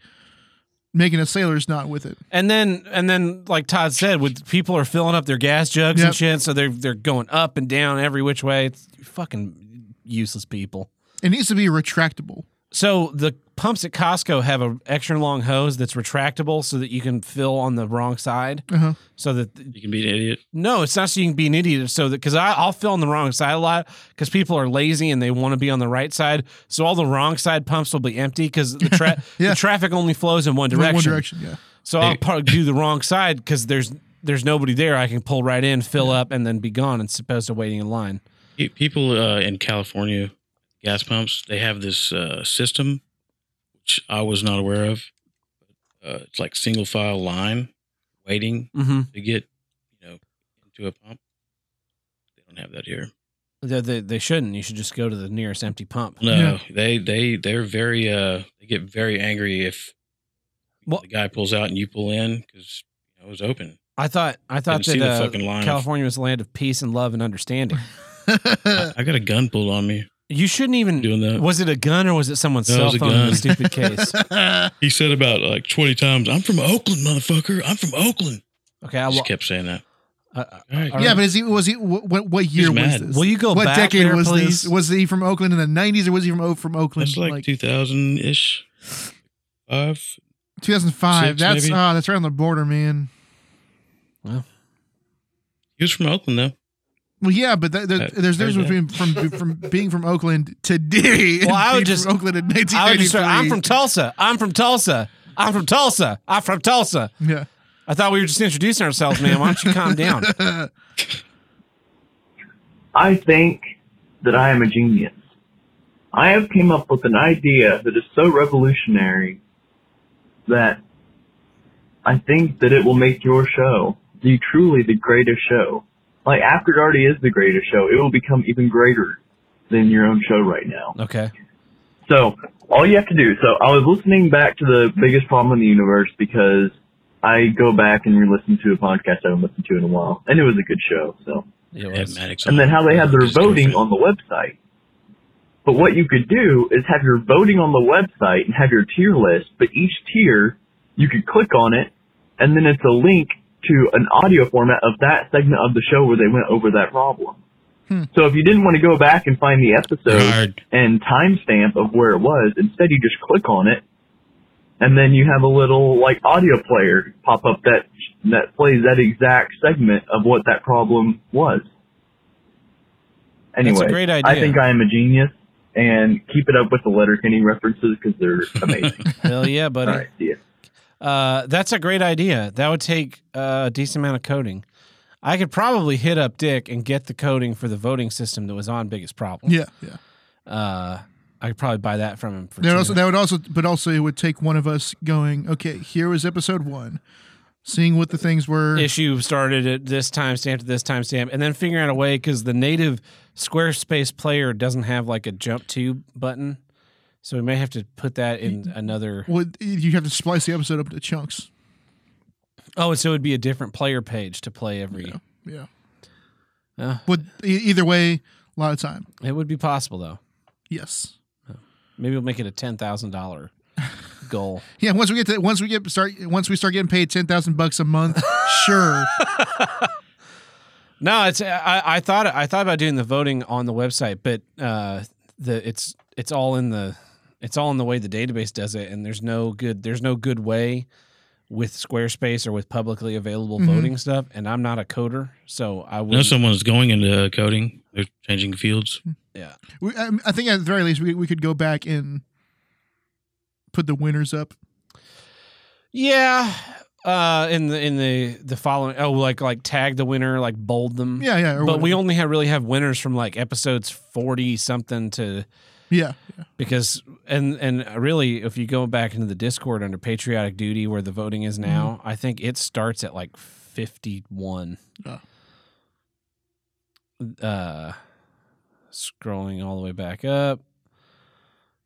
S2: making a sailor's knot with it.
S1: And then and then like Todd said, with people are filling up their gas jugs
S2: Yep.
S1: and shit, so they're they're going up and down every which way. It's fucking useless people.
S2: It needs to be retractable.
S1: So the pumps at Costco have an extra long hose that's retractable so that you can fill on the wrong side.
S2: Uh-huh.
S1: So that
S3: You can be an idiot.
S1: no, it's not so you can be an idiot. So that because I'll fill on the wrong side a lot because people are lazy and they want to be on the right side. So all the wrong side pumps will be empty because the, tra-
S2: Yeah.
S1: the traffic only flows in one direction.
S2: One direction. Yeah.
S1: So I'll probably do the wrong side because there's there's nobody there. I can pull right in, fill up, and then be gone as opposed to waiting in line.
S3: Pe- People uh, in California, gas pumps, they have this uh, system, which I was not aware of. Uh, it's like single file line waiting
S1: Mm-hmm.
S3: to get, you know, into a pump. They don't have that here.
S1: They, they, they shouldn't. You should just go to the nearest empty pump.
S3: No, they they they're very uh they get very angry if
S1: Well-
S3: the guy pulls out and you pull in because you know, it was open.
S1: I thought I thought
S3: Didn't see the
S1: that uh,
S3: fucking line.
S1: California was the land of peace and love and understanding.
S3: I, I got a gun pulled on me
S1: You shouldn't even.
S3: doing that.
S1: Was it a gun or was it someone's
S3: No, it
S1: cell
S3: was a
S1: phone in
S3: gun.
S1: the stupid case?
S3: He said about like twenty times. I'm from Oakland, motherfucker. I'm from Oakland.
S1: Okay, I,
S3: I
S1: will.
S3: just kept saying that.
S1: uh, uh,
S3: All right.
S1: All
S2: Yeah,
S1: right.
S2: but is he was he what what year was
S3: mad.
S2: this?
S1: will you go
S2: what
S1: back
S2: decade
S1: there,
S2: was
S1: please?
S2: this? Was he from Oakland in the nineties or was he from O- from Oakland?
S3: That's like, 2000 ish. Five.
S2: two thousand five.
S3: six,
S2: That's
S3: maybe?
S2: ah, that's right on the border, man.
S3: He was from Oakland though.
S2: Well, yeah, but that, there,
S3: Uh,
S2: there's there's
S3: heard
S2: between from from being from Oakland today. and
S1: Well, I would
S2: being
S1: just-
S2: from Oakland in nineteen
S1: I would
S2: ninety
S1: just.
S2: three.
S1: I'm from Tulsa. I'm from Tulsa. I'm from Tulsa. I'm from Tulsa.
S2: yeah.
S1: I thought we were just introducing ourselves, man. Why don't you calm down?
S10: I think that I am a genius. I have came up with an idea that is so revolutionary that I think that it will make your show the truly the greatest show. Like After It already is the greatest show, it will become even greater than your own show right now.
S1: Okay.
S10: So all you have to do. So I was listening back to the biggest problem in the universe because I go back and re-listen to a podcast I haven't listened to in a while, and it was a good show. So
S1: It
S3: Had
S1: was.
S3: Maddox
S10: and
S3: on.
S10: then how they had their
S3: His
S10: voting
S3: girlfriend.
S10: on the website. But what you could do is have your voting on the website and have your tier list, but each tier, you could click on it, and then it's a link to an audio format of that segment of the show where they went over that problem. So if you didn't want to go back and find the episode
S3: Hard.
S10: and timestamp of where it was, instead you just click on it, and then you have a little like audio player pop up that that plays that exact segment of what that problem was.
S1: a
S10: Anyway,
S1: great idea.
S10: I think I am a genius, and keep it up with the Letterkenny references because they're amazing.
S1: Hell yeah, buddy.
S10: All right, see ya.
S1: Uh, that's a great idea. That would take uh, a decent amount of coding. I could probably hit up Dick and get the coding for the voting system that was on Biggest Problem.
S2: Yeah, yeah.
S1: Uh, I could probably buy that from him for
S2: That
S1: two.
S2: would also that would also, but also it would take one of us going. Okay, here was episode one, seeing what the things were.
S1: issue started at this timestamp to this timestamp, and then figure out a way because the native Squarespace player doesn't have like a jump to button, so we may have to put that in another.
S2: Well, you have to splice the episode up into chunks.
S1: Oh, and so it would be a different player page to play every.
S2: Yeah.
S1: Yeah.
S2: But e- either way, a lot of time.
S1: It would be possible though.
S2: Yes.
S1: Maybe we'll make it a ten thousand dollar goal.
S2: Yeah. Once we get to once we get start once we start getting paid ten thousand bucks a month, sure.
S1: No, it's I, I thought I thought about doing the voting on the website, but uh, the it's it's all in the it's all in the way the database does it, and there's no good there's no good way with Squarespace or with publicly available
S2: Mhm.
S1: voting stuff. And I'm not a coder, so I
S3: I know
S1: would.
S3: someone's going into coding. They're changing fields.
S2: Mm-hmm. We, um, I, I think at the very least we we could go back and put the winners up.
S1: yeah, uh, in the in the the following oh like like tag the winner like bold them.
S2: Yeah, yeah. or
S1: Mm. but we
S2: whatever.
S1: only have really have winners from like episodes forty something to
S2: yeah.
S1: because and and really if you go back into the discord under patriotic duty where the voting is
S2: Mm-hmm.
S1: now i think it starts at like 51
S2: Oh.
S1: uh scrolling all the way back up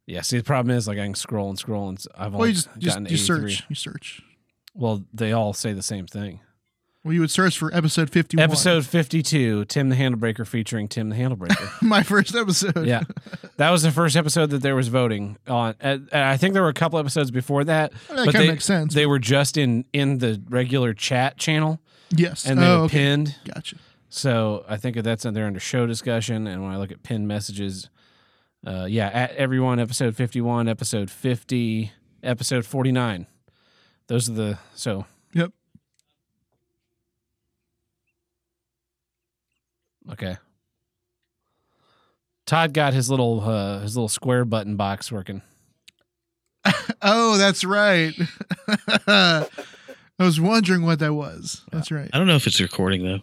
S1: yeah see the problem is like i can scroll and scroll and s- i've
S2: Well,
S1: only
S2: you just
S1: gotten
S2: just you
S1: 83.
S2: search you search.
S1: well they all say the same thing
S2: Well, you would search for episode fifty-one.
S1: episode 52 tim the handlebreaker featuring tim the handlebreaker
S2: my first episode.
S1: yeah that was the first episode that there was voting on and and i think there were a couple episodes before that
S2: Well, that
S1: but
S2: kind
S1: they-
S2: of makes sense.
S1: they were just in in the regular chat channel
S2: yes.
S1: and they
S2: oh,
S1: were
S2: okay.
S1: pinned
S2: Gotcha.
S1: so i think that's they're under show discussion and when i look at pinned messages Uh, yeah, at everyone, episode 51, episode 50, episode 49. Those are the. So.
S2: Yep.
S1: Okay. Todd got his little uh, his little square button box working.
S2: Oh, that's right. I was wondering what that was. That's right.
S3: I don't know if it's recording though.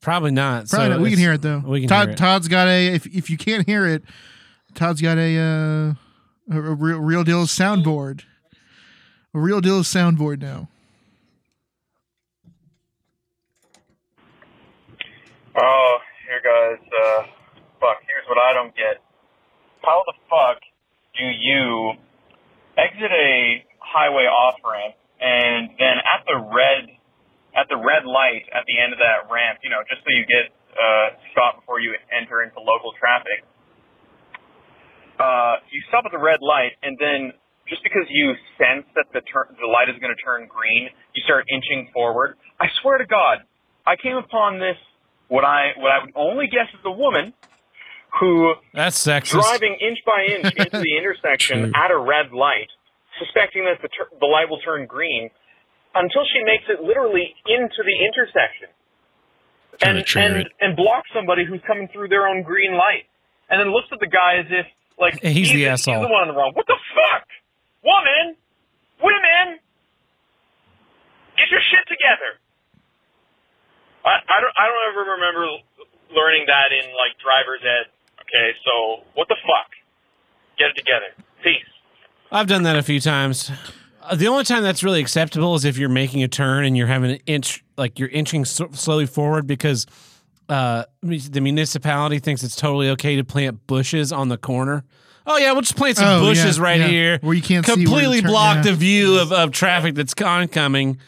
S1: Probably not.
S2: Probably
S1: so
S2: not. We can
S1: it's-
S2: hear it though.
S1: we can
S2: Todd,
S1: hear it.
S2: Todd's got a. If if you can't hear it, Todd's got a uh, a, a real real deal soundboard. A real deal soundboard now.
S10: Oh, here, guys. Uh, fuck. Here's what I don't get. How the fuck do you exit a highway off ramp and then at the red at the red light at the end of that ramp, you know, just so you get uh, stopped before you enter into local traffic? Uh, you stop at the red light and then. Just because you sense that the tur the light is going to turn green, you start inching forward. I swear to God, I came upon this what I what I would only guess is a woman who
S1: That's sexist.
S10: driving inch by inch into the intersection
S1: True.
S10: at a red light, suspecting that the tur- the light will turn green, until she makes it literally into the intersection
S3: Trying
S10: and
S3: to trigger
S10: and,
S3: it.
S10: and blocks somebody who's coming through their own green light, and then looks at the guy as if like
S1: He's the asshole.
S10: He's the one on the wrong. What the fuck, woman, women, get your shit together. I, I don't I don't ever remember learning that in like driver's ed. Okay, so what the fuck? Get it together. Peace.
S1: I've done that a few times. Uh, The only time that's really acceptable is if you're making a turn and you're having an inch, like you're inching s slowly forward because uh, the municipality thinks it's totally okay to plant bushes on the corner. Oh yeah, we'll just plant some
S2: Oh,
S1: bushes
S2: yeah,
S1: right
S2: yeah.
S1: here.
S2: Where you can't see where
S1: completely
S2: to turn-
S1: block
S2: yeah.
S1: the view of, of traffic that's oncoming.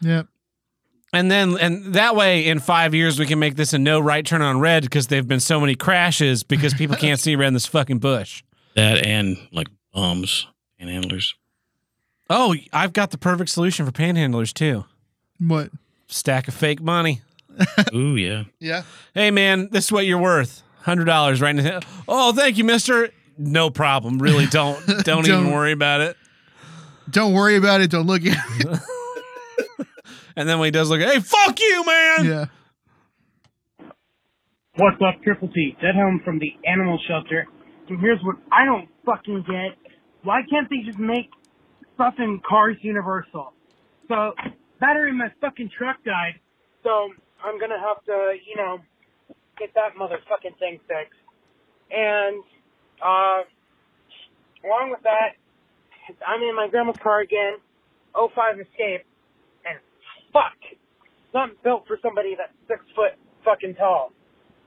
S2: Yep.
S1: And then, and that way, in five years, we can make this a no right turn on red because there've been so many crashes because people can't see around this fucking bush.
S3: That and like bums and handlers.
S1: Oh, I've got the perfect solution for panhandlers too.
S2: What?
S1: Stack of fake money.
S3: Ooh yeah.
S2: Yeah.
S1: Hey man, this is what you're worth. Hundred dollars right now. Oh, thank you, mister. No problem. Really don't don't, even
S2: Don't.
S1: worry about it.
S2: Don't worry about it. Don't look at it.
S1: And then when he does look, hey, fuck you, man.
S2: Yeah.
S9: What's up, Triple T? Dead home from the animal shelter. And here's what I don't fucking get. Why can't they just make stuff in Cars Universal? So, battery in my fucking truck died. So, I'm gonna have to, you know, get that motherfucking thing fixed. And, uh, along with that, I'm in my grandma's car again, 05 Escape, and fuck, it's not built for somebody that's six foot fucking tall.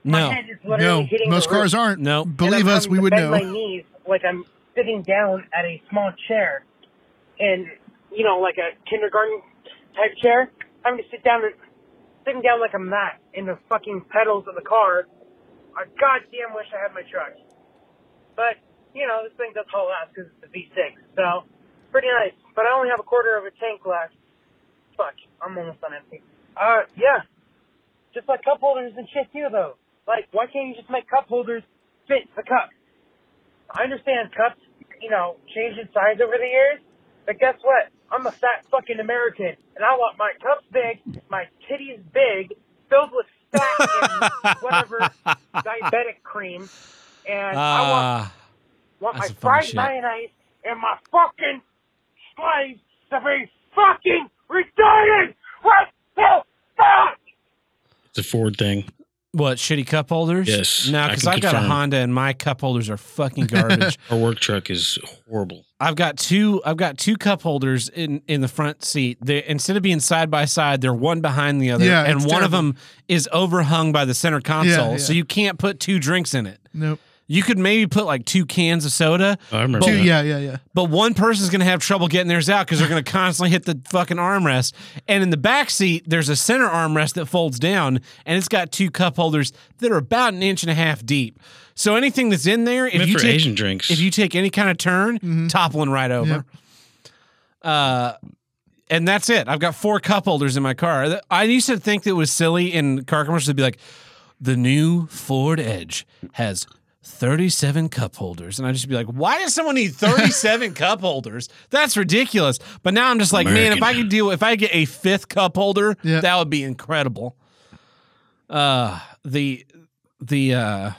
S1: No.
S9: My head is literally
S2: No.
S9: hitting
S2: Most
S9: the roof.
S2: cars aren't.
S1: No.
S9: And
S2: Believe
S9: I'm
S2: us,
S9: having
S2: we
S9: to
S2: would
S9: bend
S2: know.
S9: My knees like I'm sitting down at a small chair, and you know, like a kindergarten type chair. I'm gonna sit down and sitting down like a mat in the fucking pedals of the car. I goddamn wish I had my truck, but you know this thing does haul ass because it's a V6, so pretty nice. But I only have a quarter of a tank left. Fuck, I'm almost on empty. Uh, yeah, just like cup holders and shit too, though. Like, why can't you just make cup holders fit the cup? I understand cups, you know, changed in size over the years, but guess what? I'm a fat fucking American, and I want my cups big, my titties big, filled with fat and whatever diabetic cream, and I want
S1: Ah,
S9: want
S1: That's
S9: my
S1: some funny
S9: fried
S1: shit.
S9: mayonnaise and my fucking slaves to be fucking retarded. What the fuck?
S3: It's a Ford thing.
S1: what shitty cup holders?
S3: Yes,
S1: No,
S3: I
S1: because
S3: can
S1: I've got a
S3: confirm.
S1: Honda and my cup holders are fucking garbage.
S3: Our work truck is horrible.
S1: I've got two. I've got two cup holders in in the front seat. They, instead of being side by side, they're one behind the other,
S2: Yeah,
S1: and
S2: it's
S1: one of them is overhung by the center console,
S2: yeah.
S1: so you can't put two drinks in it.
S2: Nope.
S1: You could maybe put like two cans of soda,
S3: I remember.
S1: But-
S2: Two,
S3: that.
S2: yeah, yeah, yeah.
S1: but one person's gonna have trouble getting theirs out because they're gonna constantly hit the fucking armrest. And in the back seat, there's a center armrest that folds down, and it's got two cup holders that are about an inch and a half deep. So anything that's in there, if
S3: Meant
S1: you
S3: for
S1: take
S3: Asian drinks.
S1: if you take any kind of turn,
S2: Mhm.
S1: toppling right over. Uh, and that's it. I've got four cup holders in my car. Th- I used to think that was silly in car commercials. It'd be like, the new Ford Edge has 37 cup holders. And I'd just be like, why does someone need 37 cup holders? That's ridiculous. But now I'm just like, man, if I could deal, if I get a fifth cup holder, that would be incredible. Uh, the, the, uh,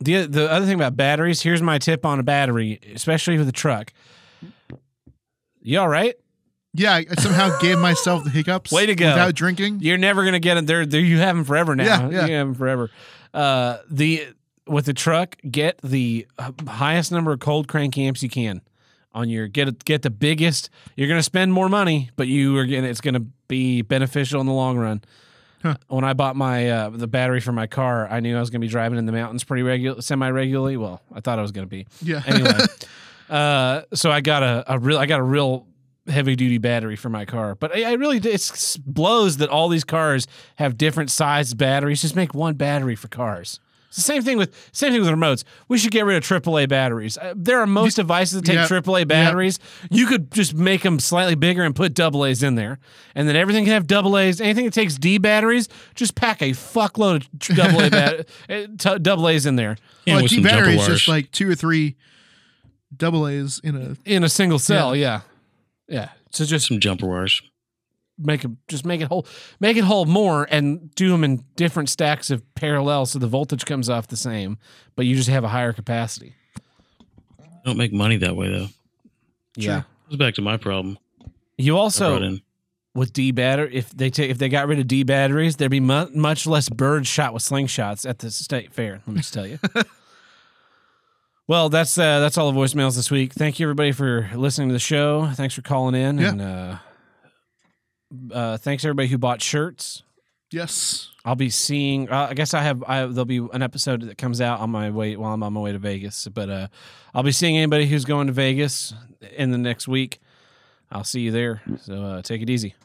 S1: the, the other thing about batteries, here's my tip on a battery, especially with a truck. You all right?
S2: Yeah, I somehow gave myself the hiccups.
S1: Way to go.
S2: Without drinking.
S1: You're never going to get them. They're, they're, you have them forever now.
S2: Yeah, yeah.
S1: You have them forever. Uh, the With the truck, get the highest number of cold crank amps you can on your get it get the biggest you're going to spend more money but you are going it's going to be beneficial in the long run when i bought my uh, the battery for my car i knew i was going to be driving in the mountains pretty regular semi regularly well i thought i was going to be
S2: Yeah.
S1: anyway uh, so i got a, a real i got a real heavy duty battery for my car but i, I really it blows that all these cars have different sized batteries just make one battery for cars it's the same thing with same thing with remotes. We should get rid of AAA batteries. Uh, there are most devices that take
S2: Yep.
S1: AAA batteries. You could just make them slightly bigger and put double A's in there, and then everything can have double A's. Anything that takes D batteries, just pack a fuckload of tr- double A bat- uh, t- double A's in there.
S2: well, a D battery is just like two or three double A's in a
S1: in a single cell. Yeah, yeah. So just
S3: some jumper wires.
S1: Make them just make it whole, make it whole more, and do them in different stacks of parallel, so the voltage comes off the same, but you just have a higher capacity.
S3: I don't make money that way though.
S1: Yeah.
S3: Goes back to my problem.
S1: You also
S3: brought in.
S1: with D battery, if they take if they got rid of D batteries, there'd be mu- much less birds shot with slingshots at the state fair. Let me just tell you. well, that's uh, that's all the voicemails this week. Thank you everybody for listening to the show. Thanks for calling in, and uh, uh, thanks everybody who bought shirts.
S2: Yes.
S1: I'll be seeing. Uh, I guess I have. I, there'll be an episode that comes out on my way while I'm on my way to Vegas. But uh, I'll be seeing anybody who's going to Vegas in the next week. I'll see you there. So uh, take it easy.